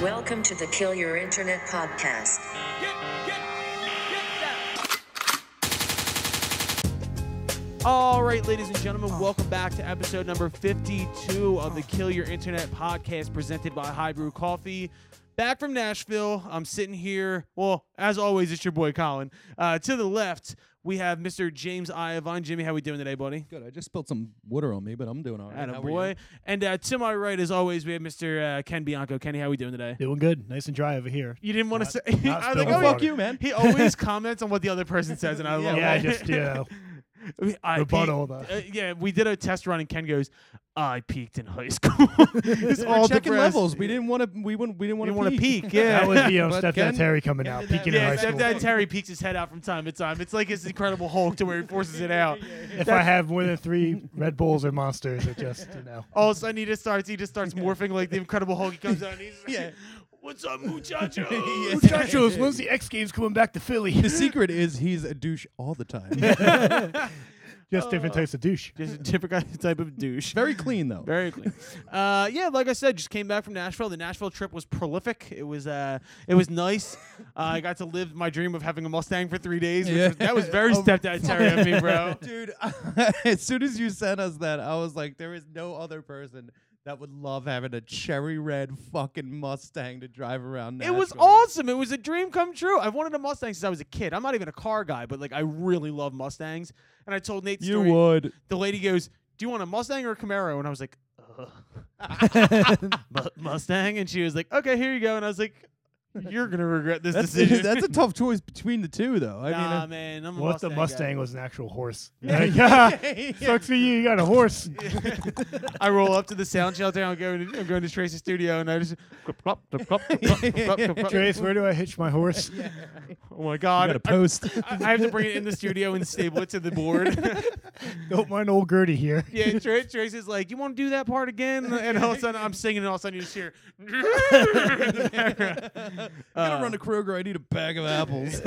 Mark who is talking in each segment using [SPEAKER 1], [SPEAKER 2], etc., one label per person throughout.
[SPEAKER 1] Welcome to the Kill Your Internet podcast.
[SPEAKER 2] All right, ladies and gentlemen, welcome back to episode number 52 of the Kill Your Internet podcast presented by High Brew Coffee. Back from Nashville, I'm sitting here. Well, as always, it's your boy Colin. Uh, to the left, we have Mr. James Iovine. Jimmy, how we doing today, buddy?
[SPEAKER 3] Good. I just spilled some water on me, but I'm doing all right.
[SPEAKER 2] Atta
[SPEAKER 3] How are
[SPEAKER 2] boy.
[SPEAKER 3] you?
[SPEAKER 2] And uh, to my right, as always, we have Mr. Uh, Ken Bianco. Kenny, how we doing today?
[SPEAKER 4] Doing good. Nice and dry over here.
[SPEAKER 2] You didn't want to
[SPEAKER 4] Not-
[SPEAKER 2] say.
[SPEAKER 4] not
[SPEAKER 2] I was like,
[SPEAKER 4] spilling
[SPEAKER 2] oh,
[SPEAKER 4] water.
[SPEAKER 3] you, man.
[SPEAKER 2] He always comments on what the other person says, and I love
[SPEAKER 4] Yeah, I
[SPEAKER 2] it.
[SPEAKER 4] just, you know,
[SPEAKER 2] We- I
[SPEAKER 4] rebuttal
[SPEAKER 2] peaked-
[SPEAKER 4] the-
[SPEAKER 2] uh, yeah, we did a test run, and Ken goes, "I peaked in high school." It's
[SPEAKER 3] We were
[SPEAKER 2] all
[SPEAKER 3] checking
[SPEAKER 2] depressed.
[SPEAKER 3] levels. We didn't want to. We wouldn't. We didn't
[SPEAKER 2] We
[SPEAKER 3] want to.
[SPEAKER 2] want to peak. Yeah,
[SPEAKER 4] that was you know,
[SPEAKER 3] But
[SPEAKER 4] stepdad
[SPEAKER 3] Ken-
[SPEAKER 4] Terry coming out,
[SPEAKER 3] did that
[SPEAKER 4] peeking in
[SPEAKER 2] yeah.
[SPEAKER 4] high
[SPEAKER 3] right.
[SPEAKER 4] school.
[SPEAKER 2] Stepdad Terry peeks his head out from time to time. It's like his Incredible Hulk, to where he forces it out.
[SPEAKER 4] If I have more than three Red Bulls or monsters, it just you know.
[SPEAKER 2] All of a sudden, he just starts. He just starts morphing like the Incredible Hulk. He comes out and he's like,
[SPEAKER 3] Yeah.
[SPEAKER 2] "What's up, muchachos?"
[SPEAKER 4] Muchachos, when's the X Games coming back to Philly?
[SPEAKER 3] The secret is he's a douche all the time.
[SPEAKER 4] just different types of douche.
[SPEAKER 2] Oh. Just a different type of douche.
[SPEAKER 3] Very clean though.
[SPEAKER 2] Very clean. uh, yeah, like I said, just came back from Nashville. The Nashville trip was prolific. It was uh, it was nice. Uh, I got to live my dream of having a Mustang for three days. Which
[SPEAKER 3] Yeah. Oh,
[SPEAKER 2] was, that was very stepdad Terry of me, bro.
[SPEAKER 3] Dude, as soon as you sent us that, I was like, there is no other person that would love having a cherry red fucking Mustang to drive around.
[SPEAKER 2] It was
[SPEAKER 3] Nashville.
[SPEAKER 2] awesome. It was a dream come true. I've wanted a Mustang since I was a kid. I'm not even a car guy, but like I really love Mustangs. And I told Nate the
[SPEAKER 3] You
[SPEAKER 2] story.
[SPEAKER 3] would.
[SPEAKER 2] The lady goes, "Do you want a Mustang or a Camaro?" And I was like, uh, Mu- "Mustang." And she was like, "Okay, here you go." And I was like, "You're gonna regret this
[SPEAKER 3] That's,
[SPEAKER 2] decision."
[SPEAKER 3] that's a tough choice between the two, though. I
[SPEAKER 2] nah,
[SPEAKER 3] mean,
[SPEAKER 2] man. I'm a
[SPEAKER 4] uh, What if
[SPEAKER 2] Mustang
[SPEAKER 4] the
[SPEAKER 2] guy.
[SPEAKER 4] Mustang was an actual horse? Like, yeah, sucks for you. You got a horse.
[SPEAKER 2] I roll up to the sound shelter. I'm going. To, I'm going to Trace's studio, and I just.
[SPEAKER 4] Trace, where do I hitch my horse?
[SPEAKER 2] Oh my
[SPEAKER 3] I got
[SPEAKER 2] god!
[SPEAKER 3] a post.
[SPEAKER 2] I, I have to bring it in the studio and stable it to the board.
[SPEAKER 4] Don't mind old Gertie here.
[SPEAKER 2] yeah, Trace, Trace is like, "You want to do that part again?" And all of a sudden, I'm singing, and all of a sudden, you just hear. in the background.
[SPEAKER 3] I'm gonna
[SPEAKER 2] Uh,
[SPEAKER 3] run to Kroger. I need a bag of apples.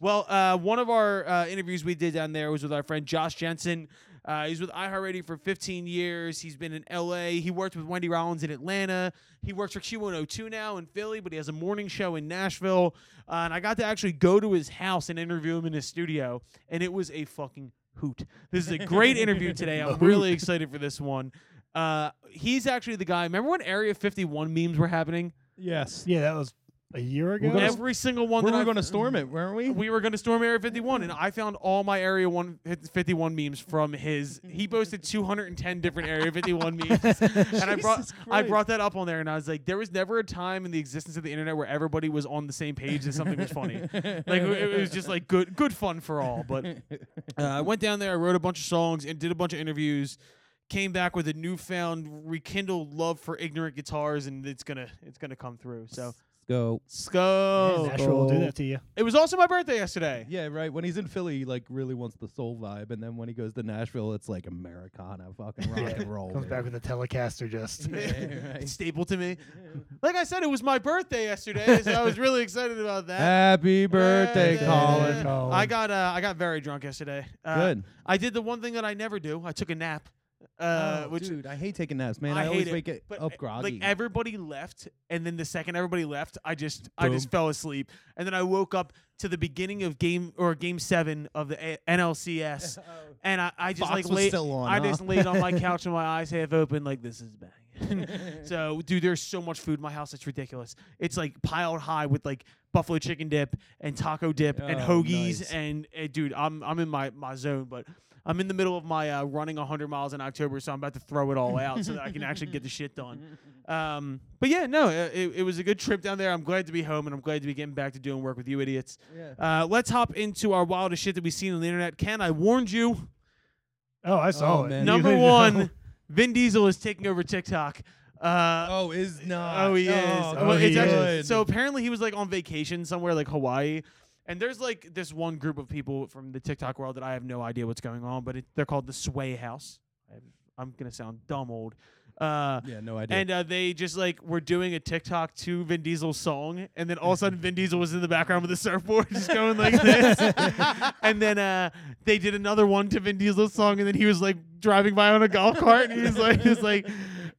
[SPEAKER 2] Well, uh, one of our uh, interviews we did down there was with our friend Josh Jensen. Uh, he's with iHeartRadio for 15 years. He's been in LA. He worked with Wendy Rollins in Atlanta. He works for Q102 now in Philly, but he has a morning show in Nashville. Uh, and I got to actually go to his house and interview him in his studio, and it was a fucking hoot. This is a great interview today. I'm really excited for this one. Uh, he's actually the guy. Remember when Area 51 memes were happening?
[SPEAKER 3] yes.
[SPEAKER 4] Yeah, that was a year ago.
[SPEAKER 3] gonna-
[SPEAKER 2] Every single one.
[SPEAKER 3] We
[SPEAKER 2] that
[SPEAKER 3] were
[SPEAKER 2] I've-
[SPEAKER 3] going to storm it, weren't we?
[SPEAKER 2] we were going to storm Area 51, and I found all my Area 151 memes from his. He posted 210 different Area 51 memes, and I brought
[SPEAKER 3] Jesus
[SPEAKER 2] I
[SPEAKER 3] Christ.
[SPEAKER 2] brought that up on there, and I was like, there was never a time in the existence of the internet where everybody was on the same page and something was funny. Like it, it was just like good good fun for all. But uh, I went down there, I wrote a bunch of songs, and did a bunch of interviews. Came back with a newfound rekindled love for ignorant guitars, and it's gonna it's gonna come through. So,
[SPEAKER 3] go.
[SPEAKER 2] Skull.
[SPEAKER 4] Nashville will do
[SPEAKER 3] Oh.
[SPEAKER 4] that to you.
[SPEAKER 2] It was also my birthday yesterday.
[SPEAKER 3] Yeah, right. When he's in Philly, he like really wants the soul vibe, and then when he goes to Nashville, it's like Americana, fucking rock and roll.
[SPEAKER 4] Comes back
[SPEAKER 3] baby.
[SPEAKER 4] with a Telecaster just.
[SPEAKER 3] Yeah, right.
[SPEAKER 2] staple to me. Like I said, it was my birthday yesterday, so I was really excited about that.
[SPEAKER 3] Happy birthday,
[SPEAKER 2] Yeah.
[SPEAKER 3] Colin.
[SPEAKER 4] Colin.
[SPEAKER 2] I got uh, I got very drunk yesterday. Uh,
[SPEAKER 3] Good.
[SPEAKER 2] I did the one thing that I never do. I took a nap. Uh,
[SPEAKER 3] Oh,
[SPEAKER 2] which
[SPEAKER 3] dude, I hate taking naps, man.
[SPEAKER 2] I,
[SPEAKER 3] I,
[SPEAKER 2] hate
[SPEAKER 3] always
[SPEAKER 2] it,
[SPEAKER 3] wake it
[SPEAKER 2] but,
[SPEAKER 3] up
[SPEAKER 2] uh,
[SPEAKER 3] groggy.
[SPEAKER 2] Like everybody left, and then the second everybody left, I just I just
[SPEAKER 3] Boom.
[SPEAKER 2] fell asleep, and then I woke up to the beginning of game or game seven of the A- NLCS, and I, I just
[SPEAKER 3] Oh. Fox
[SPEAKER 2] like
[SPEAKER 3] was
[SPEAKER 2] laid
[SPEAKER 3] still on,
[SPEAKER 2] I
[SPEAKER 3] huh?
[SPEAKER 2] just laid on my couch with my eyes half open, like this is bad. so, dude, there's so much food in my house. It's ridiculous. It's like piled high with like buffalo chicken dip and taco dip and
[SPEAKER 3] Oh,
[SPEAKER 2] hoagies
[SPEAKER 3] nice.
[SPEAKER 2] and uh, dude, I'm I'm in my my zone, but I'm in the middle of my uh, running 100 miles in October, so I'm about to throw it all out so that I can actually get the shit done. Um, but yeah, no, uh, it, it was a good trip down there. I'm glad to be home, and I'm glad to be getting back to doing work with you idiots. Uh, let's hop into our wildest shit that we've seen on the internet. Ken, I warned you.
[SPEAKER 4] Oh, I saw
[SPEAKER 3] Oh,
[SPEAKER 4] it.
[SPEAKER 3] man.
[SPEAKER 4] You
[SPEAKER 2] Number
[SPEAKER 4] didn't know.
[SPEAKER 2] one, Vin Diesel is taking over TikTok. Uh,
[SPEAKER 3] oh, is not.
[SPEAKER 2] Oh, he is.
[SPEAKER 4] Oh,
[SPEAKER 2] Well,
[SPEAKER 4] he
[SPEAKER 2] it's actually-
[SPEAKER 3] is.
[SPEAKER 2] so apparently he was like on vacation somewhere like Hawaii. And there's like this one group of people from the TikTok world that I have no idea what's going on, but it, they're called the Sway House. I'm, I'm gonna sound dumb old. Uh,
[SPEAKER 3] yeah, no idea.
[SPEAKER 2] and uh, they just like were doing a TikTok to Vin Diesel's song, and then all of a sudden Vin Diesel was in the background with a surfboard, just going like this. and then uh, they did another one to Vin Diesel's song, and then he was like driving by on a golf cart, and he was like, he was like,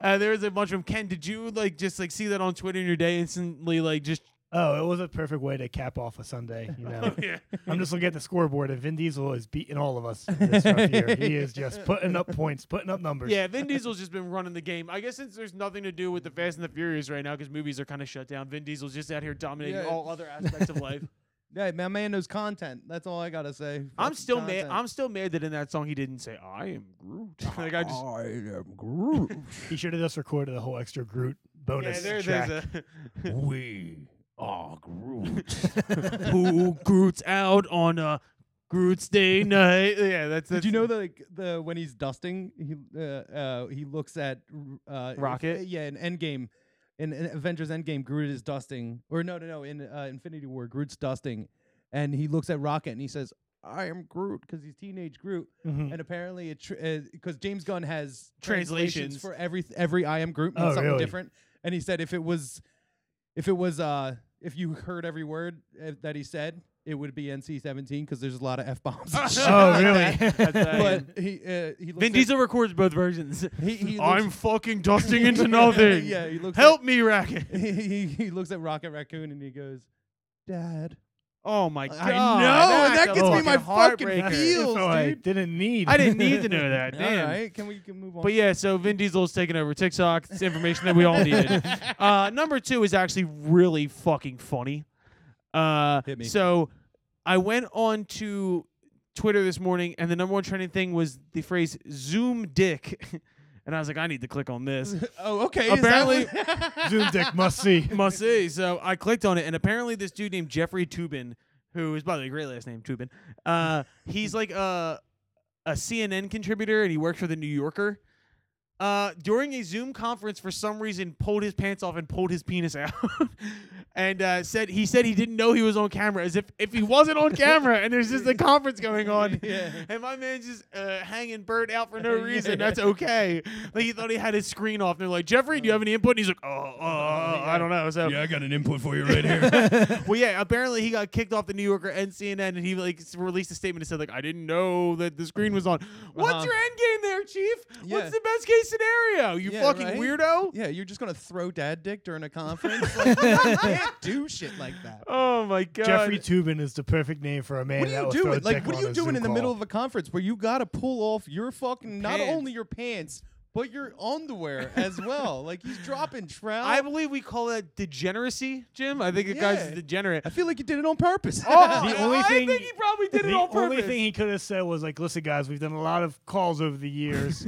[SPEAKER 2] Uh, there was a bunch of them. Ken, did you like just like see that on Twitter in your day instantly? Like just
[SPEAKER 4] Oh, it was a perfect way to cap off a Sunday. You know,
[SPEAKER 3] Oh,
[SPEAKER 2] yeah.
[SPEAKER 4] I'm just looking at the scoreboard, and Vin Diesel is beating all of us in this rough year. He is just putting up points, putting up numbers.
[SPEAKER 2] Yeah, Vin Diesel's just been running the game. I guess since there's nothing to do with the Fast and the Furious right now because movies are kind of shut down, Vin Diesel's just out here dominating
[SPEAKER 3] Yeah.
[SPEAKER 2] all other aspects of life.
[SPEAKER 3] Yeah, my man knows content. That's all I gotta say.
[SPEAKER 2] I'm
[SPEAKER 3] Fucking
[SPEAKER 2] still mad.
[SPEAKER 3] content.
[SPEAKER 2] I'm still mad that in that song he didn't say "I am Groot." like I just
[SPEAKER 3] I am Groot.
[SPEAKER 4] He should have just recorded a whole extra Groot bonus
[SPEAKER 2] Oh, there-
[SPEAKER 4] track.
[SPEAKER 2] a
[SPEAKER 3] we are Groot.
[SPEAKER 2] who Groot's out on a Groot's Day night. Yeah, that's.
[SPEAKER 3] Did you know that like, the when he's dusting, he uh, uh, he looks at r- uh, if-
[SPEAKER 2] Rocket?
[SPEAKER 3] yeah, in Endgame, in, in Avengers Endgame, Groot is dusting, or no, no, no, in uh, Infinity War, Groot's dusting, and he looks at Rocket and he says, "I am Groot," because he's teenage Groot,
[SPEAKER 4] Mhm.
[SPEAKER 3] and apparently it because tr- uh 'cause James Gunn has
[SPEAKER 2] Translations.
[SPEAKER 3] for every every I am Groot means
[SPEAKER 4] Oh,
[SPEAKER 3] something
[SPEAKER 4] really?
[SPEAKER 3] different, and he said if it was if it was uh if you heard every word uh, that he said. It would be NC-17 because there's a lot of f bombs.
[SPEAKER 4] Oh, really?
[SPEAKER 3] but he uh, he looks
[SPEAKER 2] Vin
[SPEAKER 3] at-
[SPEAKER 2] Diesel records both versions.
[SPEAKER 3] He, he looks,
[SPEAKER 2] I'm fucking dusting into nothing.
[SPEAKER 3] yeah, he looks.
[SPEAKER 2] Help me, Racket.
[SPEAKER 3] At, he, he he looks at Rocket Raccoon and he goes, "Dad."
[SPEAKER 2] Oh my
[SPEAKER 3] I
[SPEAKER 2] god!
[SPEAKER 3] know, and that
[SPEAKER 2] that's
[SPEAKER 3] gets
[SPEAKER 2] a
[SPEAKER 3] me my fucking
[SPEAKER 2] heartbreaker.
[SPEAKER 3] feel. feels,
[SPEAKER 4] So I
[SPEAKER 3] dude.
[SPEAKER 4] didn't need.
[SPEAKER 2] I didn't need to know that. Damn.
[SPEAKER 3] All right, can we can move on?
[SPEAKER 2] But yeah, so Vin Diesel's taking over TikTok. It's information that we all needed. Uh, number two is actually really fucking funny. Uh,
[SPEAKER 3] Hit me.
[SPEAKER 2] So I went on to Twitter this morning, and the number one trending thing was the phrase "Zoom dick," and I was like, I need to click on this.
[SPEAKER 3] oh, okay. is that what-
[SPEAKER 4] Zoom dick must see.
[SPEAKER 3] Oh,
[SPEAKER 2] Must see. So I clicked on it, and apparently this dude named Jeffrey Tubin, who is by the way a great last name Tubin, uh, he's like a a CNN contributor, and he works for the New Yorker. Uh, during a Zoom conference, for some reason, pulled his pants off and pulled his penis out, and uh, said he said he didn't know he was on camera, as if if he wasn't on camera, and there's just a conference going on,
[SPEAKER 3] Yeah.
[SPEAKER 2] and my man just uh, hanging bird out for no reason. That's okay. Like he thought he had his screen off. And they're like, Jeffrey, do you have any input? And he's like, oh, oh, oh, I don't know. So
[SPEAKER 5] Yeah, I got an input for you right here.
[SPEAKER 2] well, yeah. Apparently, he got kicked off the New Yorker and CNN, and he like s- released a statement and said like, "I didn't know that the screen was on." What's
[SPEAKER 3] Uh-huh.
[SPEAKER 2] your end game there, Chief?
[SPEAKER 3] Yeah.
[SPEAKER 2] What's the best case scenario? You
[SPEAKER 3] Yeah,
[SPEAKER 2] fucking
[SPEAKER 3] right?
[SPEAKER 2] weirdo.
[SPEAKER 3] yeah, you're just gonna throw dad dick during a conference. Like, you can't do shit like that.
[SPEAKER 2] Oh my god.
[SPEAKER 4] Jeffrey Tubin is the perfect name for a man
[SPEAKER 3] What are
[SPEAKER 4] that
[SPEAKER 3] you
[SPEAKER 4] would throw
[SPEAKER 3] doing? Like,
[SPEAKER 4] dick
[SPEAKER 3] what are
[SPEAKER 4] on
[SPEAKER 3] you
[SPEAKER 4] a
[SPEAKER 3] doing
[SPEAKER 4] Zoom
[SPEAKER 3] in the
[SPEAKER 4] call.
[SPEAKER 3] middle of a conference where you gotta pull off your fucking not
[SPEAKER 2] Pants.
[SPEAKER 3] only your pants but your underwear as well? Like he's dropping trout.
[SPEAKER 2] I believe we call that degeneracy, Jim. I think the guy's
[SPEAKER 3] Yeah.
[SPEAKER 2] degenerate.
[SPEAKER 3] I feel like you did it on purpose.
[SPEAKER 2] Oh,
[SPEAKER 4] The only
[SPEAKER 2] I
[SPEAKER 4] thing-
[SPEAKER 2] think he probably did it
[SPEAKER 4] the
[SPEAKER 2] on purpose.
[SPEAKER 4] only thing he could have said was like, "Listen, guys, we've done a lot of calls over the years.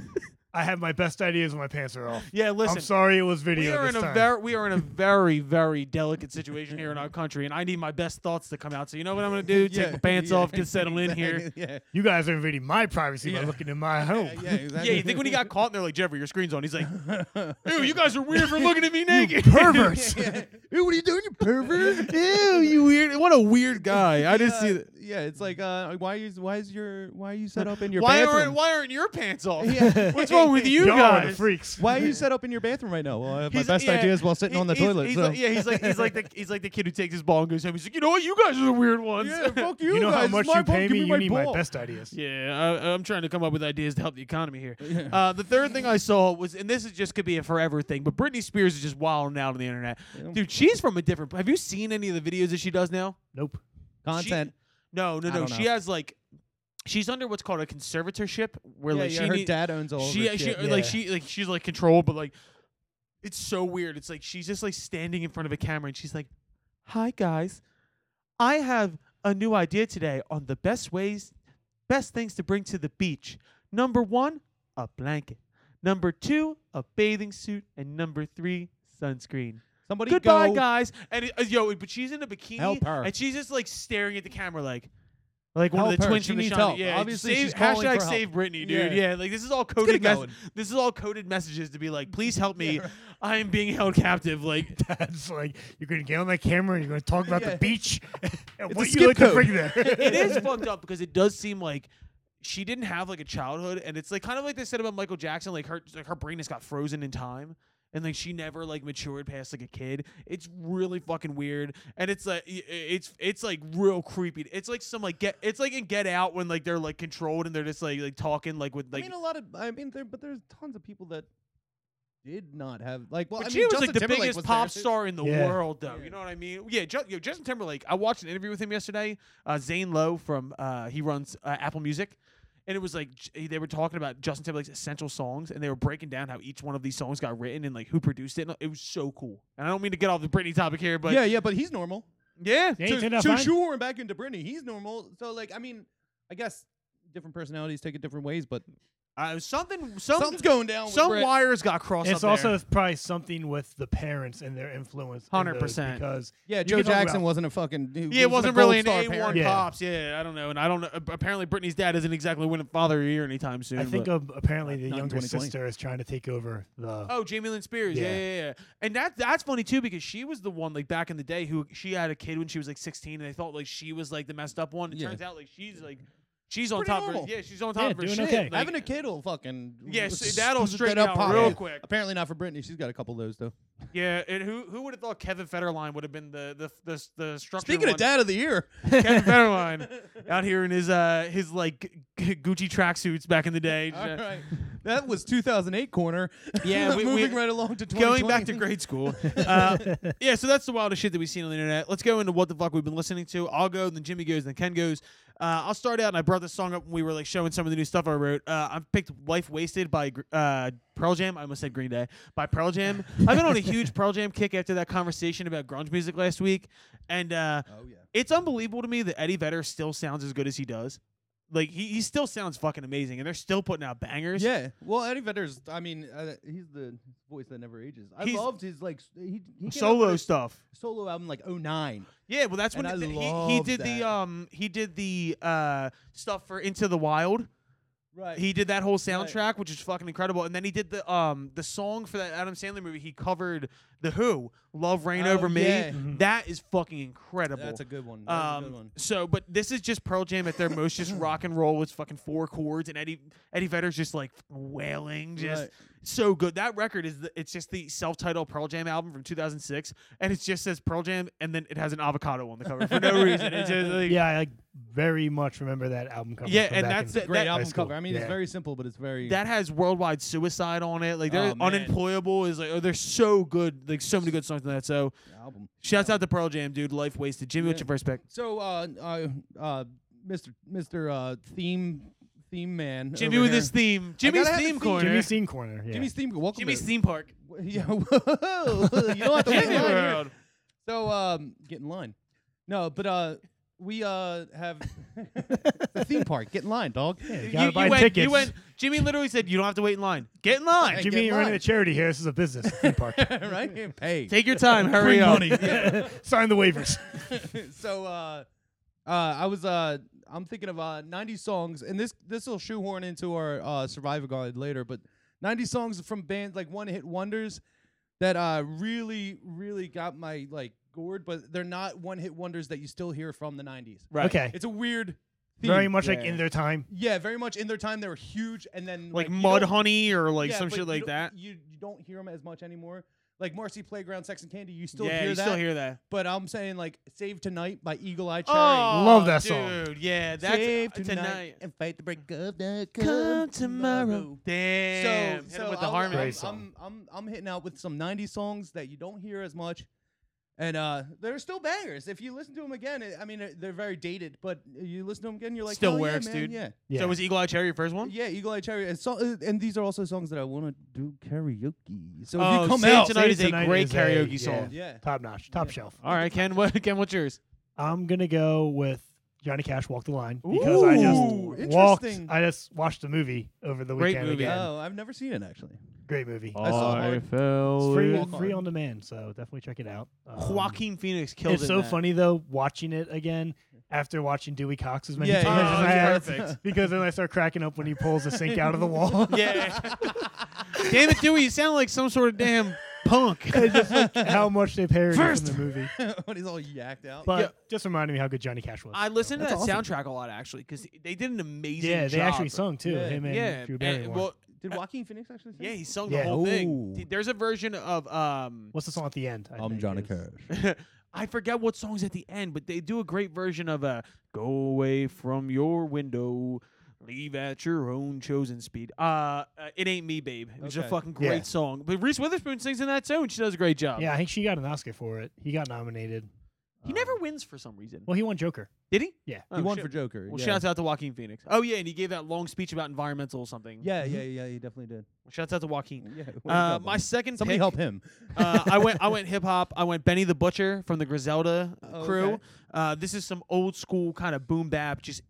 [SPEAKER 4] I have my best ideas when my pants are off.
[SPEAKER 2] yeah, listen.
[SPEAKER 4] I'm sorry, it was
[SPEAKER 2] We
[SPEAKER 4] video.
[SPEAKER 2] are
[SPEAKER 4] this
[SPEAKER 2] in a
[SPEAKER 4] time.
[SPEAKER 2] very we are in a very very delicate situation here in our country, and I need my best thoughts to come out. So you know what I'm gonna do? Take my pants
[SPEAKER 3] yeah,
[SPEAKER 2] off, get settled in here.
[SPEAKER 3] exactly, Yeah.
[SPEAKER 4] you guys are invading my privacy
[SPEAKER 3] Yeah.
[SPEAKER 4] by looking in my home.
[SPEAKER 3] Yeah, exactly.
[SPEAKER 2] Yeah, you think when he got caught, and they're like, "Jeffrey, your screen's on." He's like, "Ew, you guys are weird for looking at me naked,
[SPEAKER 4] Perverts.
[SPEAKER 3] Hey, what are you doing, you pervert?
[SPEAKER 2] Ew, you weird. What a weird guy. I didn't
[SPEAKER 3] Uh,
[SPEAKER 2] see that.
[SPEAKER 3] Yeah, it's like, uh, why is why is your why are you set up in your
[SPEAKER 2] Why
[SPEAKER 3] bathroom?
[SPEAKER 2] aren't Why aren't your pants off?
[SPEAKER 3] Yeah.
[SPEAKER 2] What's wrong with you
[SPEAKER 4] Y'all are the
[SPEAKER 2] guys?
[SPEAKER 4] freaks.
[SPEAKER 3] why are you set up in your bathroom right now? Well, I have my
[SPEAKER 2] He's-
[SPEAKER 3] best
[SPEAKER 2] yeah,
[SPEAKER 3] ideas while sitting
[SPEAKER 2] he-
[SPEAKER 3] on the
[SPEAKER 2] he's-
[SPEAKER 3] toilet.
[SPEAKER 2] he's
[SPEAKER 3] so.
[SPEAKER 2] like- yeah, he's like he's like the he's like the kid who takes his ball and goes home. He's like, you know what, you guys are the weird ones.
[SPEAKER 3] Yeah, fuck you,
[SPEAKER 4] You know
[SPEAKER 3] guys.
[SPEAKER 4] how
[SPEAKER 3] it's
[SPEAKER 4] much
[SPEAKER 3] my
[SPEAKER 4] you
[SPEAKER 3] fault,
[SPEAKER 4] pay
[SPEAKER 3] give
[SPEAKER 4] me. You
[SPEAKER 3] my
[SPEAKER 4] need
[SPEAKER 3] ball.
[SPEAKER 4] my best ideas.
[SPEAKER 2] Yeah, I, I'm trying to come up with ideas to help the economy here. Uh, the third thing I saw was, and this is just could be a forever thing, but Britney Spears is just wilding out on the internet, dude. She's from a different. Have you seen any of the videos that she does now?
[SPEAKER 4] Nope.
[SPEAKER 2] She-
[SPEAKER 3] Content.
[SPEAKER 2] no, no,
[SPEAKER 3] I
[SPEAKER 2] no.
[SPEAKER 3] don't
[SPEAKER 2] She
[SPEAKER 3] know.
[SPEAKER 2] has like, she's under what's called a conservatorship, where
[SPEAKER 3] yeah,
[SPEAKER 2] like
[SPEAKER 3] yeah,
[SPEAKER 2] she
[SPEAKER 3] her
[SPEAKER 2] need-
[SPEAKER 3] dad owns all of
[SPEAKER 2] she, uh,
[SPEAKER 3] her
[SPEAKER 2] she
[SPEAKER 3] shit.
[SPEAKER 2] or, like
[SPEAKER 4] yeah.
[SPEAKER 2] she like she's like controlled, but like it's so weird. It's like she's just like standing in front of a camera and she's like, "Hi guys, I have a new idea today on the best ways, best things to bring to the beach. Number one, a blanket. Number two, a bathing suit, and number three, sunscreen."
[SPEAKER 3] Somebody
[SPEAKER 2] Goodbye,
[SPEAKER 3] go.
[SPEAKER 2] guys. And it, uh, yo, but she's in a bikini,
[SPEAKER 3] Help her.
[SPEAKER 2] and she's just like staring at the camera, like, like one
[SPEAKER 3] Help
[SPEAKER 2] of the
[SPEAKER 3] her.
[SPEAKER 2] twins
[SPEAKER 3] She
[SPEAKER 2] from the
[SPEAKER 3] needs
[SPEAKER 2] Shining.
[SPEAKER 3] help.
[SPEAKER 2] Yeah,
[SPEAKER 3] Obviously,
[SPEAKER 2] save,
[SPEAKER 3] she's calling
[SPEAKER 2] hashtag
[SPEAKER 3] for help.
[SPEAKER 2] save Britney, dude.
[SPEAKER 3] Yeah.
[SPEAKER 2] Yeah. like this is all
[SPEAKER 3] get
[SPEAKER 2] coded.
[SPEAKER 3] it
[SPEAKER 2] mes-
[SPEAKER 3] going.
[SPEAKER 2] this is all coded messages to be like, please help me. I am being held captive. Like,
[SPEAKER 4] That's like you're gonna get on that camera. You're gonna talk about
[SPEAKER 3] Yeah.
[SPEAKER 4] the beach and
[SPEAKER 3] It's a
[SPEAKER 4] what
[SPEAKER 3] skip
[SPEAKER 4] you like
[SPEAKER 3] code.
[SPEAKER 4] to bring there.
[SPEAKER 2] it is fucked up because it does seem like she didn't have like a childhood, and it's like kind of like they said about Michael Jackson, like her like her brain has got frozen in time, and like she never like matured past like a kid. It's really fucking weird, and it's like i- i- it's it's like real creepy. It's like some like get it's like in Get Out when like they're like controlled and they're just like like talking like with
[SPEAKER 3] I
[SPEAKER 2] like
[SPEAKER 3] mean, a lot of. I mean, there, but there's tons of people that did not have like. Well,
[SPEAKER 2] but
[SPEAKER 3] I
[SPEAKER 2] she
[SPEAKER 3] mean,
[SPEAKER 2] was
[SPEAKER 3] Justin
[SPEAKER 2] like the
[SPEAKER 3] Timberlake
[SPEAKER 2] biggest
[SPEAKER 3] was there,
[SPEAKER 2] pop
[SPEAKER 3] too.
[SPEAKER 2] star in the
[SPEAKER 4] Yeah.
[SPEAKER 2] world, though. You know what I mean? Yeah, Ju- yo, Justin Timberlake. I watched an interview with him yesterday. Uh, Zane Lowe from uh, he runs uh, Apple Music, and it was like j- they were talking about Justin Timberlake's essential songs, and they were breaking down how each one of these songs got written and like who produced it. And it was so cool. And I don't mean to get off the Britney topic here, but
[SPEAKER 3] yeah, yeah, but he's normal.
[SPEAKER 2] yeah,
[SPEAKER 4] Yeah, he
[SPEAKER 3] to
[SPEAKER 4] turned out
[SPEAKER 3] to
[SPEAKER 4] fine.
[SPEAKER 3] shoehorn back into Britney, he's normal. So like, I mean, I guess different personalities take it different ways, but
[SPEAKER 2] Uh, something, some,
[SPEAKER 3] something's going down. with
[SPEAKER 2] some
[SPEAKER 3] Brit.
[SPEAKER 2] wires got crossed.
[SPEAKER 4] It's
[SPEAKER 2] up
[SPEAKER 4] also
[SPEAKER 2] there.
[SPEAKER 4] probably something with the parents and their influence. in
[SPEAKER 2] 100%.
[SPEAKER 4] those Because
[SPEAKER 3] yeah,
[SPEAKER 4] you
[SPEAKER 3] Joe
[SPEAKER 4] can talk
[SPEAKER 3] Jackson
[SPEAKER 4] about-
[SPEAKER 3] wasn't a fucking. he
[SPEAKER 2] Yeah, it wasn't
[SPEAKER 3] wasn't a
[SPEAKER 2] really an
[SPEAKER 3] gold
[SPEAKER 2] A
[SPEAKER 3] star
[SPEAKER 2] one
[SPEAKER 3] parent.
[SPEAKER 4] Yeah.
[SPEAKER 2] pops. Yeah, I don't know, and I don't. know. Apparently, Britney's dad isn't exactly winning Father of the Year anytime soon.
[SPEAKER 4] I think
[SPEAKER 2] but-
[SPEAKER 4] of apparently the
[SPEAKER 3] Not in
[SPEAKER 4] younger
[SPEAKER 3] 2020.
[SPEAKER 4] sister is trying to take over the.
[SPEAKER 2] Oh, Jamie Lynn Spears. Yeah.
[SPEAKER 4] Yeah.
[SPEAKER 2] yeah, yeah, yeah. And that that's funny too because she was the one like back in the day who she had a kid when she was like 16 and they thought like she was like the messed up one. It
[SPEAKER 3] Yeah.
[SPEAKER 2] turns out like she's like she's on
[SPEAKER 3] Pretty
[SPEAKER 2] top of
[SPEAKER 3] normal.
[SPEAKER 2] her, yeah, she's on top
[SPEAKER 4] Yeah,
[SPEAKER 2] of her
[SPEAKER 4] doing
[SPEAKER 2] shit.
[SPEAKER 4] okay.
[SPEAKER 2] Like,
[SPEAKER 3] Having a kid will fucking
[SPEAKER 2] Yeah,
[SPEAKER 3] s-
[SPEAKER 2] see, that'll
[SPEAKER 3] spit
[SPEAKER 2] straighten
[SPEAKER 3] up
[SPEAKER 2] out
[SPEAKER 3] pop.
[SPEAKER 2] real
[SPEAKER 3] Yeah.
[SPEAKER 2] quick.
[SPEAKER 3] Apparently not for Britney. She's got a couple of those though.
[SPEAKER 2] Yeah, and who who would have thought Kevin Federline would have been the the the, the structure
[SPEAKER 3] Speaking of
[SPEAKER 2] one?
[SPEAKER 3] dad of the year,
[SPEAKER 2] Kevin Federline out here in his uh his like g- Gucci tracksuits back in the day.
[SPEAKER 3] all right, that was 2008 corner.
[SPEAKER 2] Yeah, we- we-
[SPEAKER 3] moving right along to
[SPEAKER 2] going back to
[SPEAKER 3] 2020.
[SPEAKER 2] grade school. Uh, yeah, so that's the wildest shit that we've seen on the internet. Let's go into what the fuck we've been listening to. I'll go, then Jimmy goes, then Ken goes. Uh, I'll start out, and I brought this song up when we were like showing some of the new stuff I wrote. Uh, I've picked "Life Wasted" by Gr- uh, Pearl Jam. I almost said Green Day by Pearl Jam. I've been on a huge Pearl Jam kick after that conversation about grunge music last week, and uh,
[SPEAKER 3] Oh yeah.
[SPEAKER 2] it's unbelievable to me that Eddie Vedder still sounds as good as he does. Like he, he still sounds fucking amazing, and they're still putting out bangers.
[SPEAKER 3] Yeah, well, Eddie Vedder's. I mean, uh, he's the voice that never ages. I
[SPEAKER 2] He's-
[SPEAKER 3] loved his like s- he, he came out with
[SPEAKER 2] solo
[SPEAKER 3] a
[SPEAKER 2] stuff.
[SPEAKER 3] solo album like 09.
[SPEAKER 2] Yeah, well, that's when
[SPEAKER 3] And
[SPEAKER 2] it-
[SPEAKER 3] I
[SPEAKER 2] he, he
[SPEAKER 3] love
[SPEAKER 2] did
[SPEAKER 3] that.
[SPEAKER 2] the um he did the uh stuff for Into the Wild.
[SPEAKER 3] Right.
[SPEAKER 2] He did that whole
[SPEAKER 3] Right.
[SPEAKER 2] soundtrack, which is fucking incredible. And then he did the um the song for that Adam Sandler movie. He covered the Who, "Love Rain
[SPEAKER 3] Oh,
[SPEAKER 2] Over Me."
[SPEAKER 3] yeah.
[SPEAKER 4] Mhm.
[SPEAKER 2] That is fucking incredible.
[SPEAKER 3] That's a good one. That's a good
[SPEAKER 2] Um,
[SPEAKER 3] one.
[SPEAKER 2] so, but this is just Pearl Jam at their most just rock and roll with fucking four chords, and Eddie Eddie Vedder's just like wailing, just
[SPEAKER 3] Right.
[SPEAKER 2] so good. That record is the, it's just the self titled Pearl Jam album from 2006, and it just says Pearl Jam, and then it has an avocado on the cover for no reason. It's just like,
[SPEAKER 4] Yeah, I like, very much remember that album cover.
[SPEAKER 2] Yeah,
[SPEAKER 4] from
[SPEAKER 2] and
[SPEAKER 4] back
[SPEAKER 2] that's
[SPEAKER 4] in
[SPEAKER 2] it.
[SPEAKER 3] Great
[SPEAKER 2] that-
[SPEAKER 3] album
[SPEAKER 4] high school.
[SPEAKER 3] cover. I mean, it's
[SPEAKER 4] Yeah.
[SPEAKER 3] very simple, but it's very
[SPEAKER 2] That has worldwide suicide on it. Like they're
[SPEAKER 3] Oh, man.
[SPEAKER 2] unemployable. Is like oh, they're so good. Like so many good songs on that. So
[SPEAKER 3] album.
[SPEAKER 2] shouts out to Pearl Jam, dude. Life wasted. Jimmy, what's
[SPEAKER 3] Yeah.
[SPEAKER 2] your first pick?
[SPEAKER 3] So, uh, uh, uh, Mr. Mr. Uh, theme theme man.
[SPEAKER 2] Jimmy
[SPEAKER 3] over
[SPEAKER 2] with
[SPEAKER 3] here.
[SPEAKER 2] his theme. Jimmy's
[SPEAKER 3] gotta have the
[SPEAKER 2] theme
[SPEAKER 3] theme.
[SPEAKER 2] corner.
[SPEAKER 4] Jimmy's Scene Corner. Yeah.
[SPEAKER 3] Jimmy's theme. Welcome.
[SPEAKER 2] Jimmy's
[SPEAKER 3] to-
[SPEAKER 2] theme park.
[SPEAKER 3] Yeah. Whoa. you don't have to wait in
[SPEAKER 2] Jimmy
[SPEAKER 3] line here.
[SPEAKER 2] World.
[SPEAKER 3] So, um, get in line. No, but uh, we uh have the theme park. Get in line, dog.
[SPEAKER 4] You gotta buy
[SPEAKER 2] went,
[SPEAKER 4] tickets.
[SPEAKER 2] You went. Jimmy literally said, "You don't have to wait in line. Get in line.
[SPEAKER 3] Hey.
[SPEAKER 4] Jimmy,
[SPEAKER 3] Get
[SPEAKER 4] you're running
[SPEAKER 3] live.
[SPEAKER 4] a charity here. This is a business. a Theme park.
[SPEAKER 3] right? Pay.
[SPEAKER 2] Take your time. Hurry up."
[SPEAKER 4] Sign the waivers.
[SPEAKER 3] so uh uh I was uh I'm thinking of uh 90 songs and this this will shoehorn into our uh survivor guide later but 90 songs from bands like one hit wonders that uh really really got my like gourd but they're not one hit wonders that you still hear from the 90s.
[SPEAKER 2] Right.
[SPEAKER 4] Okay.
[SPEAKER 3] It's a weird theme.
[SPEAKER 4] Very much like
[SPEAKER 2] Yeah.
[SPEAKER 4] in their time.
[SPEAKER 3] yeah, very much in their time they were huge and then
[SPEAKER 2] Like
[SPEAKER 3] you
[SPEAKER 2] mud
[SPEAKER 3] don't-
[SPEAKER 2] honey or like
[SPEAKER 3] yeah,
[SPEAKER 2] some
[SPEAKER 3] but
[SPEAKER 2] shit
[SPEAKER 3] you
[SPEAKER 2] like
[SPEAKER 3] don't-
[SPEAKER 2] that.
[SPEAKER 3] You you don't hear them as much anymore. Like Marcy Playground, Sex and Candy, you still
[SPEAKER 2] yeah,
[SPEAKER 3] hear
[SPEAKER 2] you
[SPEAKER 3] that.
[SPEAKER 2] still hear Oh, that.
[SPEAKER 3] But I'm saying like Save Tonight by Eagle Eye Cherry.
[SPEAKER 2] Love
[SPEAKER 4] that
[SPEAKER 2] dude,
[SPEAKER 4] song.
[SPEAKER 2] Yeah, that's
[SPEAKER 3] Save
[SPEAKER 2] uh, tonight. Mm.
[SPEAKER 3] and fight the break of the
[SPEAKER 2] Come tomorrow. Damn.
[SPEAKER 3] So,
[SPEAKER 2] Hit
[SPEAKER 3] so
[SPEAKER 2] him with the
[SPEAKER 3] I'll-
[SPEAKER 2] harmony.
[SPEAKER 4] Great
[SPEAKER 3] I'm,
[SPEAKER 4] song.
[SPEAKER 3] I'm, I'm, I'm hitting out with some 90 songs that you don't hear as much. And uh, they're still bangers. If you listen to them again, it- I mean, uh, they're very dated, but you listen to them again, you're like,
[SPEAKER 2] Still
[SPEAKER 3] "Hell
[SPEAKER 2] works,
[SPEAKER 3] yeah, man,
[SPEAKER 2] dude.
[SPEAKER 3] Yeah.
[SPEAKER 4] Yeah.
[SPEAKER 2] So was Eagle Eye Cherry your first one?
[SPEAKER 3] Yeah, Eagle Eye Cherry. And, so, uh, and these are also songs that I want to do karaoke. So if
[SPEAKER 2] Oh,
[SPEAKER 3] you come
[SPEAKER 2] Save
[SPEAKER 3] out.
[SPEAKER 2] Tonight
[SPEAKER 4] Save
[SPEAKER 2] is a
[SPEAKER 4] Tonight
[SPEAKER 2] great
[SPEAKER 4] is a-
[SPEAKER 2] karaoke
[SPEAKER 4] yeah.
[SPEAKER 2] song.
[SPEAKER 3] Yeah.
[SPEAKER 4] top notch, top shelf.
[SPEAKER 2] All right, Ken. What Ken? What's yours?
[SPEAKER 4] I'm gonna go with Johnny Cash Walk the Line because I
[SPEAKER 3] Ooh,
[SPEAKER 4] just walked.
[SPEAKER 3] interesting.
[SPEAKER 4] I just watched the movie over the
[SPEAKER 2] Great
[SPEAKER 4] weekend
[SPEAKER 2] movie.
[SPEAKER 4] again.
[SPEAKER 3] Oh, I've never seen it, actually.
[SPEAKER 4] Great movie.
[SPEAKER 3] I saw I hard.
[SPEAKER 2] fell.
[SPEAKER 4] It's free,
[SPEAKER 3] Walk
[SPEAKER 4] free
[SPEAKER 3] on.
[SPEAKER 4] on demand, so definitely check it out. Um,
[SPEAKER 2] Joaquin Phoenix killed
[SPEAKER 4] It's
[SPEAKER 2] it in
[SPEAKER 4] so
[SPEAKER 2] that.
[SPEAKER 4] funny though watching it again after watching Dewey Cox as many
[SPEAKER 3] Yeah,
[SPEAKER 4] times
[SPEAKER 2] yeah,
[SPEAKER 4] as I
[SPEAKER 2] yeah.
[SPEAKER 4] have
[SPEAKER 2] Perfect.
[SPEAKER 4] because then I start cracking up when he pulls the sink out of the wall.
[SPEAKER 2] Yeah. damn it, Dewey. You sound like some sort of damn punk.
[SPEAKER 4] I just like how much they parodied from the movie.
[SPEAKER 3] when he's all yacked out.
[SPEAKER 4] But
[SPEAKER 2] Yeah.
[SPEAKER 4] just reminded me how good Johnny Cash was.
[SPEAKER 2] I listened to that
[SPEAKER 3] That's awesome.
[SPEAKER 2] soundtrack a lot actually because they did an amazing.
[SPEAKER 4] yeah, they
[SPEAKER 2] job.
[SPEAKER 4] actually sung too.
[SPEAKER 3] Yeah.
[SPEAKER 4] Him and
[SPEAKER 2] Yeah,
[SPEAKER 4] Drew
[SPEAKER 2] and-
[SPEAKER 4] Barrymore.
[SPEAKER 2] well,
[SPEAKER 3] Did Joaquin Phoenix actually sing
[SPEAKER 2] yeah,
[SPEAKER 3] it?
[SPEAKER 2] he sung
[SPEAKER 4] Yeah.
[SPEAKER 2] the whole thing.
[SPEAKER 3] Ooh.
[SPEAKER 2] Th- There's a version of um,
[SPEAKER 4] What's the song at the end? I think, is-
[SPEAKER 2] I forget what song's at the end, but they do a great version of uh, "Go away from your window." Leave at your own chosen speed. Uh, uh, it ain't me, babe. It's a
[SPEAKER 3] Okay.
[SPEAKER 2] fucking great
[SPEAKER 4] Yeah.
[SPEAKER 2] song. But Reese Witherspoon sings in that too, and she does a great job.
[SPEAKER 4] Yeah, I think she got an Oscar for it. He got nominated.
[SPEAKER 2] He never wins for some reason.
[SPEAKER 4] Well, he won Joker.
[SPEAKER 2] Did he?
[SPEAKER 4] Yeah.
[SPEAKER 2] Oh,
[SPEAKER 3] He won
[SPEAKER 2] shit.
[SPEAKER 3] for Joker.
[SPEAKER 2] Well,
[SPEAKER 3] yeah.
[SPEAKER 2] shouts out to Joaquin Phoenix. Oh yeah, and he gave that long speech about environmental or something.
[SPEAKER 3] Yeah, yeah, yeah. He definitely did.
[SPEAKER 2] Shouts out to Joaquin.
[SPEAKER 3] Yeah. way to
[SPEAKER 2] Uh,
[SPEAKER 3] go,
[SPEAKER 2] my
[SPEAKER 3] buddy.
[SPEAKER 2] second
[SPEAKER 3] somebody
[SPEAKER 2] pick-
[SPEAKER 3] help him.
[SPEAKER 2] uh, I went. I went hip hop. I went Benny the Butcher from the Griselda
[SPEAKER 3] Oh,
[SPEAKER 2] crew.
[SPEAKER 3] okay.
[SPEAKER 2] Uh, this is some old school kind of boom bap, just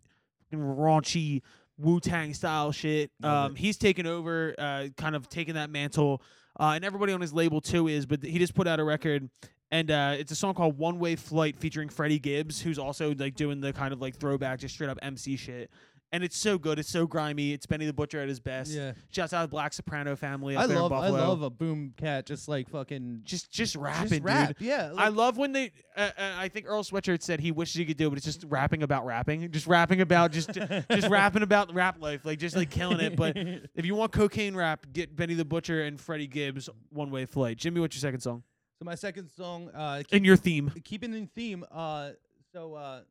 [SPEAKER 2] fucking raunchy Wu Tang style shit.
[SPEAKER 3] Love
[SPEAKER 2] Um, he's taken over, uh, kind of taking that mantle, uh, and everybody on his label too is. But he just put out a record. And uh, it's a song called "One Way Flight" featuring Freddie Gibbs, who's also like doing the kind of like throwback, just straight up MC shit. And it's so good. It's so grimy. It's Benny the Butcher at his best.
[SPEAKER 3] Yeah.
[SPEAKER 2] Shouts out to Black Soprano family. Up
[SPEAKER 3] I
[SPEAKER 2] there in
[SPEAKER 3] love, I
[SPEAKER 2] Buffalo.
[SPEAKER 3] love a boom cat just like fucking
[SPEAKER 2] just just rapping,
[SPEAKER 3] just rap.
[SPEAKER 2] dude. I
[SPEAKER 3] Yeah, like,
[SPEAKER 2] love when they. Uh, uh, I think Earl Sweatshirt said he wishes he could do, it, but it's just rapping about rapping, just rapping about just just rapping about rap life, like just like killing it. But if you want cocaine rap, get Benny the Butcher and Freddie Gibbs one way flight. Jimmy, what's your second song
[SPEAKER 3] so my second song, uh, keep,
[SPEAKER 2] and your theme?
[SPEAKER 3] keeping in theme. Uh, so uh,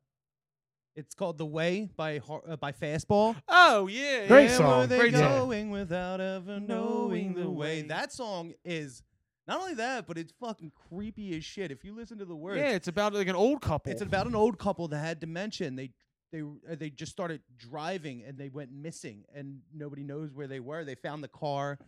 [SPEAKER 3] it's called "The Way" by Har- uh, by Fastball.
[SPEAKER 2] Oh yeah,
[SPEAKER 4] Great
[SPEAKER 3] Where
[SPEAKER 2] yeah.
[SPEAKER 4] song.
[SPEAKER 3] were they
[SPEAKER 2] Great song.
[SPEAKER 3] going without ever knowing the way? That song is not only that, but it's fucking creepy as shit. If you listen to the words,
[SPEAKER 2] Yeah, it's about like an old couple.
[SPEAKER 3] It's about an old couple that had dementia. And they they uh, they just started driving and they went missing, and nobody knows where they were. They found the car,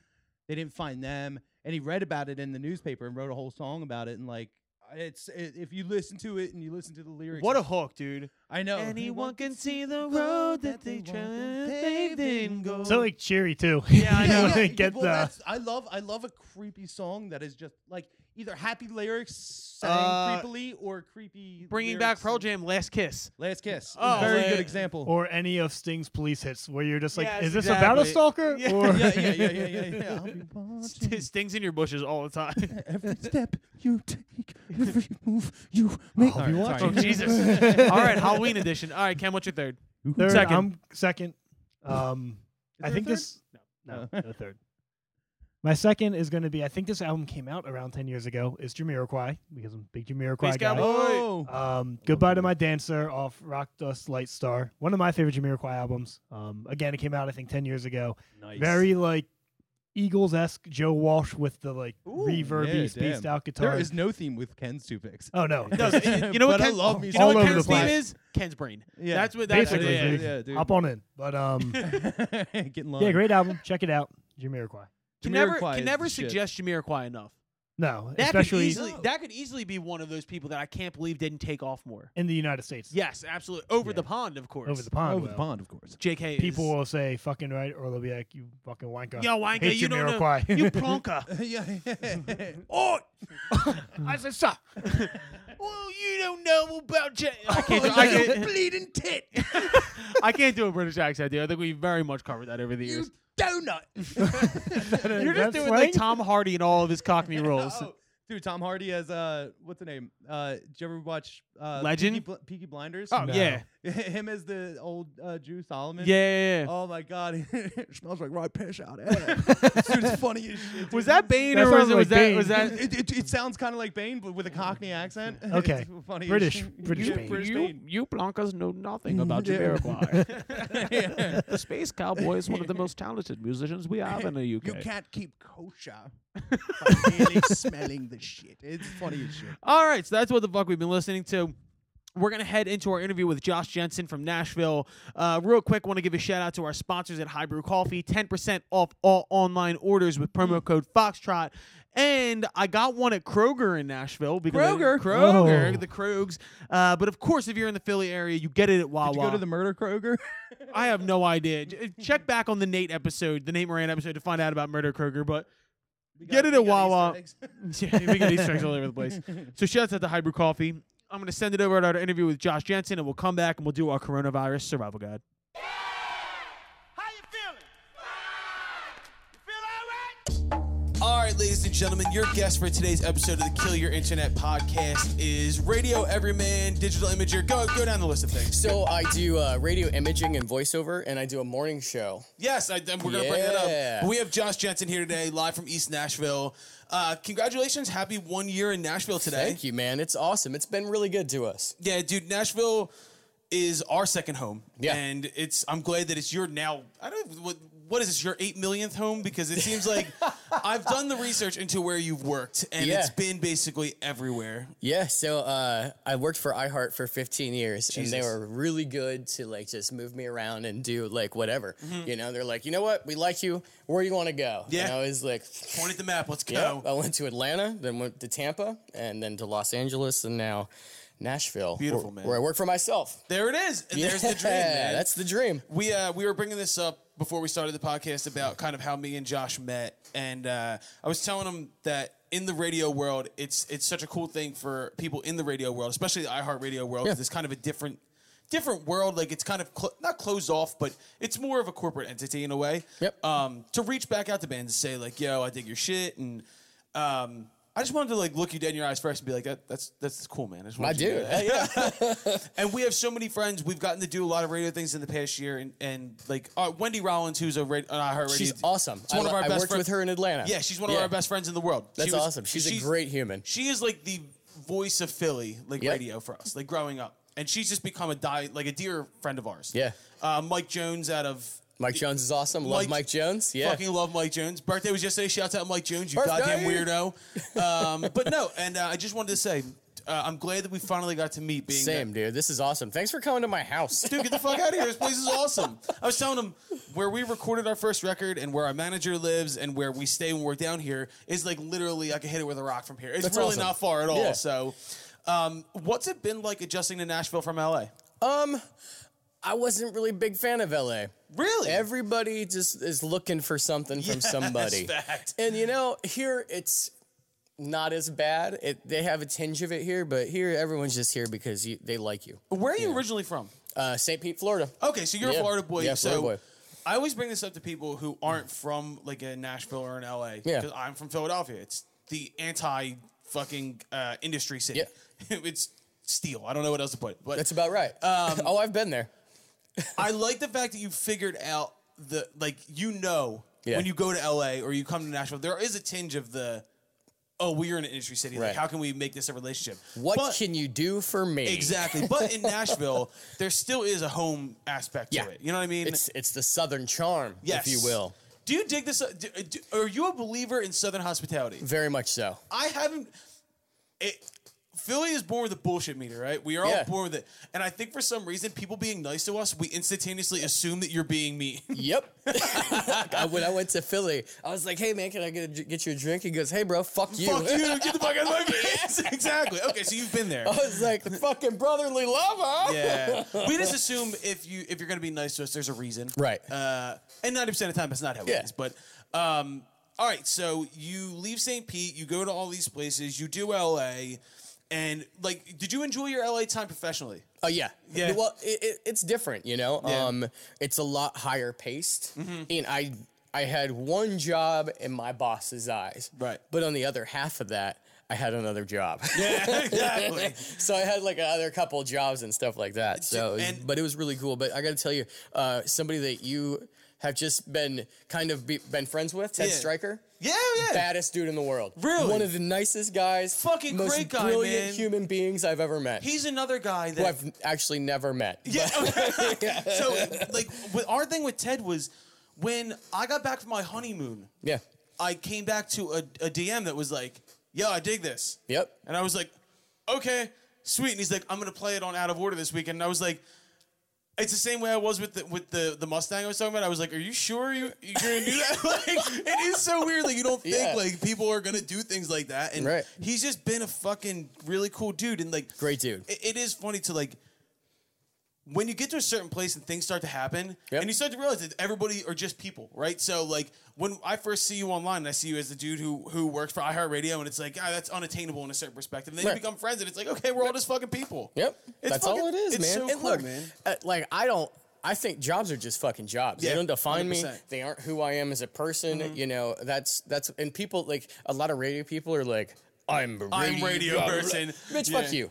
[SPEAKER 3] they didn't find them, and he read about it in the newspaper and wrote a whole song about it. And like, it's i if you listen to it and you listen to the lyrics,
[SPEAKER 2] what a
[SPEAKER 3] it's-
[SPEAKER 2] hook, dude.
[SPEAKER 3] I know
[SPEAKER 2] Anyone can see the road that they tra- they didn't go.
[SPEAKER 4] So like cheery too.
[SPEAKER 2] Yeah, I
[SPEAKER 4] You
[SPEAKER 2] know.
[SPEAKER 4] know, they
[SPEAKER 3] yeah,
[SPEAKER 4] get
[SPEAKER 3] well,
[SPEAKER 4] the.
[SPEAKER 3] that's- I love I love a creepy song that is just like either happy lyrics sang
[SPEAKER 2] Uh,
[SPEAKER 3] creepily or creepy.
[SPEAKER 2] bringing back
[SPEAKER 3] lyrics
[SPEAKER 2] Pearl
[SPEAKER 3] sang-
[SPEAKER 2] Jam, "Last Kiss."
[SPEAKER 3] Last Kiss.
[SPEAKER 2] Oh,
[SPEAKER 3] very
[SPEAKER 2] yeah.
[SPEAKER 3] good example.
[SPEAKER 4] Or any of Sting's police hits where you're just like,
[SPEAKER 2] Yes,
[SPEAKER 4] is this about a
[SPEAKER 2] exactly.
[SPEAKER 4] stalker?
[SPEAKER 2] Yeah.
[SPEAKER 4] Or
[SPEAKER 3] yeah, yeah, yeah, yeah, yeah, yeah. I'll be watching
[SPEAKER 2] Stings in your bushes all the time.
[SPEAKER 3] every step you take, every move you make.
[SPEAKER 4] I'll be
[SPEAKER 3] Alright,
[SPEAKER 2] Oh
[SPEAKER 3] sorry.
[SPEAKER 4] watching.
[SPEAKER 2] Jesus! All right, Halloween edition. All right, Ken, what's your third?
[SPEAKER 4] Third,
[SPEAKER 2] Second.
[SPEAKER 4] I'm second. Um, I
[SPEAKER 3] there a
[SPEAKER 4] think
[SPEAKER 3] third?
[SPEAKER 4] this. No, no, no third. My second is going to be. I think this album came out around ten years ago. It's Jamiroquai because I'm a big Jamiroquai
[SPEAKER 2] Peace,
[SPEAKER 4] guy.
[SPEAKER 2] cowboy.
[SPEAKER 3] Oh,
[SPEAKER 2] Uh,
[SPEAKER 4] Um, Goodbye to My Dancer off Rock Dust Light Star, one of my favorite Jamiroquai albums. Um, again, it came out I think ten years ago.
[SPEAKER 3] nice.
[SPEAKER 4] Very like Eagles esque Joe Walsh with the like
[SPEAKER 2] Ooh,
[SPEAKER 4] reverby,
[SPEAKER 3] yeah,
[SPEAKER 4] spaced
[SPEAKER 3] damn.
[SPEAKER 4] out guitar.
[SPEAKER 3] There is no theme with Ken's two picks.
[SPEAKER 4] oh no,
[SPEAKER 2] No, you you know what?
[SPEAKER 3] But I
[SPEAKER 2] Ken,
[SPEAKER 3] love me
[SPEAKER 2] you know
[SPEAKER 4] some
[SPEAKER 2] what
[SPEAKER 4] Jamiroquai.
[SPEAKER 2] Ken's name is? Ken's brain.
[SPEAKER 3] Yeah.
[SPEAKER 2] That's what. That's
[SPEAKER 4] basically,
[SPEAKER 2] yeah.
[SPEAKER 4] dude.
[SPEAKER 3] yeah, dude.
[SPEAKER 4] hop on in. But um,
[SPEAKER 3] Getting long.
[SPEAKER 4] yeah, great album. Check it out, Jamiroquai.
[SPEAKER 2] Can never
[SPEAKER 3] Jamiroquai
[SPEAKER 2] can
[SPEAKER 3] is
[SPEAKER 2] never
[SPEAKER 3] the shit.
[SPEAKER 2] suggest Jamiroquai enough.
[SPEAKER 4] No,
[SPEAKER 2] That could
[SPEAKER 4] especially
[SPEAKER 2] easily that could easily be one of those people that I can't believe didn't take off more.
[SPEAKER 4] in the United States.
[SPEAKER 2] Yes, absolutely. Over
[SPEAKER 4] Yeah.
[SPEAKER 2] the pond, of course.
[SPEAKER 4] over the pond.
[SPEAKER 3] Over Oh, the
[SPEAKER 4] will.
[SPEAKER 3] pond, of course.
[SPEAKER 2] JK.
[SPEAKER 4] People will say fucking right, or they'll be like, "You fucking wanker."
[SPEAKER 2] Is, Yo, Wanka,
[SPEAKER 4] Hate
[SPEAKER 2] you don't know.
[SPEAKER 4] Jamiroquai.
[SPEAKER 2] You plonker.
[SPEAKER 3] yeah.
[SPEAKER 2] Oh, I said, sir. well, you don't know about Oh, J. I can't.
[SPEAKER 3] Oh,
[SPEAKER 2] do- I can't-
[SPEAKER 3] bleeding tit.
[SPEAKER 2] I can't do a British accent, dude. I think we very much covered that over the years.
[SPEAKER 3] donut.
[SPEAKER 2] You're just doing like Tom Hardy and all of his Cockney roles.
[SPEAKER 3] Oh, dude, Tom Hardy has uh, what's the name? Uh, did you ever watch uh,
[SPEAKER 2] Legend?
[SPEAKER 3] Peaky, Bl- Peaky Blinders?
[SPEAKER 2] Oh, yeah.
[SPEAKER 3] him as the old uh, Jew Solomon.
[SPEAKER 2] Yeah, yeah, yeah.
[SPEAKER 3] Oh my God, it smells like right piss out there. Dude's funny as shit.
[SPEAKER 2] was
[SPEAKER 3] dude.
[SPEAKER 2] that Bane
[SPEAKER 4] That
[SPEAKER 2] or was,
[SPEAKER 4] sounds
[SPEAKER 2] it, was
[SPEAKER 4] like
[SPEAKER 2] that
[SPEAKER 4] Bane.
[SPEAKER 2] was that?
[SPEAKER 3] It, it, it sounds kind of like Bane, but with a Cockney accent. It's
[SPEAKER 4] Okay.
[SPEAKER 3] funny as
[SPEAKER 4] British-
[SPEAKER 3] shit.
[SPEAKER 4] British
[SPEAKER 3] Yeah,
[SPEAKER 4] Bane.
[SPEAKER 3] British
[SPEAKER 2] You,
[SPEAKER 3] Bane.
[SPEAKER 2] you Blancas know nothing about Jamiroquai. the Space Cowboy is one of the most talented musicians we have in the UK.
[SPEAKER 3] can't keep kosher by merely smelling the shit. It's funny as shit.
[SPEAKER 2] All right, so that's what the fuck we've been listening to. We're going to head into our interview with Josh Jensen from Nashville. Uh, real quick, want to give a shout out to our sponsors at High Brew Coffee 10% off all online orders with promo code Foxtrot. And I got one at Kroger in Nashville. Because I-
[SPEAKER 3] Kroger?
[SPEAKER 2] Kroger,
[SPEAKER 4] Oh.
[SPEAKER 2] the Krogs. Uh, but of course, if you're in the Philly area, you get it at Wawa.
[SPEAKER 3] Did you go to the murder Kroger?
[SPEAKER 2] I have no idea. J- uh, Check back on the Nate episode, the Nate Moran episode, to find out about Murder Kroger. But Get it at Wawa. yeah, we get Easter eggs all over the place. So shout out to Hybrid Coffee. I'm going to send it over to our interview with Josh Jensen, and we'll come back and we'll do our coronavirus survival guide. All right, ladies and gentlemen, your guest for today's episode of the Kill Your Internet podcast is radio everyman, digital imager. Go go down the list of things.
[SPEAKER 6] So I do uh, radio imaging and voiceover, and I do a morning show.
[SPEAKER 2] Yes, I, we're going to bring that up.
[SPEAKER 6] Yeah.
[SPEAKER 2] But we have Josh Jensen here today, live from East Nashville. Uh, congratulations. Happy one year in Nashville today.
[SPEAKER 6] Thank you, man. It's awesome. It's been really good to us.
[SPEAKER 2] Yeah, dude, Nashville is our second home.
[SPEAKER 6] Yeah.
[SPEAKER 2] And it's I'm glad that it's your now I don't what what is this, your eight millionth home? Because it seems like I've done the research into where you've worked and it's
[SPEAKER 6] Yeah.
[SPEAKER 2] been basically everywhere.
[SPEAKER 6] Yeah, so uh, I worked for iHeart for 15 years, and
[SPEAKER 2] Jesus.
[SPEAKER 6] they were really good to like just move me around and do like whatever. You know, they're like, you know what, we like you. Where do you want to go?
[SPEAKER 2] Mm-hmm. Yeah.
[SPEAKER 6] And I was like,
[SPEAKER 2] Point at the map, let's
[SPEAKER 6] yeah.
[SPEAKER 2] go.
[SPEAKER 6] I went to Atlanta, then went to Tampa, and then to Los Angeles, and now Nashville.
[SPEAKER 2] Beautiful,
[SPEAKER 6] where,
[SPEAKER 2] man.
[SPEAKER 6] Where I work for myself.
[SPEAKER 2] There it is. And there's the dream,
[SPEAKER 6] Yeah,
[SPEAKER 2] man.
[SPEAKER 6] That's the dream.
[SPEAKER 2] we uh, we were bringing this up before we started the podcast about kind of how me and Josh met, and uh, I was telling him that in the radio world, it's it's such a cool thing for people in the radio world, especially the iHeartRadio world, because it's kind of a different different world. Like it's kind of cl- not closed off, but it's more of a corporate entity in a way.
[SPEAKER 6] Yep.
[SPEAKER 2] Um, to reach back out to bands and say like, "Yo, I dig your shit," and um, I just wanted to like look you dead in your eyes first and be like, "That that's that's cool, man." I, just
[SPEAKER 6] I
[SPEAKER 2] wanted you to
[SPEAKER 6] do.
[SPEAKER 2] know that." And we have so many friends. We've gotten to do a lot of radio things in the past year, and, and like uh, Wendy Rollins, who's a radio, uh, her radio.
[SPEAKER 6] She's awesome.
[SPEAKER 2] She's one
[SPEAKER 6] I,
[SPEAKER 2] of our
[SPEAKER 6] I
[SPEAKER 2] best
[SPEAKER 6] worked
[SPEAKER 2] friends.
[SPEAKER 6] with her in Atlanta.
[SPEAKER 2] Yeah, she's one of
[SPEAKER 6] Yeah.
[SPEAKER 2] our best friends in the world. She
[SPEAKER 6] That's
[SPEAKER 2] was-
[SPEAKER 6] awesome. She's, a great human.
[SPEAKER 2] She is like the voice of Philly, like
[SPEAKER 6] Yep.
[SPEAKER 2] radio for us, like growing up, and she's just become a di- like a dear friend of ours.
[SPEAKER 6] Yeah.
[SPEAKER 2] uh, Mike Jones out of.
[SPEAKER 6] Mike Jones is awesome. Love
[SPEAKER 2] Mike-
[SPEAKER 6] Mike, Jones. Yeah.
[SPEAKER 2] Fucking love Mike Jones. Birthday was yesterday. Shouts out Mike Jones, you
[SPEAKER 6] Birthday!
[SPEAKER 2] goddamn weirdo. Um, but no, and uh, I just wanted to say, uh, I'm glad that we finally got to meet. Being that-
[SPEAKER 6] Same, dude. This is awesome. Thanks for coming to my house.
[SPEAKER 2] dude, get the fuck out of here. This place is awesome. I was telling him where we recorded our first record and where our manager lives and where we stay when we're down here is like literally I can hit it with a rock from here. It's
[SPEAKER 6] That's
[SPEAKER 2] really
[SPEAKER 6] awesome.
[SPEAKER 2] not far at all.
[SPEAKER 6] Yeah.
[SPEAKER 2] So, um, what's it been like adjusting to Nashville from LA?
[SPEAKER 6] Um, I wasn't really a big fan of LA.
[SPEAKER 2] Really?
[SPEAKER 6] Everybody just is looking for something from somebody.
[SPEAKER 2] fact.
[SPEAKER 6] And you know, here it's not as bad. It, they have a tinge of it here, but here everyone's just here because you, they like you.
[SPEAKER 2] Where are you originally from?
[SPEAKER 6] Uh, St. Pete, Florida.
[SPEAKER 2] Okay, so you're a
[SPEAKER 6] Yeah.
[SPEAKER 2] Florida boy.
[SPEAKER 6] Yeah,
[SPEAKER 2] so
[SPEAKER 6] Florida boy.
[SPEAKER 2] I always bring this up to people who aren't from like a Nashville or an LA.
[SPEAKER 6] Yeah.
[SPEAKER 2] Because I'm from Philadelphia. It's the anti fucking uh, industry city.
[SPEAKER 6] Yeah.
[SPEAKER 2] it's steel. I don't know what else to put. it, But
[SPEAKER 6] That's about right.
[SPEAKER 2] Um,
[SPEAKER 6] oh, I've been there.
[SPEAKER 2] I like the fact that you figured out the like you know
[SPEAKER 6] Yeah.
[SPEAKER 2] when you go to LA or you come to Nashville, there is a tinge of the oh we're in an industry city. Like
[SPEAKER 6] Right.
[SPEAKER 2] how can we make this a relationship?
[SPEAKER 6] What
[SPEAKER 2] But-
[SPEAKER 6] can you do for me?
[SPEAKER 2] exactly? But in Nashville, there still is a home aspect
[SPEAKER 6] Yeah.
[SPEAKER 2] to it. You know what I mean?
[SPEAKER 6] It's it's the Southern charm,
[SPEAKER 2] yes,
[SPEAKER 6] if you will.
[SPEAKER 2] Do you dig this? uh, Do, do, are you a believer in Southern hospitality?
[SPEAKER 6] Very much so.
[SPEAKER 2] I haven't. It, Philly is born with a bullshit meter, right? We are all
[SPEAKER 6] Yeah.
[SPEAKER 2] born with it, and I think for some reason, people being nice to us, we instantaneously assume that you're being mean.
[SPEAKER 6] Yep. I, when I went to Philly, I was like, "Hey man, can I get a, dr- get you a drink?" He goes, "Hey bro, fuck you."
[SPEAKER 2] Fuck you! Get the fuck out of my face! Oh, exactly. Okay, so you've been there.
[SPEAKER 6] I was like, "The fucking brotherly love, huh?"
[SPEAKER 2] Yeah. We just assume if you if you're gonna be nice to us, there's a reason,
[SPEAKER 6] Right.
[SPEAKER 2] Uh, and ninety percent of the time, that's not how
[SPEAKER 6] Yeah.
[SPEAKER 2] it is. But um, all right. So you leave St. Pete, you go to all these places, you do L.A. And like, did you enjoy your L.A. time professionally?
[SPEAKER 6] Oh yeah.
[SPEAKER 2] Yeah.
[SPEAKER 6] Well, it, it, it's different, you know.
[SPEAKER 2] Yeah. Mm-hmm.
[SPEAKER 6] Um, it's a lot higher paced, and I I had one job in my boss's eyes.
[SPEAKER 2] Right.
[SPEAKER 6] But on the other half of that, I had another job.
[SPEAKER 2] Yeah, exactly.
[SPEAKER 6] so I had like another couple jobs and stuff like that. So,
[SPEAKER 2] and-
[SPEAKER 6] but it was really cool. But I got to tell you, uh, somebody that you have just been kind of be, been friends with, Ted
[SPEAKER 2] Yeah.
[SPEAKER 6] Stryker.
[SPEAKER 2] yeah, yeah.
[SPEAKER 6] Baddest dude in the world.
[SPEAKER 2] Really?
[SPEAKER 6] One of the nicest guys.
[SPEAKER 2] Fucking
[SPEAKER 6] most
[SPEAKER 2] great guy,
[SPEAKER 6] brilliant
[SPEAKER 2] man.
[SPEAKER 6] human beings I've ever met.
[SPEAKER 2] He's another guy that
[SPEAKER 6] who I've actually never met.
[SPEAKER 2] Yeah. so, like, with, our thing with Ted was when I got back from my honeymoon,
[SPEAKER 6] Yeah.
[SPEAKER 2] I came back to a, a DM that was like, yo, I dig this.
[SPEAKER 6] Yep.
[SPEAKER 2] And I was like, okay, sweet. And he's like, I'm going to play it on Out of Order this weekend. And I was like, it's the same way I was with the with the, the Mustang I was talking about. I was like, "Are you sure you you're gonna do that?" like, it is so weird. Like, you don't think
[SPEAKER 6] Yeah.
[SPEAKER 2] like people are gonna do things like that. And
[SPEAKER 6] Right.
[SPEAKER 2] he's just been a fucking really cool dude. And like,
[SPEAKER 6] Great dude.
[SPEAKER 2] it- it is funny to like when you get to a certain place and things start to happen
[SPEAKER 6] Yep.
[SPEAKER 2] and you start to realize that everybody are just people right so like when i first see you online and i see you as the dude who who works for iheartradio and it's like ah, that's unattainable in a certain perspective and then
[SPEAKER 6] Right.
[SPEAKER 2] you become friends and it's like okay we're all just fucking people
[SPEAKER 6] Yep.
[SPEAKER 2] It's
[SPEAKER 6] That's
[SPEAKER 2] fucking-
[SPEAKER 6] all it is,
[SPEAKER 2] it's
[SPEAKER 6] man.
[SPEAKER 2] so
[SPEAKER 6] and
[SPEAKER 2] cool,
[SPEAKER 6] look,
[SPEAKER 2] man.
[SPEAKER 6] uh, like I don't. I think jobs are just fucking jobs.
[SPEAKER 2] Yeah, Mm-hmm.
[SPEAKER 6] they don't define me.
[SPEAKER 2] 100%.
[SPEAKER 6] They aren't who I am as a person. You know, that's that's and people like a lot of radio people are like, I'm a radio,
[SPEAKER 2] I'm radio
[SPEAKER 6] blah, blah, blah."
[SPEAKER 2] person.
[SPEAKER 6] Bitch,
[SPEAKER 2] Yeah.
[SPEAKER 6] fuck you.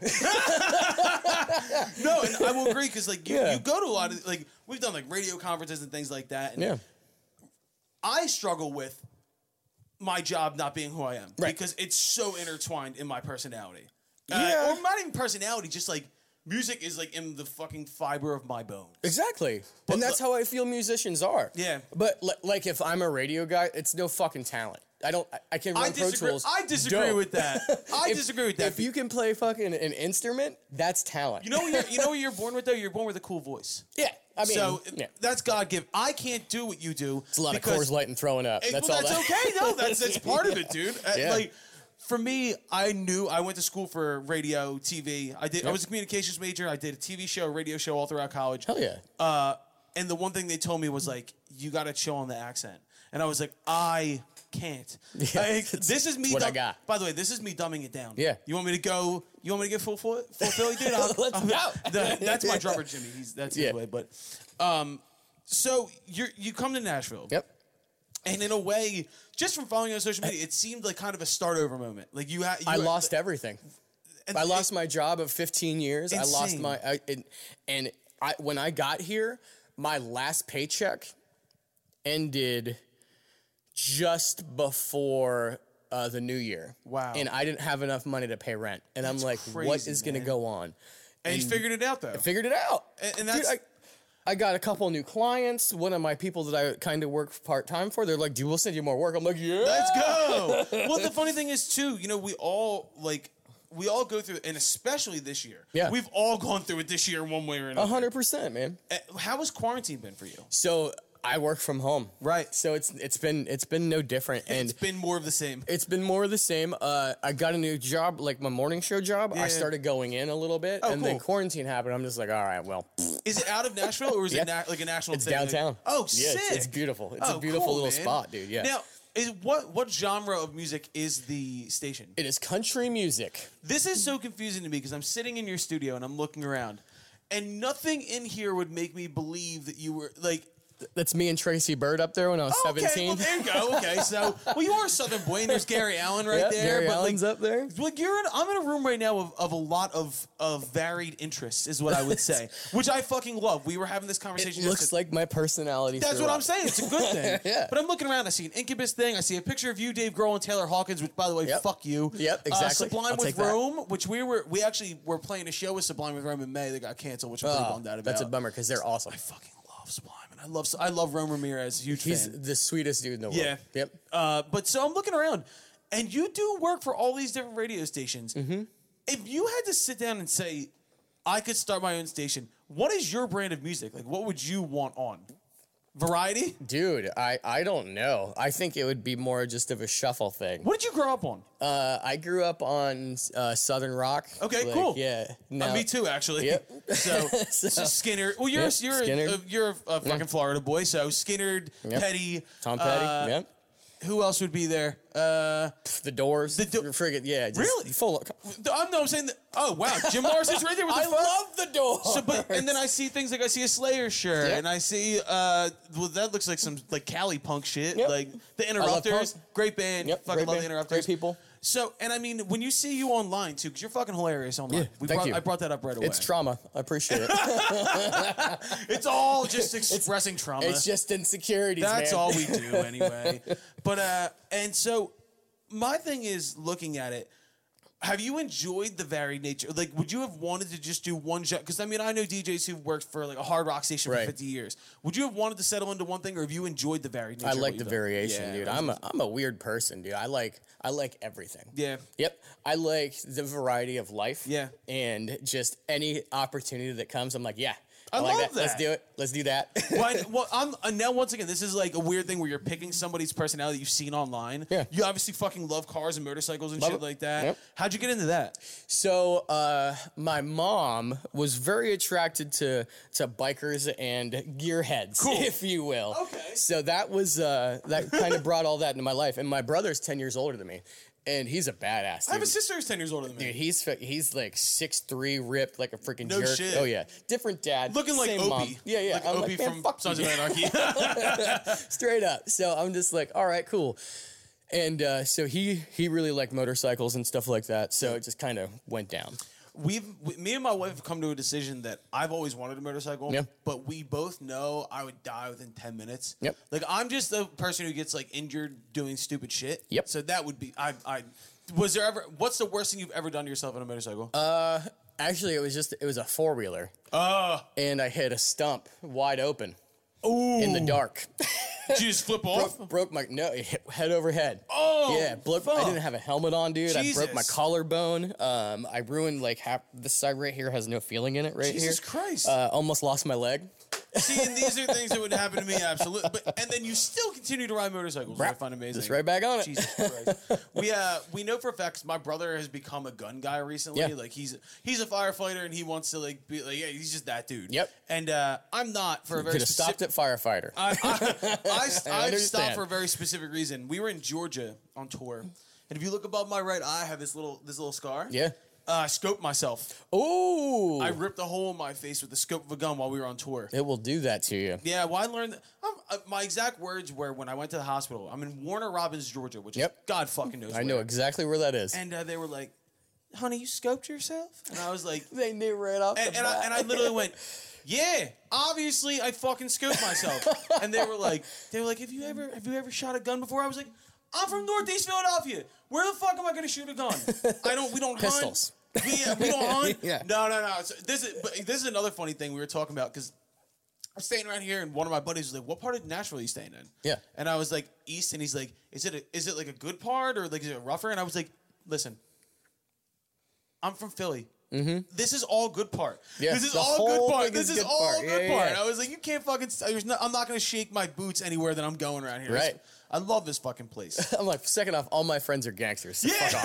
[SPEAKER 2] no and i will agree because like you,
[SPEAKER 6] Yeah.
[SPEAKER 2] you go to a lot of like we've done like radio conferences and things like that and
[SPEAKER 6] yeah.
[SPEAKER 2] I struggle with my job not being who I am
[SPEAKER 6] Right.
[SPEAKER 2] because it's so intertwined in my personality. Uh,
[SPEAKER 6] Yeah.
[SPEAKER 2] or not even personality, just like music is like in the fucking fiber of my bones.
[SPEAKER 6] Exactly. and that's how I feel musicians are.
[SPEAKER 2] Yeah.
[SPEAKER 6] But li- like if I'm a radio guy, it's no fucking talent. I don't I- I can run
[SPEAKER 2] I
[SPEAKER 6] Pro
[SPEAKER 2] disagree.
[SPEAKER 6] Tools.
[SPEAKER 2] I disagree
[SPEAKER 6] Dope.
[SPEAKER 2] with that. I
[SPEAKER 6] If-
[SPEAKER 2] disagree with that.
[SPEAKER 6] If you can play fucking an instrument, that's talent.
[SPEAKER 2] You know, what you're, you know what you're born with though. You're born with a cool voice.
[SPEAKER 6] Yeah. I mean,
[SPEAKER 2] so
[SPEAKER 6] yeah.
[SPEAKER 2] that's God given. I can't do what you do.
[SPEAKER 6] It's a lot of Coors Light and throwing up. that's
[SPEAKER 2] well,
[SPEAKER 6] all
[SPEAKER 2] that's
[SPEAKER 6] that.
[SPEAKER 2] okay. No, that's that's part of it, dude. Uh,
[SPEAKER 6] Yeah.
[SPEAKER 2] Like for me, I knew I went to school for radio, TV. I did. I
[SPEAKER 6] Yep.
[SPEAKER 2] was a communications major. I did a TV show, radio show all throughout college.
[SPEAKER 6] Hell yeah.
[SPEAKER 2] Uh, and the one thing they told me was like, you got to chill on the accent. And I was like, I can't. Like, this is me.
[SPEAKER 6] what I
[SPEAKER 2] dum-
[SPEAKER 6] got.
[SPEAKER 2] By the way, this is me dumbing it down.
[SPEAKER 6] Yeah.
[SPEAKER 2] You want me to go? You want me to get full full, full Philly, dude? I'll-
[SPEAKER 6] Let's
[SPEAKER 2] I'll-
[SPEAKER 6] go.
[SPEAKER 2] the- that's my drummer, Jimmy. He's that's
[SPEAKER 6] Yeah.
[SPEAKER 2] his way. But, um, so you you come to Nashville.
[SPEAKER 6] Yep.
[SPEAKER 2] And in a way, just from following you on social media, it seemed like kind of a start over moment. Like you, ha- you
[SPEAKER 6] I lost everything.
[SPEAKER 2] and-
[SPEAKER 6] I lost my job of 15 years. I lost
[SPEAKER 2] Insane.
[SPEAKER 6] my I, and, and I when I got here, my last paycheck ended just before uh, the new year.
[SPEAKER 2] Wow.
[SPEAKER 6] And I didn't have enough money to pay rent. And I'm like, what
[SPEAKER 2] crazy,
[SPEAKER 6] is going to
[SPEAKER 2] man.
[SPEAKER 6] go on?
[SPEAKER 2] And you figured it out though.
[SPEAKER 6] Figured it out.
[SPEAKER 2] And- and
[SPEAKER 6] Dude,
[SPEAKER 2] that's-
[SPEAKER 6] I, I got a couple new clients. One of my people that I kind of work part time for, they're like, "Dude, we'll send you more work." I'm like, "Yeah,
[SPEAKER 2] Let's go. well, the funny thing is too, you know, we all like we all go through, and especially this year.
[SPEAKER 6] Yeah.
[SPEAKER 2] we've all gone through it this year in one way or another.
[SPEAKER 6] hundred percent, man."
[SPEAKER 2] Uh, How has quarantine been for you?
[SPEAKER 6] So I work from home.
[SPEAKER 2] Right.
[SPEAKER 6] So it's it's been it's been no different and
[SPEAKER 2] it's been more of the same.
[SPEAKER 6] it's been more of the same. Uh, I got a new job, like my morning show job.
[SPEAKER 2] Yeah.
[SPEAKER 6] I started going in a little bit,
[SPEAKER 2] Oh,
[SPEAKER 6] and then
[SPEAKER 2] cool.
[SPEAKER 6] quarantine happened. I'm just like, all right, well,
[SPEAKER 2] Is it out of Nashville or is it
[SPEAKER 6] Yeah.
[SPEAKER 2] na- like a national?
[SPEAKER 6] It's
[SPEAKER 2] thing? Like-
[SPEAKER 6] downtown.
[SPEAKER 2] oh, sick.
[SPEAKER 6] Yeah,
[SPEAKER 2] Oh,
[SPEAKER 6] it's- it's beautiful. It's a beautiful little
[SPEAKER 2] man.
[SPEAKER 6] spot, dude, yeah.
[SPEAKER 2] Now, is what what genre of music is the station?
[SPEAKER 6] it is country music.
[SPEAKER 2] This is so confusing to me because I'm sitting in your studio and I'm looking around, and nothing in here would make me believe that you were like. oh,
[SPEAKER 6] That's me and Tracy Bird up there when I was
[SPEAKER 2] Okay,
[SPEAKER 6] 17.
[SPEAKER 2] well there you go. Okay, so well you are a Southern boy and there's Gary Allen right
[SPEAKER 6] Yeah,
[SPEAKER 2] there.
[SPEAKER 6] Gary
[SPEAKER 2] but
[SPEAKER 6] Allen's
[SPEAKER 2] like,
[SPEAKER 6] up there.
[SPEAKER 2] Like you're in, I'm in a room right now of, of a lot of of varied interests is what I would say, which I fucking love. We were having this
[SPEAKER 6] It
[SPEAKER 2] conversation.
[SPEAKER 6] looks
[SPEAKER 2] yesterday.
[SPEAKER 6] like my personality.
[SPEAKER 2] That's what
[SPEAKER 6] throughout.
[SPEAKER 2] I'm saying. It's a good thing.
[SPEAKER 6] Yeah.
[SPEAKER 2] But I'm looking around. I see an Incubus thing. I see a picture of you, Dave Grohl, and Taylor Hawkins. Which, by the way,
[SPEAKER 6] Yep.
[SPEAKER 2] fuck you.
[SPEAKER 6] Yep,
[SPEAKER 2] Uh,
[SPEAKER 6] exactly.
[SPEAKER 2] Sublime
[SPEAKER 6] I'll
[SPEAKER 2] with
[SPEAKER 6] take that.
[SPEAKER 2] Rome, which we were we actually were playing a show with Sublime with Rome in May that got canceled, which I'm pretty
[SPEAKER 6] Oh,
[SPEAKER 2] bummed out about.
[SPEAKER 6] that's a bummer because they're awesome.
[SPEAKER 2] I fucking love Sublime, and I love I love Rome Ramirez. Huge
[SPEAKER 6] He's
[SPEAKER 2] fan.
[SPEAKER 6] the sweetest dude in the world.
[SPEAKER 2] Yeah.
[SPEAKER 6] Yep.
[SPEAKER 2] Uh, but so I'm looking around, and you do work for all these different radio stations.
[SPEAKER 6] Mm-hmm.
[SPEAKER 2] If you had to sit down and say, I could start my own station, what is your brand of music? Like, what would you want on? Variety?
[SPEAKER 6] Dude, I, I don't know. I think it would be more just of a shuffle thing.
[SPEAKER 2] What did you grow up on?
[SPEAKER 6] Uh, I grew up on uh, Southern rock.
[SPEAKER 2] Okay,
[SPEAKER 6] Like,
[SPEAKER 2] cool.
[SPEAKER 6] Yeah.
[SPEAKER 2] Uh,
[SPEAKER 6] No.
[SPEAKER 2] me too, actually.
[SPEAKER 6] Yep.
[SPEAKER 2] So,
[SPEAKER 6] So-
[SPEAKER 2] Skinner. Well, you're
[SPEAKER 6] Yep,
[SPEAKER 2] you're a-
[SPEAKER 6] Skinner.
[SPEAKER 2] uh, you're a, a fucking Florida boy, so Skinner,
[SPEAKER 6] Yep.
[SPEAKER 2] Petty,
[SPEAKER 6] Tom Petty.
[SPEAKER 2] uh,
[SPEAKER 6] yep.
[SPEAKER 2] Who else would be there? Uh,
[SPEAKER 6] The Doors. The
[SPEAKER 2] Do-
[SPEAKER 6] friggin' yeah. just
[SPEAKER 2] Really?
[SPEAKER 6] Full.
[SPEAKER 2] I'm no, I'm saying. That, oh wow, Jim Morrison's right there with the
[SPEAKER 6] I
[SPEAKER 2] fuck?
[SPEAKER 6] love the Doors.
[SPEAKER 2] So, but and then I see things like I see a Slayer shirt,
[SPEAKER 6] Yep.
[SPEAKER 2] and I see uh, well that looks like some like Cali punk shit,
[SPEAKER 6] Yep.
[SPEAKER 2] like the
[SPEAKER 6] love
[SPEAKER 2] Interrupters,
[SPEAKER 6] punk.
[SPEAKER 2] great band,
[SPEAKER 6] Yep,
[SPEAKER 2] fucking
[SPEAKER 6] great
[SPEAKER 2] love
[SPEAKER 6] band,
[SPEAKER 2] the Interrupters,
[SPEAKER 6] great people.
[SPEAKER 2] So, and I mean, when you see you online too, because you're fucking hilarious online.
[SPEAKER 6] Yeah,
[SPEAKER 2] we
[SPEAKER 6] thank
[SPEAKER 2] brought,
[SPEAKER 6] you.
[SPEAKER 2] I brought that up right away.
[SPEAKER 6] it's trauma. I appreciate it.
[SPEAKER 2] It's all just expressing trauma.
[SPEAKER 6] it's just insecurities.
[SPEAKER 2] That's
[SPEAKER 6] man.
[SPEAKER 2] all we do anyway. but uh, and so my thing is looking at it. Have you enjoyed the varied nature? Like, would you have wanted to just do one job? Because I mean, I know DJs who've worked for like a hard rock station for
[SPEAKER 6] Right.
[SPEAKER 2] fifty years. Would you have wanted to settle into one thing, or have you enjoyed the varied nature?
[SPEAKER 6] I
[SPEAKER 2] of what
[SPEAKER 6] like
[SPEAKER 2] you've
[SPEAKER 6] the
[SPEAKER 2] done?
[SPEAKER 6] variation,
[SPEAKER 2] Yeah,
[SPEAKER 6] dude.
[SPEAKER 2] that's-
[SPEAKER 6] I'm a I'm a weird person, dude. I like I like everything.
[SPEAKER 2] yeah.
[SPEAKER 6] Yep. I like the variety of life.
[SPEAKER 2] Yeah.
[SPEAKER 6] And just any opportunity that comes, I'm like, yeah.
[SPEAKER 2] I
[SPEAKER 6] like
[SPEAKER 2] love
[SPEAKER 6] Let's
[SPEAKER 2] that.
[SPEAKER 6] do it. Let's do that.
[SPEAKER 2] well, I- well, I'm and now once again. This is like a weird thing where you're picking somebody's personality you've seen online.
[SPEAKER 6] Yeah.
[SPEAKER 2] You obviously fucking love cars and motorcycles and
[SPEAKER 6] Love
[SPEAKER 2] shit
[SPEAKER 6] it.
[SPEAKER 2] like that.
[SPEAKER 6] Yep.
[SPEAKER 2] How'd you get into that?
[SPEAKER 6] So uh, my mom was very attracted to to bikers and gearheads, if you will.
[SPEAKER 2] Okay.
[SPEAKER 6] So that was uh, that kind of brought all that into my life. And my brother's ten years older than me, and he's a badass.
[SPEAKER 2] I have a
[SPEAKER 6] dude.
[SPEAKER 2] sister who's ten years older than me.
[SPEAKER 6] Dude, he's fi- he's like six three, ripped like a freaking
[SPEAKER 2] No
[SPEAKER 6] jerk.
[SPEAKER 2] shit.
[SPEAKER 6] Oh yeah, different dad,
[SPEAKER 2] Looking like
[SPEAKER 6] same
[SPEAKER 2] Opie.
[SPEAKER 6] mom. Yeah, yeah.
[SPEAKER 2] Like
[SPEAKER 6] I'm
[SPEAKER 2] Opie
[SPEAKER 6] like, man,
[SPEAKER 2] from
[SPEAKER 6] fuck
[SPEAKER 2] Sons
[SPEAKER 6] you.
[SPEAKER 2] of Anarchy.
[SPEAKER 6] straight up. So I'm just like, all right, cool. And uh, so he he really liked motorcycles and stuff like that. So it just kind of went down.
[SPEAKER 2] We've we, me and my wife have come to a decision that I've always wanted a motorcycle.
[SPEAKER 6] Yeah.
[SPEAKER 2] But we both know I would die within ten minutes.
[SPEAKER 6] Yep.
[SPEAKER 2] Like I'm just the person who gets like injured doing stupid shit.
[SPEAKER 6] Yep. Uh,
[SPEAKER 2] So that would be I I was there ever what's the worst thing you've ever done to yourself on a motorcycle?
[SPEAKER 6] Actually, it was just it was a four wheeler.
[SPEAKER 2] Oh.
[SPEAKER 6] And I hit a stump wide open. In the dark.
[SPEAKER 2] Did you just flip off?
[SPEAKER 6] Broke, broke my no hit- head over head.
[SPEAKER 2] Oh,
[SPEAKER 6] yeah. Broke, I didn't have a helmet on, dude. I broke my
[SPEAKER 2] Jesus.
[SPEAKER 6] collarbone. Um, I ruined like half. This side right here has no feeling in it. Right here.
[SPEAKER 2] Jesus Christ.
[SPEAKER 6] Uh, almost lost my leg.
[SPEAKER 2] See, and these are things that would happen to me, absolutely. But, and then you still continue to ride motorcycles. which I find amazing.
[SPEAKER 6] Just right back on it.
[SPEAKER 2] Jesus Christ. we uh we know for a fact 'cause my brother has become a gun guy recently.
[SPEAKER 6] Yeah.
[SPEAKER 2] Like he's he's a firefighter and he wants to like be like yeah he's just that dude.
[SPEAKER 6] Yep.
[SPEAKER 2] And uh, I'm not for a very
[SPEAKER 6] Could have stopped
[SPEAKER 2] specific.
[SPEAKER 6] at firefighter.
[SPEAKER 2] I, I,
[SPEAKER 6] I
[SPEAKER 2] I, I stopped
[SPEAKER 6] understand.
[SPEAKER 2] for a very specific reason. We were in Georgia on tour, and if you look above my right eye, I have this little this little scar.
[SPEAKER 6] yeah.
[SPEAKER 2] Uh, I scoped myself.
[SPEAKER 6] Ooh.
[SPEAKER 2] I ripped a hole in my face with the scope of a gun while we were on tour.
[SPEAKER 6] it will do that to you.
[SPEAKER 2] Yeah, well, I learned um, uh, my exact words were when I went to the hospital. I'm in Warner Robins, Georgia, which is
[SPEAKER 6] Yep.
[SPEAKER 2] God fucking knows.
[SPEAKER 6] I know
[SPEAKER 2] where.
[SPEAKER 6] exactly where that is.
[SPEAKER 2] And uh, they were like, "Honey, you scoped yourself?" And I was like,
[SPEAKER 6] they knew right off
[SPEAKER 2] and, and, I, and I literally went, "Yeah, obviously, I fucking scoped myself." and they were like, "They were like, have you ever have you ever shot a gun before?" I was like, "I'm from Northeast Philadelphia. Where the fuck am I gonna shoot a gun? I don't. We don't hunt.
[SPEAKER 6] Pistols.
[SPEAKER 2] We, yeah, we don't hunt.
[SPEAKER 6] Yeah.
[SPEAKER 2] No, no, no. So this is but this is another funny thing we were talking about because." I'm staying around here, and one of my buddies was like, "What part of Nashville are you staying in?"
[SPEAKER 6] Yeah.
[SPEAKER 2] and I was like, "East." And he's like, "Is it a, is it like a good part or like is it rougher?" And I was like, "Listen, I'm from Philly. This is all good part.
[SPEAKER 6] Mm-hmm. Yeah,
[SPEAKER 2] this is
[SPEAKER 6] the
[SPEAKER 2] all
[SPEAKER 6] whole
[SPEAKER 2] good part.
[SPEAKER 6] thing
[SPEAKER 2] This
[SPEAKER 6] is
[SPEAKER 2] is,
[SPEAKER 6] good
[SPEAKER 2] all
[SPEAKER 6] part. Yeah,
[SPEAKER 2] good
[SPEAKER 6] yeah,
[SPEAKER 2] part."
[SPEAKER 6] yeah.
[SPEAKER 2] I was like, "You can't fucking. St- there's no, I'm not going to shake my boots anywhere that I'm going around here.
[SPEAKER 6] Right.
[SPEAKER 2] It's- I love this fucking place.
[SPEAKER 6] I'm like, second off, all my friends are gangsters. So
[SPEAKER 2] Yeah.
[SPEAKER 6] fuck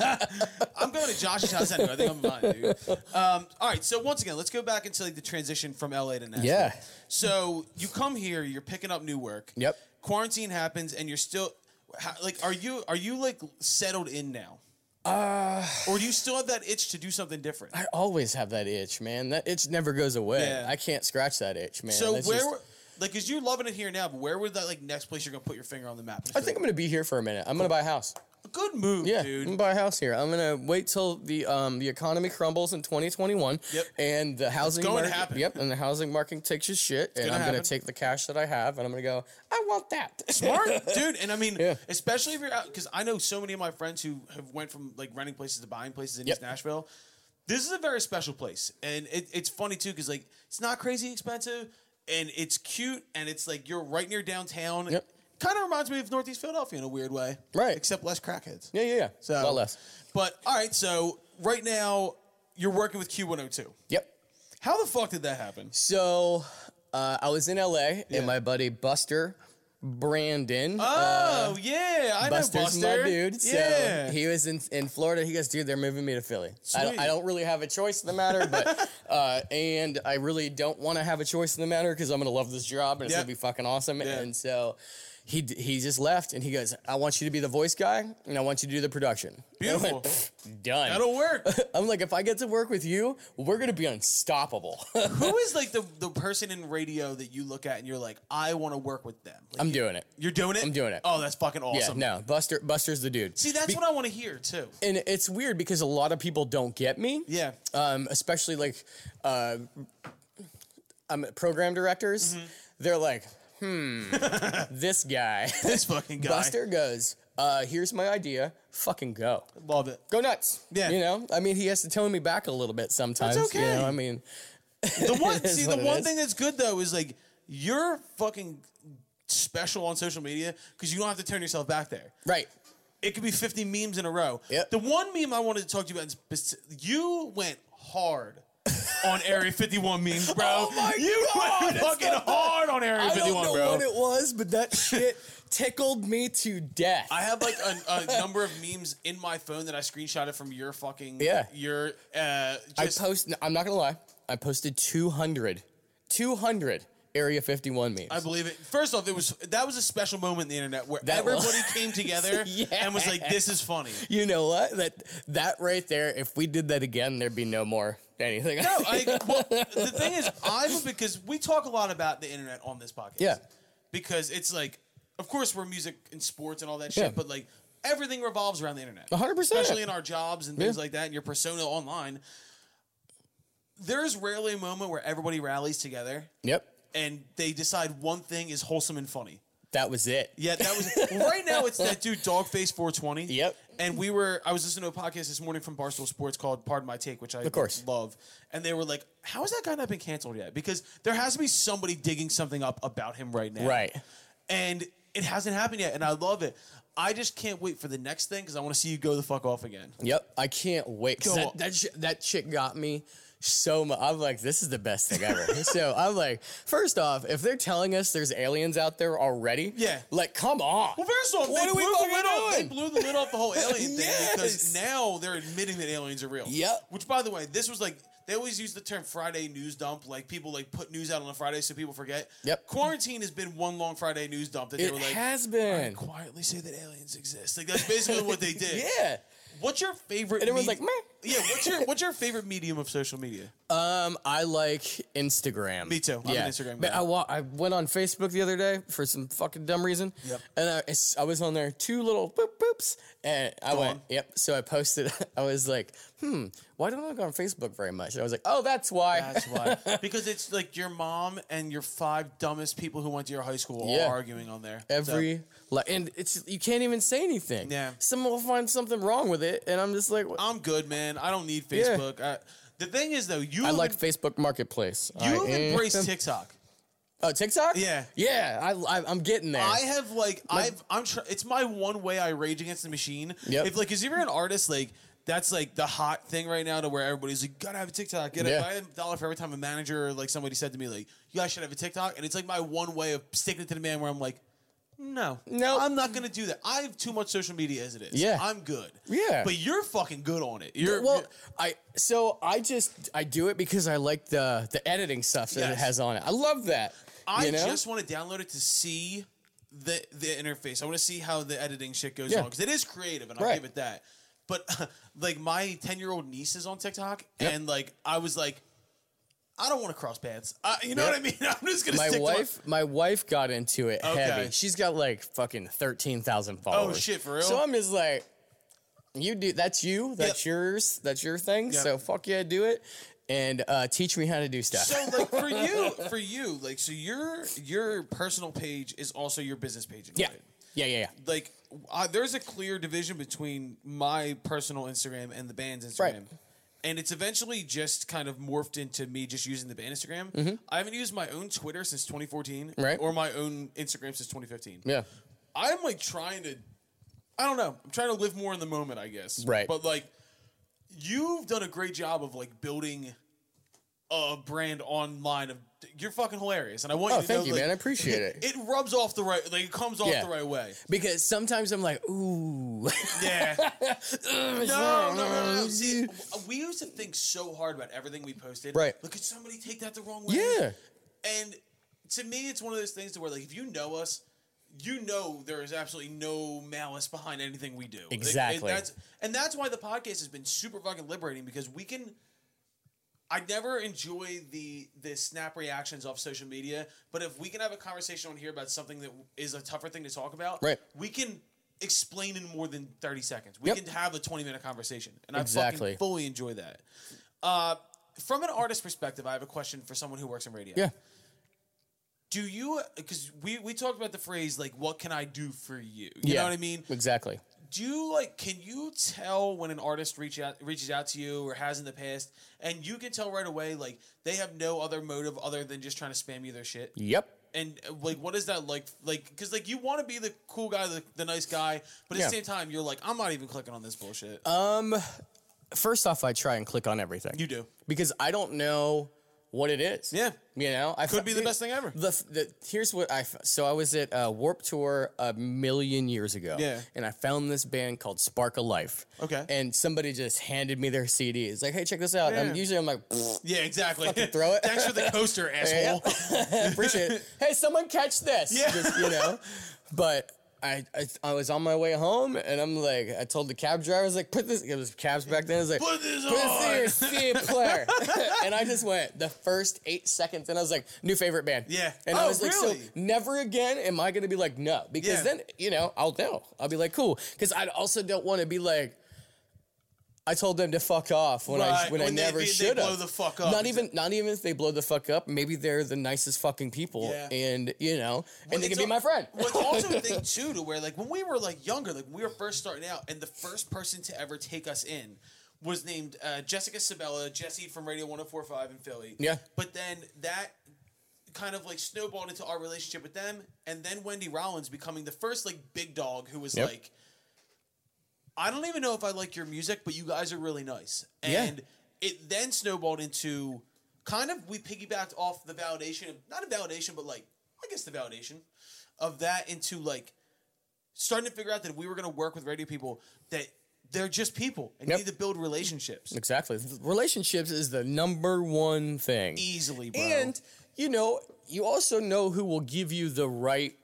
[SPEAKER 6] off.
[SPEAKER 2] I'm going to Josh's house anyway. I think I'm fine, dude. Um, all right. So once again, let's go back into like the transition from LA to Nashville.
[SPEAKER 6] Yeah.
[SPEAKER 2] So you come here, you're picking up new work.
[SPEAKER 6] Yep.
[SPEAKER 2] Quarantine happens, and you're still. How, like, are you are you like settled in now? Uh, or do you still have that itch to do something different?
[SPEAKER 6] I always have that itch, man. That itch never goes away.
[SPEAKER 2] Yeah.
[SPEAKER 6] I can't scratch that itch, man.
[SPEAKER 2] So
[SPEAKER 6] That's
[SPEAKER 2] where,
[SPEAKER 6] just-
[SPEAKER 2] were- like, cause you're loving it here now, but where would that like next place you're gonna put your finger on the map?
[SPEAKER 6] I think I'm gonna be here for a minute. I'm gonna buy a house.
[SPEAKER 2] good move,
[SPEAKER 6] Yeah, I'm gonna
[SPEAKER 2] dude.
[SPEAKER 6] buy a house here. I'm gonna wait till the um the economy crumbles in 2021.
[SPEAKER 2] Yep.
[SPEAKER 6] And the housing
[SPEAKER 2] going to
[SPEAKER 6] market.
[SPEAKER 2] happen.
[SPEAKER 6] Yep. And the housing market takes his shit. and
[SPEAKER 2] gonna
[SPEAKER 6] I'm gonna
[SPEAKER 2] happen.
[SPEAKER 6] take the cash that I have and I'm gonna go. I want that.
[SPEAKER 2] Smart, dude. And I mean,
[SPEAKER 6] Yeah.
[SPEAKER 2] especially if you're out, because I know so many of my friends who have went from like renting places to buying places in
[SPEAKER 6] Yep.
[SPEAKER 2] East Nashville. This is a very special place, and it, it's funny too, cause like it's not crazy expensive, and it's cute, and it's like you're right near downtown.
[SPEAKER 6] Yep.
[SPEAKER 2] Kind of reminds me of Northeast Philadelphia in a weird way,
[SPEAKER 6] Right.
[SPEAKER 2] Except less crackheads.
[SPEAKER 6] yeah, yeah, yeah.
[SPEAKER 2] So
[SPEAKER 6] a lot less.
[SPEAKER 2] But all right, so right now you're working with Q102.
[SPEAKER 6] Yep.
[SPEAKER 2] How the fuck did that happen?
[SPEAKER 6] So uh, I was in LA
[SPEAKER 2] Yeah.
[SPEAKER 6] and my buddy Buster Brandon. uh,
[SPEAKER 2] Oh yeah, I know
[SPEAKER 6] Buster's
[SPEAKER 2] Buster.
[SPEAKER 6] my dude.
[SPEAKER 2] yeah.
[SPEAKER 6] So he was in, in Florida. He goes, dude, they're moving me to Philly. I don't,
[SPEAKER 2] Sweet.
[SPEAKER 6] I don't really have a choice in the matter, but uh, and I really don't want to have a choice in the matter because I'm gonna love this job and it's
[SPEAKER 2] Yeah.
[SPEAKER 6] gonna be fucking awesome.
[SPEAKER 2] Yeah.
[SPEAKER 6] And so he d- he just left and he goes, I want you to be the voice guy and I want you to do the production. And I went,
[SPEAKER 2] Beautiful.
[SPEAKER 6] Done.
[SPEAKER 2] That'll work.
[SPEAKER 6] I'm like, if I get to work with you, we're gonna be unstoppable.
[SPEAKER 2] Who is like the, the person in radio that you look at and you're like, I want to work with them? Like,
[SPEAKER 6] I'm doing it.
[SPEAKER 2] you're doing it.
[SPEAKER 6] I'm doing it.
[SPEAKER 2] Oh, that's fucking
[SPEAKER 6] Yeah,
[SPEAKER 2] awesome.
[SPEAKER 6] no, Buster Buster's the dude.
[SPEAKER 2] See, that's
[SPEAKER 6] Be-
[SPEAKER 2] what I want to hear too.
[SPEAKER 6] and it's weird because a lot of people don't get me.
[SPEAKER 2] Yeah.
[SPEAKER 6] Um, especially like uh, um, program directors.
[SPEAKER 2] Mm-hmm.
[SPEAKER 6] They're like, hmm, this guy.
[SPEAKER 2] This fucking guy.
[SPEAKER 6] Buster goes, uh, here's my idea. Fucking go.
[SPEAKER 2] Love it.
[SPEAKER 6] Go nuts.
[SPEAKER 2] Yeah.
[SPEAKER 6] You know, I mean, he has to tone me back a little bit sometimes. You
[SPEAKER 2] okay.
[SPEAKER 6] know, I mean,
[SPEAKER 2] The one
[SPEAKER 6] is
[SPEAKER 2] see the
[SPEAKER 6] what it
[SPEAKER 2] one
[SPEAKER 6] is.
[SPEAKER 2] thing that's good though is like you're fucking special on social media because you don't have to turn yourself back there.
[SPEAKER 6] right.
[SPEAKER 2] It could be 50 memes in a row.
[SPEAKER 6] Yep.
[SPEAKER 2] The one meme I wanted to talk to you about, is speci- you went hard on Area 51 memes, bro.
[SPEAKER 6] Oh my
[SPEAKER 2] you
[SPEAKER 6] God,
[SPEAKER 2] went
[SPEAKER 6] it's
[SPEAKER 2] fucking
[SPEAKER 6] the best.
[SPEAKER 2] hard on Area
[SPEAKER 6] I
[SPEAKER 2] 51,
[SPEAKER 6] don't know
[SPEAKER 2] bro.
[SPEAKER 6] what it was, but that shit tickled me to death.
[SPEAKER 2] I have like a, a number of memes in my phone that I screenshotted from your fucking
[SPEAKER 6] Yeah.
[SPEAKER 2] your uh
[SPEAKER 6] I
[SPEAKER 2] just
[SPEAKER 6] post. no, I'm not gonna lie. I posted 200, 200 Area 51 memes.
[SPEAKER 2] I believe it. First off, it was that was a special moment in the internet where
[SPEAKER 6] That
[SPEAKER 2] everybody
[SPEAKER 6] was-
[SPEAKER 2] came together
[SPEAKER 6] Yeah.
[SPEAKER 2] and was like, "This is funny."
[SPEAKER 6] you know what? That that right there. If we did that again, there'd be no more anything.
[SPEAKER 2] No, I, well, the thing is, I'm because we talk a lot about the internet on this podcast.
[SPEAKER 6] Yeah.
[SPEAKER 2] because it's like, of course, we're music and sports and all that
[SPEAKER 6] Yeah.
[SPEAKER 2] shit, but like everything revolves around the internet.
[SPEAKER 6] 100%.
[SPEAKER 2] especially in our jobs and things
[SPEAKER 6] Yeah.
[SPEAKER 2] like that, and your persona online. There's rarely a moment where everybody rallies together
[SPEAKER 6] yep.
[SPEAKER 2] and they decide one thing is wholesome and funny.
[SPEAKER 6] That was it.
[SPEAKER 2] Yeah, that was right now. It's that dude Dogface 420.
[SPEAKER 6] Yep.
[SPEAKER 2] And we were. I was listening to a podcast this morning from Barstool Sports called "Pardon My Take," which I
[SPEAKER 6] Of course.
[SPEAKER 2] love. And they were like, "How has that guy not been canceled yet?" Because there has to be somebody digging something up about him right now.
[SPEAKER 6] Right.
[SPEAKER 2] And it hasn't happened yet, and I love it. I just can't wait for the next thing because I want to see you go the fuck off again.
[SPEAKER 6] Yep, I can't wait. 'Cause
[SPEAKER 2] Go
[SPEAKER 6] That,
[SPEAKER 2] on.
[SPEAKER 6] that, sh- that chick got me so much. I'm like, this is the best thing ever. so I'm like, first off, if they're telling us there's aliens out there already,
[SPEAKER 2] Yeah.
[SPEAKER 6] like, come on.
[SPEAKER 2] Well, first off,
[SPEAKER 6] What
[SPEAKER 2] they
[SPEAKER 6] are we
[SPEAKER 2] blew the
[SPEAKER 6] fucking
[SPEAKER 2] lid off. They
[SPEAKER 6] doing?
[SPEAKER 2] blew the lid off the whole alien thing because
[SPEAKER 6] Yes.
[SPEAKER 2] now they're admitting that aliens are real.
[SPEAKER 6] Yep.
[SPEAKER 2] Which, by the way, this was like they always use the term Friday news dump. Like people like put news out on a Friday so people forget.
[SPEAKER 6] Yep.
[SPEAKER 2] Quarantine has been one long Friday news dump that they
[SPEAKER 6] it
[SPEAKER 2] were like
[SPEAKER 6] has been.
[SPEAKER 2] quietly say that aliens exist. Like that's basically what they did.
[SPEAKER 6] Yeah.
[SPEAKER 2] What's your favorite?
[SPEAKER 6] And everyone's like,
[SPEAKER 2] medi-
[SPEAKER 6] meh.
[SPEAKER 2] Yeah. What's your What's your favorite medium of social media?
[SPEAKER 6] Um, I like Instagram.
[SPEAKER 2] Me too. I'm an Instagram
[SPEAKER 6] But
[SPEAKER 2] guy.
[SPEAKER 6] I, wa- I went on Facebook the other day for some fucking dumb reason.
[SPEAKER 2] Yep.
[SPEAKER 6] And I, it's- I was on there two little boop boops, and I went,
[SPEAKER 2] on.
[SPEAKER 6] yep. So I posted. I was like, hmm, why don't I go on Facebook very much? And I was like, oh, that's why.
[SPEAKER 2] That's why. because it's like your mom and your five dumbest people who went to your high school all
[SPEAKER 6] Yeah.
[SPEAKER 2] arguing on there. So-
[SPEAKER 6] Every like, and it's you can't even say anything.
[SPEAKER 2] Yeah.
[SPEAKER 6] Someone will find something wrong with it, and I'm just like, what-
[SPEAKER 2] I'm good, man. I don't need
[SPEAKER 6] Yeah.
[SPEAKER 2] Facebook. I, the thing is, though, you
[SPEAKER 6] I
[SPEAKER 2] have
[SPEAKER 6] like
[SPEAKER 2] en-
[SPEAKER 6] Facebook Marketplace. I
[SPEAKER 2] you have
[SPEAKER 6] am-
[SPEAKER 2] embraced TikTok.
[SPEAKER 6] Oh, TikTok.
[SPEAKER 2] Yeah.
[SPEAKER 6] Yeah. I, I I'm getting there.
[SPEAKER 2] I have like I've I'm tr- it's my one way I rage against the machine.
[SPEAKER 6] Yep.
[SPEAKER 2] If like, is you're an artist like. That's like the hot thing right now, to where everybody's like, "Gotta have a TikTok." Get
[SPEAKER 6] Yeah.
[SPEAKER 2] a, I had a dollar for every time a manager or like somebody said to me, "Like, you guys should have a TikTok," and it's like my one way of sticking it to the man, where I'm like, "No,
[SPEAKER 6] No.
[SPEAKER 2] I'm not gonna do that. I have too much social media as it is.
[SPEAKER 6] Yeah.
[SPEAKER 2] I'm good.
[SPEAKER 6] Yeah.
[SPEAKER 2] but you're fucking good on it. You're
[SPEAKER 6] well, I so I just I do it because I like the the editing stuff that
[SPEAKER 2] Yes.
[SPEAKER 6] it has on it. I love that.
[SPEAKER 2] I
[SPEAKER 6] you know?
[SPEAKER 2] just want to download it to see the the interface. I want to see how the editing shit goes
[SPEAKER 6] Yeah.
[SPEAKER 2] on because it is creative, and I'll
[SPEAKER 6] Right.
[SPEAKER 2] give it that. But like my ten year old niece is on TikTok, and like I was like, I don't want to cross paths. Uh, you know
[SPEAKER 6] Yep.
[SPEAKER 2] what I mean? I'm just gonna.
[SPEAKER 6] my
[SPEAKER 2] stick to my-
[SPEAKER 6] wife my wife got into it
[SPEAKER 2] Okay. Oh,
[SPEAKER 6] heavy. She's got like fucking thirteen thousand followers.
[SPEAKER 2] shit, for real?
[SPEAKER 6] So I'm just like, you do that's you, that's yours, that's your thing. So fuck yeah, do it and uh, teach me how to do stuff.
[SPEAKER 2] so like for you, for you, like so your your personal page is also your business page. In a
[SPEAKER 6] yeah.
[SPEAKER 2] way.
[SPEAKER 6] yeah, yeah, yeah,
[SPEAKER 2] like I, there's a clear division between my personal Instagram and the band's Instagram.
[SPEAKER 6] Right.
[SPEAKER 2] And it's eventually just kind of morphed into me just using the band Instagram. I haven't used my own Twitter since 2014
[SPEAKER 6] Mm-hmm. Right.
[SPEAKER 2] or my own Instagram since 2015.
[SPEAKER 6] yeah.
[SPEAKER 2] I'm like trying to, I don't know, I'm trying to live more in the moment, I guess.
[SPEAKER 6] Right.
[SPEAKER 2] But like, you've done a great job of like building a brand online. Of you're fucking hilarious, and I want
[SPEAKER 6] Oh,
[SPEAKER 2] you to
[SPEAKER 6] thank
[SPEAKER 2] know,
[SPEAKER 6] you,
[SPEAKER 2] like,
[SPEAKER 6] man. I appreciate it.
[SPEAKER 2] It rubs off the right, like it comes off
[SPEAKER 6] Yeah.
[SPEAKER 2] the right way.
[SPEAKER 6] Because sometimes I'm like, ooh,
[SPEAKER 2] Yeah. no, no, no, no. See, we used to think so hard about everything we posted.
[SPEAKER 6] Right.
[SPEAKER 2] Look, could somebody take that the wrong way?
[SPEAKER 6] yeah,
[SPEAKER 2] And to me, it's one of those things to where, like, if you know us, you know there is absolutely no malice behind anything we do. It- it-
[SPEAKER 6] Exactly.
[SPEAKER 2] that's, and that's why the podcast has been super fucking liberating because we can. I never enjoy the the snap reactions off social media, but if we can have a conversation on here about something that is a tougher thing to talk about,
[SPEAKER 6] Right.
[SPEAKER 2] We can explain in more than thirty seconds. We
[SPEAKER 6] Yep.
[SPEAKER 2] can have a twenty minute conversation, and I
[SPEAKER 6] Exactly.
[SPEAKER 2] fucking fully enjoy that. Uh, from an artist perspective, I have a question for someone who works in radio.
[SPEAKER 6] yeah.
[SPEAKER 2] Do you, because we, we talked about the phrase, like, what can I do for you? You
[SPEAKER 6] yeah.
[SPEAKER 2] know what I mean?
[SPEAKER 6] Exactly.
[SPEAKER 2] Do you, like, can you tell when an artist reach out, reaches out to you or has in the past, and you can tell right away, like, they have no other motive other than just trying to spam you their shit?
[SPEAKER 6] Yep.
[SPEAKER 2] And, uh, like, what is that like? Like, because, like, you want to be the cool guy, the, the nice guy, but at the
[SPEAKER 6] Yeah. Um,
[SPEAKER 2] same time, you're like, I'm not even clicking on this bullshit.
[SPEAKER 6] first off, I try and click on everything.
[SPEAKER 2] You do.
[SPEAKER 6] because I don't know what it is.
[SPEAKER 2] Yeah.
[SPEAKER 6] you know, I
[SPEAKER 2] Could be the best thing ever.
[SPEAKER 6] The, f- the here's what I f- so I was at uh, Warp Tour a million years ago.
[SPEAKER 2] Yeah.
[SPEAKER 6] and I found this band called Spark of Life.
[SPEAKER 2] Okay.
[SPEAKER 6] and somebody just handed me their CD. It's like, hey, check this out. And
[SPEAKER 2] Yeah.
[SPEAKER 6] I'm, usually I'm like, "Pfft,
[SPEAKER 2] yeah, exactly.
[SPEAKER 6] throw it.
[SPEAKER 2] Thanks for the coaster, asshole.
[SPEAKER 6] appreciate it. Hey, someone catch this.
[SPEAKER 2] Yeah.
[SPEAKER 6] Just, you know, but. I, I, I was on my way home and I'm like I told the cab driver I was like put this it was cabs back then I was like
[SPEAKER 2] Put this
[SPEAKER 6] Put this in
[SPEAKER 2] on.
[SPEAKER 6] your CD player. and I just went the first eight seconds, and I was like, new favorite band.
[SPEAKER 2] Yeah.
[SPEAKER 6] And
[SPEAKER 2] Oh,
[SPEAKER 6] I was like, so
[SPEAKER 2] really?
[SPEAKER 6] never again am I going to be like, no. Because
[SPEAKER 2] Yeah.
[SPEAKER 6] then, you know, I'll know. I'll be like, cool. Because I also don't want to be like, I told them to fuck off when I
[SPEAKER 2] Right,
[SPEAKER 6] when, I
[SPEAKER 2] when they-
[SPEAKER 6] never
[SPEAKER 2] they- they
[SPEAKER 6] should have.
[SPEAKER 2] blow the fuck up.
[SPEAKER 6] Not even not even if they blow the fuck up. Maybe they're the nicest fucking people,
[SPEAKER 2] Yeah.
[SPEAKER 6] and you know, and they can
[SPEAKER 2] It's
[SPEAKER 6] be
[SPEAKER 2] al-
[SPEAKER 6] my friend.
[SPEAKER 2] Well, it's also a thing too to where like when we were like younger, like when we were first starting out, and the first person to ever take us in was named uh, Jessica Sabella, Jesse from Radio 104.5 in Philly.
[SPEAKER 6] Yeah.
[SPEAKER 2] But then that kind of like snowballed into our relationship with them, and then Wendy Rollins becoming the first like big dog who was
[SPEAKER 6] Yep.
[SPEAKER 2] like, I don't even know if I like your music, but you guys are really nice.
[SPEAKER 6] Yeah.
[SPEAKER 2] And it then snowballed into kind of we piggybacked off the validation, not a validation, but like I guess the validation of that into like starting to figure out that if we were going to work with radio people that they're just people and you
[SPEAKER 6] Yep.
[SPEAKER 2] need to build relationships
[SPEAKER 6] Exactly. Relationships is the number one thing.
[SPEAKER 2] easily, bro.
[SPEAKER 6] E. And you know, you also know who will give you the right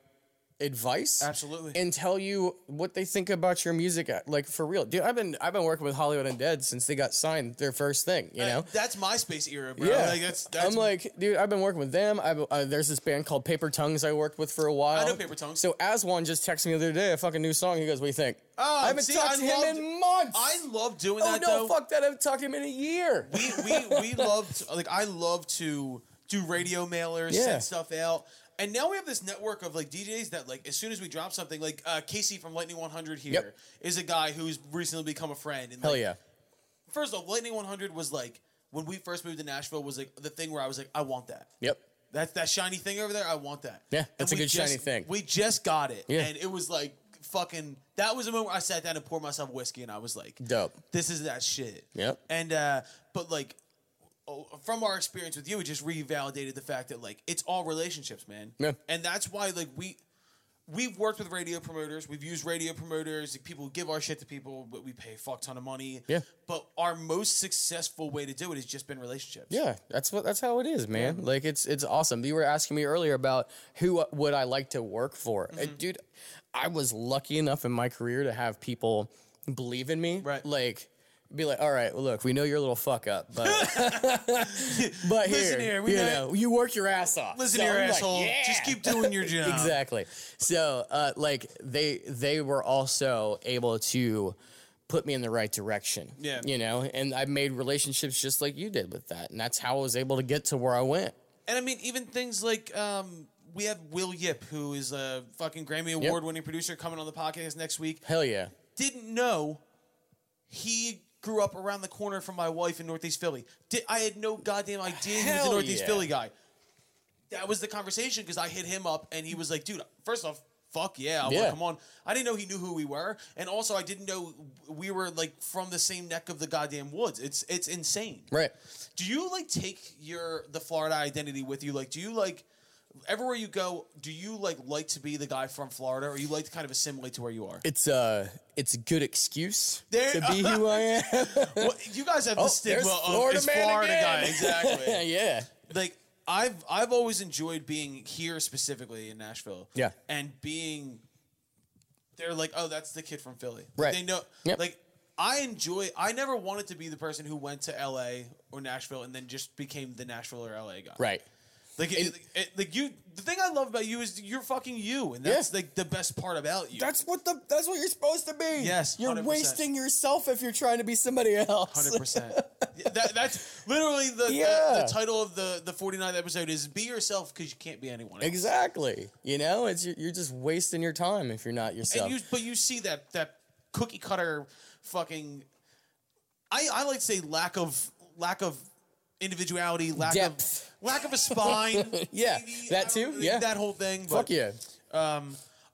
[SPEAKER 6] advice,
[SPEAKER 2] Absolutely.
[SPEAKER 6] and tell you what they think about your music. uh, Like for real, dude. I've been I've been working with Hollywood Undead since they got signed. Their first thing, you know.
[SPEAKER 2] that's MySpace era, bro.
[SPEAKER 6] yeah,
[SPEAKER 2] like that's, that's
[SPEAKER 6] I'm like, dude. I've been working with them. I uh, there's this band called Paper Tongues I worked with for a while.
[SPEAKER 2] know Paper Tongues.
[SPEAKER 6] So Aswan just texted me the other day a fucking new song. He goes, "What do you think?" I haven't
[SPEAKER 2] Oh, see,
[SPEAKER 6] talked
[SPEAKER 2] I
[SPEAKER 6] to him
[SPEAKER 2] loved-
[SPEAKER 6] in months.
[SPEAKER 2] I love doing
[SPEAKER 6] oh
[SPEAKER 2] that
[SPEAKER 6] no,
[SPEAKER 2] though.
[SPEAKER 6] fuck that! I haven't talked to him in a year.
[SPEAKER 2] we we we loved like I love to do radio mailers,
[SPEAKER 6] Yeah.
[SPEAKER 2] send stuff out. And now we have this network of like DJs that like as soon as we drop something, like uh, Casey from Lightning 100 here is
[SPEAKER 6] Yep.
[SPEAKER 2] a guy who's recently become a friend. And,
[SPEAKER 6] Hell
[SPEAKER 2] like,
[SPEAKER 6] yeah.
[SPEAKER 2] First off, Lightning 100 was like when we first moved to Nashville was like the thing where I was like, I want that.
[SPEAKER 6] Yep.
[SPEAKER 2] That's that shiny thing over there. I want that.
[SPEAKER 6] Yeah,
[SPEAKER 2] And
[SPEAKER 6] that's a
[SPEAKER 2] we
[SPEAKER 6] good
[SPEAKER 2] just-
[SPEAKER 6] shiny thing.
[SPEAKER 2] We just got it,
[SPEAKER 6] Yeah.
[SPEAKER 2] and it was like fucking. That was the moment where I sat down and poured myself whiskey, and I was like,
[SPEAKER 6] Dope.
[SPEAKER 2] This is that shit.
[SPEAKER 6] Yep.
[SPEAKER 2] And uh, but like. oh, From our experience with you, it just revalidated the fact that like it's all relationships, man.
[SPEAKER 6] Yeah.
[SPEAKER 2] And that's why like we we've worked with radio promoters. We've used radio promoters. People give our shit to people, but we pay a fuck ton of money.
[SPEAKER 6] Yeah.
[SPEAKER 2] But our most successful way to do it has just been relationships.
[SPEAKER 6] Yeah, that's what that's how it is, man. Like it's it's awesome. You were asking me earlier about who uh, would I like to work for, Uh,
[SPEAKER 2] Mm-hmm.
[SPEAKER 6] dude. I was lucky enough in my career to have people believe in me,
[SPEAKER 2] Right.
[SPEAKER 6] Like. Be like, all right, well, look, we know you're a little fuck up, but but
[SPEAKER 2] Listen
[SPEAKER 6] here,
[SPEAKER 2] here, we
[SPEAKER 6] you
[SPEAKER 2] know-
[SPEAKER 6] know, you work your ass off.
[SPEAKER 2] Listen
[SPEAKER 6] So
[SPEAKER 2] here,
[SPEAKER 6] I'm like,
[SPEAKER 2] asshole.
[SPEAKER 6] yeah.
[SPEAKER 2] Just keep doing your job.
[SPEAKER 6] exactly. So, uh, like they they were also able to put me in the right direction.
[SPEAKER 2] Yeah.
[SPEAKER 6] you know, and I made relationships just like you did with that, and that's how I was able to get to where I went.
[SPEAKER 2] And I mean, even things like um, we have Will Yip, who is a fucking Grammy award winning producer, coming on the podcast next week.
[SPEAKER 6] Hell yeah.
[SPEAKER 2] Didn't know he grew up around the corner from my wife in Northeast Philly. Did, I had no goddamn idea he was a
[SPEAKER 6] Hell
[SPEAKER 2] Northeast
[SPEAKER 6] yeah.
[SPEAKER 2] Philly guy. That was the conversation because I hit him up and he was like, dude, first off, fuck yeah, I want to
[SPEAKER 6] Yeah.
[SPEAKER 2] come on. I didn't know he knew who we were. And also, I didn't know we were like from the same neck of the goddamn woods. It's, it's insane.
[SPEAKER 6] Right.
[SPEAKER 2] Do you like take your the Florida identity with you? Like, do you like everywhere you go? Do you like like to be the guy from Florida, or you like to kind of assimilate to where you are?
[SPEAKER 6] It's uh it's a good excuse
[SPEAKER 2] There-
[SPEAKER 6] to be who I am.
[SPEAKER 2] well, you guys have the
[SPEAKER 6] Oh,
[SPEAKER 2] stigma
[SPEAKER 6] there's
[SPEAKER 2] of
[SPEAKER 6] Florida
[SPEAKER 2] it's
[SPEAKER 6] man
[SPEAKER 2] Florida
[SPEAKER 6] again.
[SPEAKER 2] guy, exactly.
[SPEAKER 6] yeah.
[SPEAKER 2] like I've I've always enjoyed being here specifically in Nashville.
[SPEAKER 6] Yeah.
[SPEAKER 2] and being they're like, oh, that's the kid from Philly. Like,
[SPEAKER 6] Right.
[SPEAKER 2] They know.
[SPEAKER 6] Yep.
[SPEAKER 2] Like I enjoy. I never wanted to be the person who went to L.A. or Nashville and then just became the Nashville or L.A. guy.
[SPEAKER 6] Right.
[SPEAKER 2] Like, it, it- like you, the thing I love about you is you're fucking you, and that's like the best part about you.
[SPEAKER 6] That's what the that's what you're supposed to be.
[SPEAKER 2] Yes,
[SPEAKER 6] You're
[SPEAKER 2] 100%.
[SPEAKER 6] wasting yourself if you're trying to be somebody else.
[SPEAKER 2] hundred percent. That, that's literally the, the- the,
[SPEAKER 6] Yeah.
[SPEAKER 2] title of the the 49th episode is "Be Yourself" because you can't be anyone. Else.
[SPEAKER 6] Exactly. You know, it's you're, you're just wasting your time if you're not yourself.
[SPEAKER 2] And you, but you see that that cookie cutter fucking. I I like to say lack of lack of individuality, lack
[SPEAKER 6] Depth.
[SPEAKER 2] of lack of a spine.
[SPEAKER 6] Yeah,
[SPEAKER 2] Maybe,
[SPEAKER 6] that
[SPEAKER 2] I don't-
[SPEAKER 6] too, yeah.
[SPEAKER 2] that whole thing. but-
[SPEAKER 6] Fuck yeah.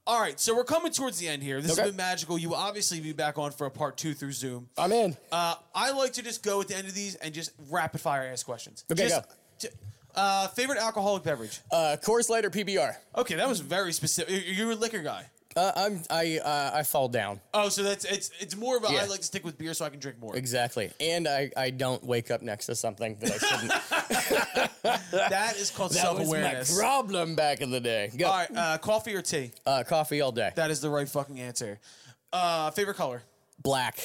[SPEAKER 2] All right, so we're coming towards the end here. This
[SPEAKER 6] Okay.
[SPEAKER 2] has been magical. You will obviously be back on for a part two through Zoom.
[SPEAKER 6] I'm in.
[SPEAKER 2] Uh, I like to just go at the end of these and just rapid fire ask questions.
[SPEAKER 6] Okay,
[SPEAKER 2] Just-
[SPEAKER 6] go.
[SPEAKER 2] ju- uh, favorite alcoholic beverage?
[SPEAKER 6] Uh Coors Lighter PBR.
[SPEAKER 2] Okay, that was very specific. You- You're a liquor guy.
[SPEAKER 6] Uh, I'm I uh, I fall down.
[SPEAKER 2] Oh, so that's it's it's more of a I
[SPEAKER 6] Yeah.
[SPEAKER 2] like to stick with beer so I can drink more.
[SPEAKER 6] Exactly. And I I don't wake up next to something that I shouldn't.
[SPEAKER 2] That is called
[SPEAKER 6] that
[SPEAKER 2] self
[SPEAKER 6] was my
[SPEAKER 2] awareness.
[SPEAKER 6] problem back in the day. Go.
[SPEAKER 2] All right, uh, coffee or tea?
[SPEAKER 6] Uh, coffee all day.
[SPEAKER 2] That is the right fucking answer. Uh, favorite color?
[SPEAKER 6] black.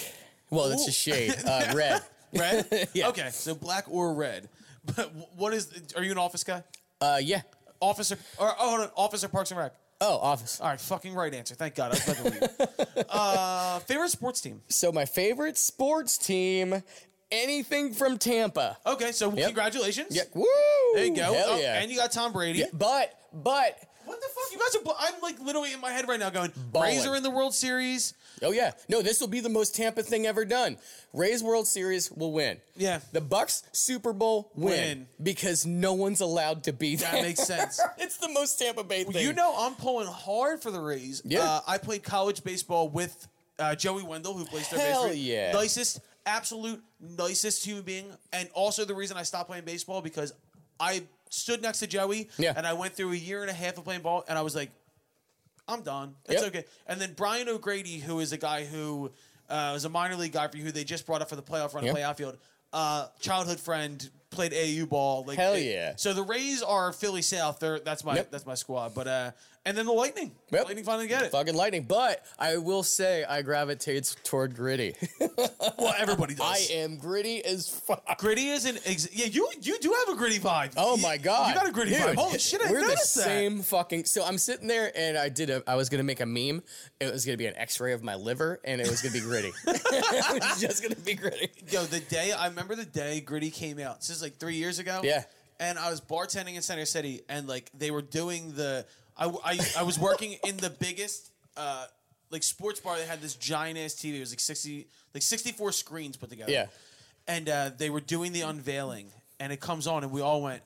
[SPEAKER 6] Well, that's
[SPEAKER 2] Ooh.
[SPEAKER 6] a shade. Uh, red.
[SPEAKER 2] Red.
[SPEAKER 6] Yeah.
[SPEAKER 2] Okay, so black or red. But wh- what is? Are you an office guy?
[SPEAKER 6] Uh, yeah.
[SPEAKER 2] Officer or oh, hold on, officer Parks and Rec.
[SPEAKER 6] Oh, office.
[SPEAKER 2] All right, fucking right answer. Thank God. I was about to leave. Uh, favorite sports team.
[SPEAKER 6] So my favorite sports team, anything from Tampa.
[SPEAKER 2] Okay, so congratulations.
[SPEAKER 6] Yeah. Woo!
[SPEAKER 2] There you go.
[SPEAKER 6] Hell
[SPEAKER 2] Oh,
[SPEAKER 6] yeah.
[SPEAKER 2] And you got Tom Brady.
[SPEAKER 6] Yeah, but but
[SPEAKER 2] What the fuck? You guys are. bl- I'm like literally in my head right now going,
[SPEAKER 6] Ballin'.
[SPEAKER 2] Rays are in the World Series.
[SPEAKER 6] oh yeah, no, this will be the most Tampa thing ever done. Rays World Series will win.
[SPEAKER 2] Yeah.
[SPEAKER 6] The Bucks Super Bowl win,
[SPEAKER 2] Win.
[SPEAKER 6] because no one's allowed to be there.
[SPEAKER 2] That makes sense.
[SPEAKER 6] it's the most Tampa Bay thing.
[SPEAKER 2] You know, I'm pulling hard for the Rays.
[SPEAKER 6] Yeah.
[SPEAKER 2] Uh, I played college baseball with uh, Joey Wendell, who plays third
[SPEAKER 6] Hell
[SPEAKER 2] base.
[SPEAKER 6] yeah.
[SPEAKER 2] Nicest, absolute nicest human being. And also the reason I stopped playing baseball because I stood next to Joey
[SPEAKER 6] Yeah.
[SPEAKER 2] and I went through a year and a half of playing ball and I was like, I'm done. It's
[SPEAKER 6] Yep.
[SPEAKER 2] okay. And then Brian O'Grady, who is a guy who uh, was a minor league guy for you, who they just brought up for the playoff run,
[SPEAKER 6] Yep.
[SPEAKER 2] play outfield, uh, childhood friend, played AU ball. Like,
[SPEAKER 6] Hell
[SPEAKER 2] it-
[SPEAKER 6] yeah.
[SPEAKER 2] So the Rays are Philly South. They're, that's my
[SPEAKER 6] Yep.
[SPEAKER 2] that's my squad. But uh, and then the Lightning.
[SPEAKER 6] Yep.
[SPEAKER 2] Lightning finally get it.
[SPEAKER 6] Fucking lightning, but I will say I gravitates toward gritty.
[SPEAKER 2] Well, everybody
[SPEAKER 6] I
[SPEAKER 2] does.
[SPEAKER 6] am gritty as fuck.
[SPEAKER 2] Gritty is an ex- yeah. You you do have a gritty vibe.
[SPEAKER 6] Oh
[SPEAKER 2] You-
[SPEAKER 6] my god!
[SPEAKER 2] you got a gritty
[SPEAKER 6] Dude,
[SPEAKER 2] vibe. Holy shit! I
[SPEAKER 6] we're the
[SPEAKER 2] noticed that.
[SPEAKER 6] same fucking. So I'm sitting there, and I did a. I was gonna make a meme. It was gonna be an X-ray of my liver, and it was gonna be gritty. it was just gonna be gritty.
[SPEAKER 2] Yo, the day I remember the day Gritty came out. This is like three years ago.
[SPEAKER 6] Yeah.
[SPEAKER 2] And I was bartending in Center City, and like they were doing the. I I, I was working in the biggest uh like sports bar. They had this giant ass TV. It was like sixty like sixty four screens put together.
[SPEAKER 6] Yeah.
[SPEAKER 2] And uh, they were doing the unveiling, and it comes on, and we all went.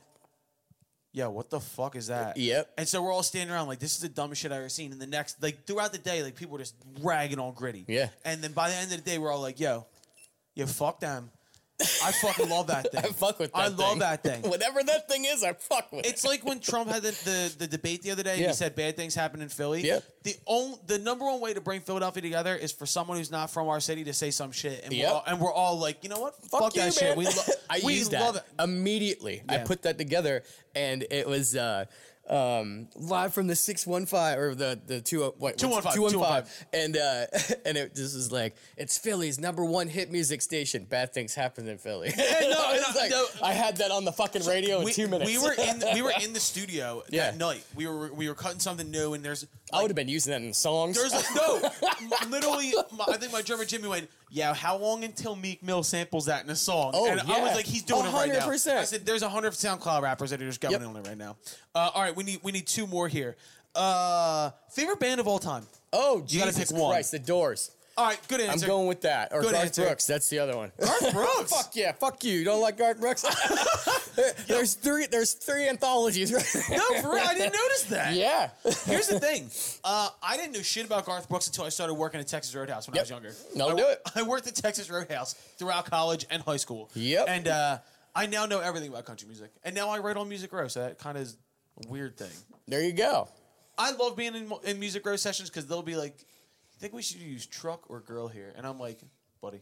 [SPEAKER 2] Yeah, what the fuck is that?
[SPEAKER 6] Yep.
[SPEAKER 2] And so we're all standing around like this is the dumbest shit I ever seen. And the next, like throughout the day, like people were just ragging on gritty.
[SPEAKER 6] Yeah.
[SPEAKER 2] And then by the end of the day, we're all like, "Yo, yeah, fuck them. I fucking love that thing.
[SPEAKER 6] I fuck with. That
[SPEAKER 2] I love
[SPEAKER 6] thing.
[SPEAKER 2] that thing.
[SPEAKER 6] Whatever that thing is, I fuck with.
[SPEAKER 2] It's
[SPEAKER 6] it.
[SPEAKER 2] like when Trump had the, the, the debate the other day. and
[SPEAKER 6] Yeah.
[SPEAKER 2] He said bad things happen in Philly.
[SPEAKER 6] Yep.
[SPEAKER 2] The only the number one way to bring Philadelphia together is for someone who's not from our city to say some shit, and
[SPEAKER 6] Yep.
[SPEAKER 2] we're all, and we're all like, you know what? Fuck,
[SPEAKER 6] you,
[SPEAKER 2] that shit.
[SPEAKER 6] man.
[SPEAKER 2] We, lo-
[SPEAKER 6] I
[SPEAKER 2] we
[SPEAKER 6] used
[SPEAKER 2] love
[SPEAKER 6] that
[SPEAKER 2] it.
[SPEAKER 6] immediately. I
[SPEAKER 2] Yeah.
[SPEAKER 6] put that together, and it was uh, um, live from the six one five or the the two uh, what
[SPEAKER 2] 215,
[SPEAKER 6] two one five, and uh, and it just was like it's Philly's number one hit music station. Bad things happen in Philly.
[SPEAKER 2] no,
[SPEAKER 6] I was
[SPEAKER 2] no,
[SPEAKER 6] like,
[SPEAKER 2] no.
[SPEAKER 6] I had that on the fucking radio in
[SPEAKER 2] we,
[SPEAKER 6] two minutes.
[SPEAKER 2] we were in the, we were in the studio
[SPEAKER 6] Yeah. Oh.
[SPEAKER 2] that night. We were we were cutting something new, and there's
[SPEAKER 6] I would have been using that in songs.
[SPEAKER 2] There's like, no, m- literally. My, I think my drummer Jimmy went, "Yeah, how long until Meek Mill samples that in a song?"
[SPEAKER 6] Oh,
[SPEAKER 2] and I was
[SPEAKER 6] yeah.
[SPEAKER 2] like, "He's doing it right now."
[SPEAKER 6] 100%.
[SPEAKER 2] I said, "There's a hundred SoundCloud rappers that are just going
[SPEAKER 6] Yep.
[SPEAKER 2] on it right now." Uh, all right, we need we need two more here. Uh, favorite band of all time.
[SPEAKER 6] oh,
[SPEAKER 2] You gotta
[SPEAKER 6] Jesus
[SPEAKER 2] pick one.
[SPEAKER 6] Christ, the Doors.
[SPEAKER 2] All right, good answer.
[SPEAKER 6] I'm going with that. Or
[SPEAKER 2] Good
[SPEAKER 6] Garth
[SPEAKER 2] answer.
[SPEAKER 6] Brooks. That's the other one.
[SPEAKER 2] Garth Brooks.
[SPEAKER 6] Fuck yeah, fuck you. You don't like Garth Brooks? There- there's three there's three anthologies right there.
[SPEAKER 2] No, for real, I didn't notice that.
[SPEAKER 6] Yeah.
[SPEAKER 2] Here's the thing. Uh, I didn't know shit about Garth Brooks until I started working at Texas Roadhouse when I
[SPEAKER 6] Yep.
[SPEAKER 2] was younger.
[SPEAKER 6] No,
[SPEAKER 2] I,
[SPEAKER 6] do it.
[SPEAKER 2] I worked at Texas Roadhouse throughout college and high school.
[SPEAKER 6] Yep.
[SPEAKER 2] And uh, I now know everything about country music. And now I write on Music Row, so that kind of is a weird thing.
[SPEAKER 6] There you go.
[SPEAKER 2] I love being in, in Music Row sessions because they'll be like, I think we should use truck or girl here. And I'm like, buddy.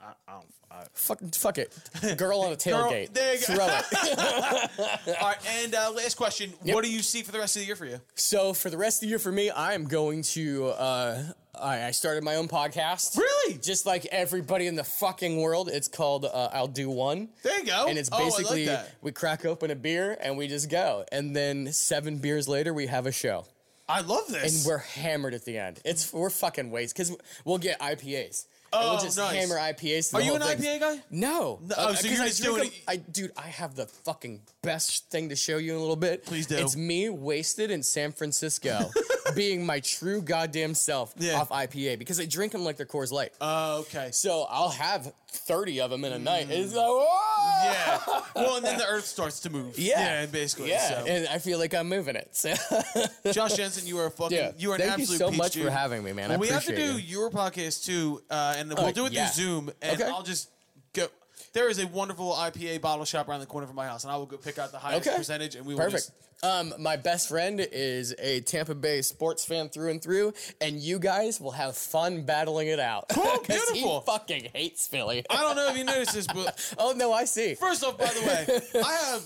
[SPEAKER 2] I, I don't. I,
[SPEAKER 6] Fuck, fuck it. Girl on a
[SPEAKER 2] Girl-
[SPEAKER 6] tailgate.
[SPEAKER 2] there you go.
[SPEAKER 6] Throw it.
[SPEAKER 2] All right, and uh, last question: What do you see for the rest of the year for you?
[SPEAKER 6] so for the rest of the year for me, I am going to uh I, I started my own podcast.
[SPEAKER 2] Really?
[SPEAKER 6] Just like everybody in the fucking world. It's called uh, I'll Do One.
[SPEAKER 2] There you go.
[SPEAKER 6] and it's
[SPEAKER 2] Oh, I like
[SPEAKER 6] basically
[SPEAKER 2] that.
[SPEAKER 6] we crack open a beer and we just go. And then seven beers later we have a show.
[SPEAKER 2] I love this.
[SPEAKER 6] and we're hammered at the end. It's we're fucking waste because we'll get IPAs. And
[SPEAKER 2] Oh,
[SPEAKER 6] we'll just
[SPEAKER 2] nice.
[SPEAKER 6] hammer IPAs.
[SPEAKER 2] Are you an IPA guy?
[SPEAKER 6] No. Uh,
[SPEAKER 2] No, oh, so you're
[SPEAKER 6] 'cause I
[SPEAKER 2] just
[SPEAKER 6] drink
[SPEAKER 2] doing
[SPEAKER 6] them-
[SPEAKER 2] it-
[SPEAKER 6] I, dude, I have the fucking best thing to show you in a little bit.
[SPEAKER 2] Please do.
[SPEAKER 6] It's me wasted in San Francisco, being my true goddamn self
[SPEAKER 2] Yeah.
[SPEAKER 6] off IPA because I drink them like they're Coors Light.
[SPEAKER 2] Uh, okay.
[SPEAKER 6] so I'll have thirty of them in a night. It's like, whoa!
[SPEAKER 2] Yeah. Well, and then the earth starts to move.
[SPEAKER 6] Yeah.
[SPEAKER 2] basically.
[SPEAKER 6] Yeah,
[SPEAKER 2] So.
[SPEAKER 6] and I feel like I'm moving it. So.
[SPEAKER 2] Josh Jensen, you are a fucking.
[SPEAKER 6] Yeah.
[SPEAKER 2] You are an
[SPEAKER 6] Thank you
[SPEAKER 2] absolute.
[SPEAKER 6] so
[SPEAKER 2] peach,
[SPEAKER 6] much for
[SPEAKER 2] dude.
[SPEAKER 6] having me, man. I
[SPEAKER 2] Well, we have to
[SPEAKER 6] appreciate
[SPEAKER 2] do your podcast too, uh, and we'll do it
[SPEAKER 6] yeah.
[SPEAKER 2] through Zoom. And
[SPEAKER 6] Okay.
[SPEAKER 2] I'll just go. There is a wonderful IPA bottle shop around the corner from my house, and I will go pick out the highest
[SPEAKER 6] Okay.
[SPEAKER 2] percentage, and we will
[SPEAKER 6] Perfect. Um, my best friend is a Tampa Bay sports fan through and through, and you guys will have fun battling it out.
[SPEAKER 2] Cool,
[SPEAKER 6] 'Cause
[SPEAKER 2] beautiful.
[SPEAKER 6] He fucking hates Philly.
[SPEAKER 2] Just, I don't know if you noticed this, but
[SPEAKER 6] oh no, I see.
[SPEAKER 2] first off, by the way, I have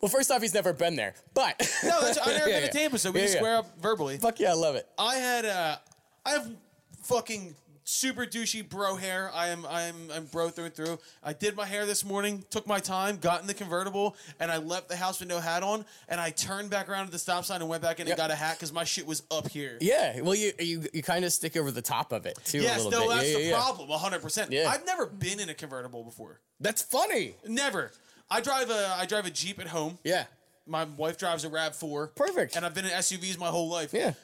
[SPEAKER 6] well, first off, he's never been there, but
[SPEAKER 2] no. That's, I've never
[SPEAKER 6] Yeah,
[SPEAKER 2] been to
[SPEAKER 6] yeah.
[SPEAKER 2] Tampa, so we
[SPEAKER 6] Yeah,
[SPEAKER 2] can
[SPEAKER 6] yeah.
[SPEAKER 2] square up verbally.
[SPEAKER 6] Fuck yeah, I love it.
[SPEAKER 2] I had uh, I have fucking
[SPEAKER 7] super douchey bro hair. I am I am I'm bro through and through. I did my hair this morning, took my time, got in the convertible, and I left the house with no hat on. And I turned back around to the stop sign and went back in
[SPEAKER 6] Yep.
[SPEAKER 7] and got a hat because my shit was up here.
[SPEAKER 6] Yeah, well, you you, you kind of stick over the top of it too
[SPEAKER 7] Yes, no,
[SPEAKER 6] a little bit.
[SPEAKER 7] that's
[SPEAKER 6] yeah,
[SPEAKER 7] the
[SPEAKER 6] yeah, yeah.
[SPEAKER 7] problem. One hundred percent.
[SPEAKER 6] Yeah.
[SPEAKER 7] I've never been in a convertible before.
[SPEAKER 6] That's funny.
[SPEAKER 7] Never. I drive a I drive a Jeep at home.
[SPEAKER 6] Yeah,
[SPEAKER 7] My wife drives a Rav Four.
[SPEAKER 6] Perfect.
[SPEAKER 7] And I've been in SUVs my whole life.
[SPEAKER 6] yeah,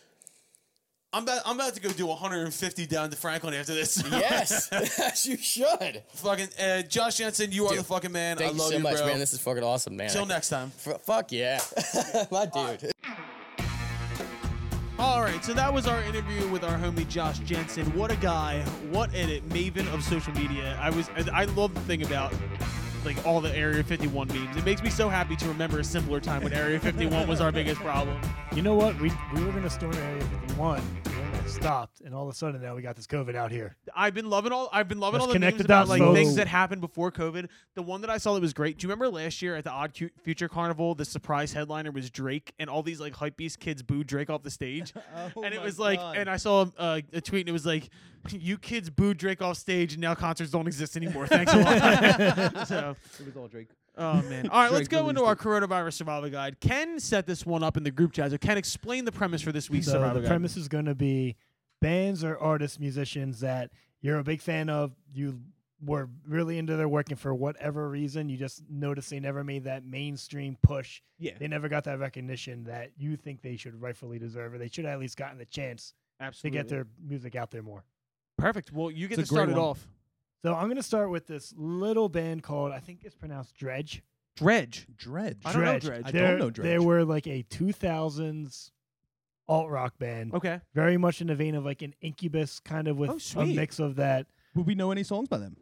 [SPEAKER 7] I'm about I'm about to go do 150 down to Franklin after this.
[SPEAKER 6] yes, yes, you should.
[SPEAKER 7] fucking uh, Josh Jensen, you are
[SPEAKER 6] Dude,
[SPEAKER 7] the fucking man.
[SPEAKER 6] Thank
[SPEAKER 7] I
[SPEAKER 6] you
[SPEAKER 7] love
[SPEAKER 6] so much,
[SPEAKER 7] bro.
[SPEAKER 6] man. This is fucking awesome, man.
[SPEAKER 7] Till next time.
[SPEAKER 6] F- fuck yeah, my dude.
[SPEAKER 2] All right, so that was our interview with our homie Josh Jensen. What a guy! What a maven of social media. I was, and I love the thing about like all the Area 51 memes. It makes me so happy to remember a simpler time when Area 51 was our biggest problem.
[SPEAKER 4] You know what? We we were gonna storm Area 51. We almost stopped, and all of a sudden now we got this COVID out here.
[SPEAKER 2] I've been loving all. I've been loving all
[SPEAKER 4] Let's
[SPEAKER 2] the
[SPEAKER 4] connect
[SPEAKER 2] memes
[SPEAKER 4] the dots,
[SPEAKER 2] about like
[SPEAKER 4] folks.
[SPEAKER 2] things that happened before COVID. The one that I saw that was great. Do you remember last year at the Odd Cu- Future Carnival? The surprise headliner was Drake, and all these like hypebeast kids booed Drake off the stage.
[SPEAKER 3] Oh
[SPEAKER 2] and it
[SPEAKER 3] my
[SPEAKER 2] was like,
[SPEAKER 3] God.
[SPEAKER 2] and I saw uh, a tweet, and it was like, "You kids booed Drake off stage, and now concerts don't exist anymore." Thanks a lot. so,
[SPEAKER 3] It was all Drake.
[SPEAKER 2] oh man. All right, let's
[SPEAKER 3] Drake
[SPEAKER 2] go into our
[SPEAKER 3] released
[SPEAKER 2] coronavirus survival guide. Ken set this one up in the group chat, so Ken explain the premise for this week's
[SPEAKER 4] so
[SPEAKER 2] survival
[SPEAKER 4] the
[SPEAKER 2] guide.
[SPEAKER 4] premise is going to be bands or artists, musicians that you're a big fan of. You were really into their work, and for whatever reason, you just noticed they never made that mainstream push.
[SPEAKER 2] Yeah.
[SPEAKER 4] They never got that recognition that you think they should rightfully deserve, or they should have at least gotten the chance to
[SPEAKER 2] Absolutely.
[SPEAKER 4] get their music out there more.
[SPEAKER 2] perfect. Well, you get
[SPEAKER 3] It's
[SPEAKER 2] to
[SPEAKER 3] a great
[SPEAKER 2] start it
[SPEAKER 3] one.
[SPEAKER 2] off.
[SPEAKER 4] So I'm going to start with this little band called I think it's pronounced Dredge.
[SPEAKER 2] Dredge.
[SPEAKER 3] Dredge.
[SPEAKER 2] I don't know Dredge.
[SPEAKER 3] I don't
[SPEAKER 4] They're-
[SPEAKER 3] know
[SPEAKER 4] They
[SPEAKER 3] Dredge.
[SPEAKER 4] were like a 2000s alt rock band,
[SPEAKER 2] Okay.
[SPEAKER 4] very much in the vein of like an Incubus, kind of with
[SPEAKER 2] Oh,
[SPEAKER 4] a
[SPEAKER 2] sweet.
[SPEAKER 4] mix of that.
[SPEAKER 3] Would we know any songs by them?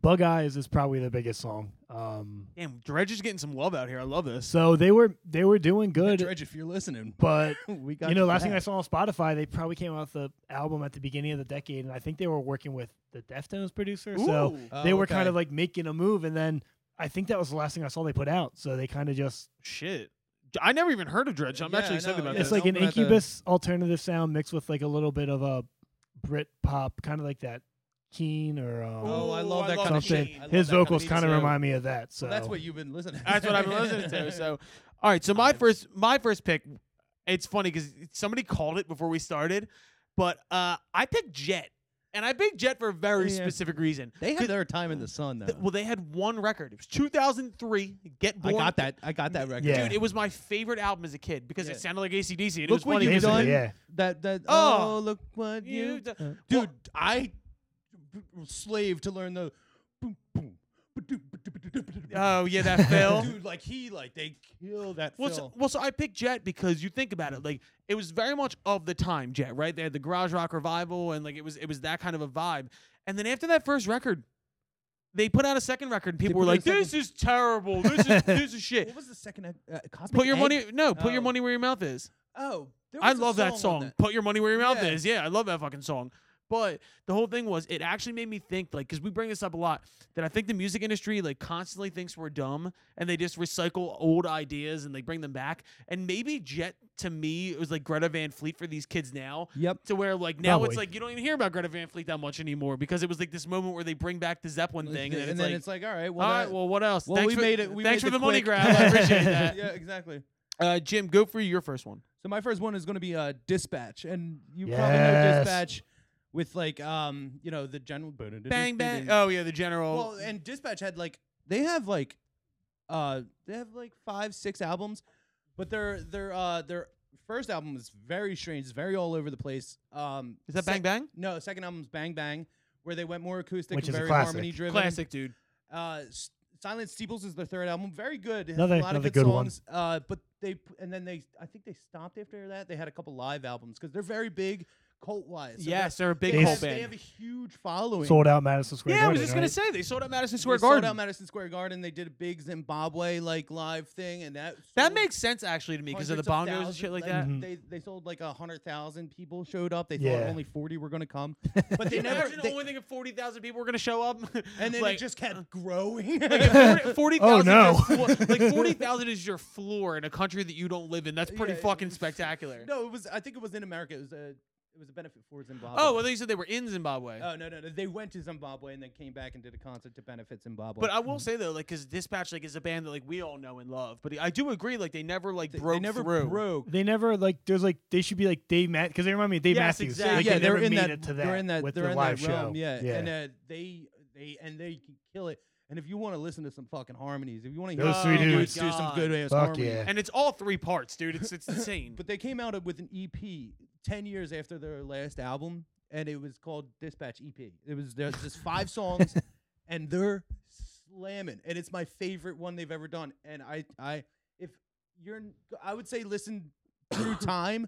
[SPEAKER 4] Bug Eyes is probably the biggest song. Um,
[SPEAKER 2] Damn, Dredge is getting some love out here. I love this.
[SPEAKER 4] so they were they were doing good,
[SPEAKER 3] Dredge, if you're listening,
[SPEAKER 4] but
[SPEAKER 3] we got
[SPEAKER 4] you know,
[SPEAKER 3] your
[SPEAKER 4] last thing I
[SPEAKER 3] back.
[SPEAKER 4] saw on Spotify, they probably came out with the album at the beginning of the decade, and I think they were working with the Deftones producer, so
[SPEAKER 2] Ooh.
[SPEAKER 3] Oh,
[SPEAKER 4] they were kind
[SPEAKER 3] okay.
[SPEAKER 4] of like making a move, and then I think that was the last thing I saw they put out. So they kind of just
[SPEAKER 2] Shit. I never even heard of Dredge. I'm
[SPEAKER 3] Yeah,
[SPEAKER 2] actually
[SPEAKER 3] I
[SPEAKER 2] excited
[SPEAKER 3] know,
[SPEAKER 2] about
[SPEAKER 3] yeah.
[SPEAKER 2] this.
[SPEAKER 4] it's like an
[SPEAKER 3] album at the-
[SPEAKER 4] Incubus alternative sound mixed with like a little bit of a Brit pop, kind of like that Keen or um,
[SPEAKER 3] Oh, I love
[SPEAKER 2] Ooh, I
[SPEAKER 3] that
[SPEAKER 2] love
[SPEAKER 3] kind of
[SPEAKER 2] Sheen.
[SPEAKER 3] shit.
[SPEAKER 4] something.
[SPEAKER 3] I love
[SPEAKER 4] His
[SPEAKER 3] that kind of
[SPEAKER 4] vocals
[SPEAKER 3] shit.
[SPEAKER 4] kind of
[SPEAKER 3] So-
[SPEAKER 4] remind me of that. So
[SPEAKER 3] Well, that's what you've been listening. to.
[SPEAKER 2] That's what I've been listening to. So, all right. So my first, my first pick. It's funny because somebody called it before we started, but uh, I picked Jet, and I picked Jet for a very
[SPEAKER 3] Yeah.
[SPEAKER 2] specific reason.
[SPEAKER 3] they had
[SPEAKER 2] 'Cause-
[SPEAKER 3] their time in the sun, though.
[SPEAKER 2] th- well, they had one record. It was 2003. Get
[SPEAKER 3] I
[SPEAKER 2] born.
[SPEAKER 3] got that. I got that record.
[SPEAKER 4] Yeah.
[SPEAKER 2] Dude, it was my favorite album as a kid because
[SPEAKER 3] Yeah.
[SPEAKER 2] it sounded like ACDC. And it was
[SPEAKER 3] look what
[SPEAKER 2] funny.
[SPEAKER 3] you've
[SPEAKER 2] because-
[SPEAKER 3] done.
[SPEAKER 4] Yeah.
[SPEAKER 3] That that.
[SPEAKER 2] Oh.
[SPEAKER 3] Oh, look what
[SPEAKER 2] You
[SPEAKER 3] you.
[SPEAKER 2] d- uh,
[SPEAKER 3] done.
[SPEAKER 2] Well-
[SPEAKER 3] Dude, I slave to learn the. Boom, boom. ba-doop, ba-doop, ba-doop, ba-doop,
[SPEAKER 2] Oh yeah, that fell.
[SPEAKER 3] Dude, like he like they kill that
[SPEAKER 2] Well, so,
[SPEAKER 3] Phil.
[SPEAKER 2] well, so I picked Jet because you think about it, like it was very much of the time Jet, right? They had the garage rock revival, and like it was it was that kind of a vibe. And then after that first record, they put out a second record, and people were
[SPEAKER 3] put out a
[SPEAKER 2] like, "This is terrible. This is this is shit."
[SPEAKER 3] What was the second? Uh, uh, Cosmic
[SPEAKER 2] Put your
[SPEAKER 3] Egg?
[SPEAKER 2] money no, put your
[SPEAKER 3] Oh.
[SPEAKER 2] money where your mouth is.
[SPEAKER 3] Oh, there
[SPEAKER 2] I
[SPEAKER 3] was a
[SPEAKER 2] love that
[SPEAKER 3] song
[SPEAKER 2] song.
[SPEAKER 3] on
[SPEAKER 2] Put your money where your mouth
[SPEAKER 3] Yeah.
[SPEAKER 2] is. Yeah, I love that fucking song. But the whole thing was, it actually made me think, like, because we bring this up a lot, that I think the music industry, like, constantly thinks we're dumb and they just recycle old ideas and they bring them back. And maybe Jet, to me, it was like Greta Van Fleet for these kids now.
[SPEAKER 3] Yep.
[SPEAKER 2] To where, like, now it's
[SPEAKER 4] Probably.
[SPEAKER 2] like you don't even hear about Greta Van Fleet that much anymore because it was like this moment where they bring back the Zeppelin thing. And, then it's like,
[SPEAKER 3] all right,
[SPEAKER 2] all right, well, what else?
[SPEAKER 3] well,
[SPEAKER 2] thanks
[SPEAKER 3] we
[SPEAKER 2] for,
[SPEAKER 3] made it- we
[SPEAKER 2] thanks
[SPEAKER 3] made
[SPEAKER 2] for
[SPEAKER 3] the
[SPEAKER 2] the money
[SPEAKER 3] quick-
[SPEAKER 2] grab. I appreciate that.
[SPEAKER 3] yeah, exactly.
[SPEAKER 2] uh, Jim, go for your first one.
[SPEAKER 3] So my first one is going to be uh, dispatch, and you probably know
[SPEAKER 4] Yes.
[SPEAKER 3] dispatch with like um, you know, the general
[SPEAKER 2] Bang, bang. Oh, yeah, the general.
[SPEAKER 3] Well, and dispatch had like they have like, uh, they have like five, six albums, but their their uh their first album is very strange. It's very all over the place. Um,
[SPEAKER 2] is that Bang Bang?
[SPEAKER 3] No, second album's Bang Bang, where they went more acoustic
[SPEAKER 4] Which
[SPEAKER 3] and
[SPEAKER 4] is a
[SPEAKER 3] very
[SPEAKER 4] classic.
[SPEAKER 3] harmony driven.
[SPEAKER 2] Classic, dude.
[SPEAKER 3] Uh, S- Silent Steeples is their third album. Very good. It has
[SPEAKER 4] Another-
[SPEAKER 3] a lot
[SPEAKER 4] another
[SPEAKER 3] of good,
[SPEAKER 4] good one.
[SPEAKER 3] songs. Uh, but they p- and then they I think they stopped after that. They had a couple live albums because they're very big cult wise.
[SPEAKER 2] yes, they're a big
[SPEAKER 3] they
[SPEAKER 4] They
[SPEAKER 2] cult
[SPEAKER 3] have, they have a
[SPEAKER 2] band.
[SPEAKER 3] huge following.
[SPEAKER 4] sold out Madison Square
[SPEAKER 2] Yeah, I
[SPEAKER 4] Garden.
[SPEAKER 2] was just gonna
[SPEAKER 4] right?
[SPEAKER 2] say they sold out Madison
[SPEAKER 3] They
[SPEAKER 2] Square
[SPEAKER 3] sold out
[SPEAKER 2] Garden.
[SPEAKER 3] Madison Square Garden. They did a big Zimbabwe like live thing, and that
[SPEAKER 2] That
[SPEAKER 3] sold
[SPEAKER 2] makes sense actually to me because of the
[SPEAKER 3] hundreds
[SPEAKER 2] bongos and
[SPEAKER 3] thousands-
[SPEAKER 2] shit like that.
[SPEAKER 4] Mhm.
[SPEAKER 3] They they sold like a hundred thousand people showed up. They
[SPEAKER 4] Yeah.
[SPEAKER 3] thought only forty were gonna come, but they
[SPEAKER 2] Can you
[SPEAKER 3] never.
[SPEAKER 2] imagine
[SPEAKER 3] they-
[SPEAKER 2] only thinking forty thousand people were gonna show up,
[SPEAKER 3] and then
[SPEAKER 2] like, uh,
[SPEAKER 3] it just kept growing.
[SPEAKER 2] Forty- Forty
[SPEAKER 4] Oh,
[SPEAKER 2] thousand. like forty thousand is your floor in a country that you don't live in. That's pretty
[SPEAKER 3] Yeah,
[SPEAKER 2] fucking
[SPEAKER 3] it-
[SPEAKER 2] spectacular.
[SPEAKER 3] No, it was. I think it was in America. It was. Uh, it was a benefit for Zimbabwe.
[SPEAKER 2] Oh, well, they said they were in Zimbabwe.
[SPEAKER 3] Oh no, no, no. They went to Zimbabwe and then came back and did a concert to benefit Zimbabwe.
[SPEAKER 2] but I will say though, like, because Dispatch like is a band that like we all know and love. But I do agree, like, they never like
[SPEAKER 3] They-
[SPEAKER 2] broke
[SPEAKER 3] they never
[SPEAKER 2] through.
[SPEAKER 3] broke.
[SPEAKER 4] They never like. There's like they should be like Dave Matt because they remind me of Dave
[SPEAKER 2] Yes,
[SPEAKER 4] Matthews.
[SPEAKER 2] exactly.
[SPEAKER 4] Like,
[SPEAKER 3] yeah,
[SPEAKER 4] they
[SPEAKER 3] they're
[SPEAKER 4] never
[SPEAKER 3] in
[SPEAKER 4] made
[SPEAKER 3] that.
[SPEAKER 4] it to that.
[SPEAKER 3] they're in that.
[SPEAKER 4] with
[SPEAKER 3] they're
[SPEAKER 4] their
[SPEAKER 3] in
[SPEAKER 4] live
[SPEAKER 3] that realm.
[SPEAKER 4] show.
[SPEAKER 3] Yeah.
[SPEAKER 4] yeah.
[SPEAKER 3] and uh, they they and they can kill it. And if you want to listen to some fucking harmonies, if you want to hear
[SPEAKER 4] Those three
[SPEAKER 3] some good
[SPEAKER 4] dudes.
[SPEAKER 3] dudes do some
[SPEAKER 2] God.
[SPEAKER 3] good ass
[SPEAKER 4] Fuck
[SPEAKER 3] harmonies.
[SPEAKER 4] yeah.
[SPEAKER 2] And it's all three parts, dude. It's it's insane.
[SPEAKER 3] But they came out with an EP ten years after their last album, and it was called Dispatch EP. It was there's just five songs, and they're slamming, and it's my favorite one they've ever done. And I, I, if you're, n- I would say listen through time,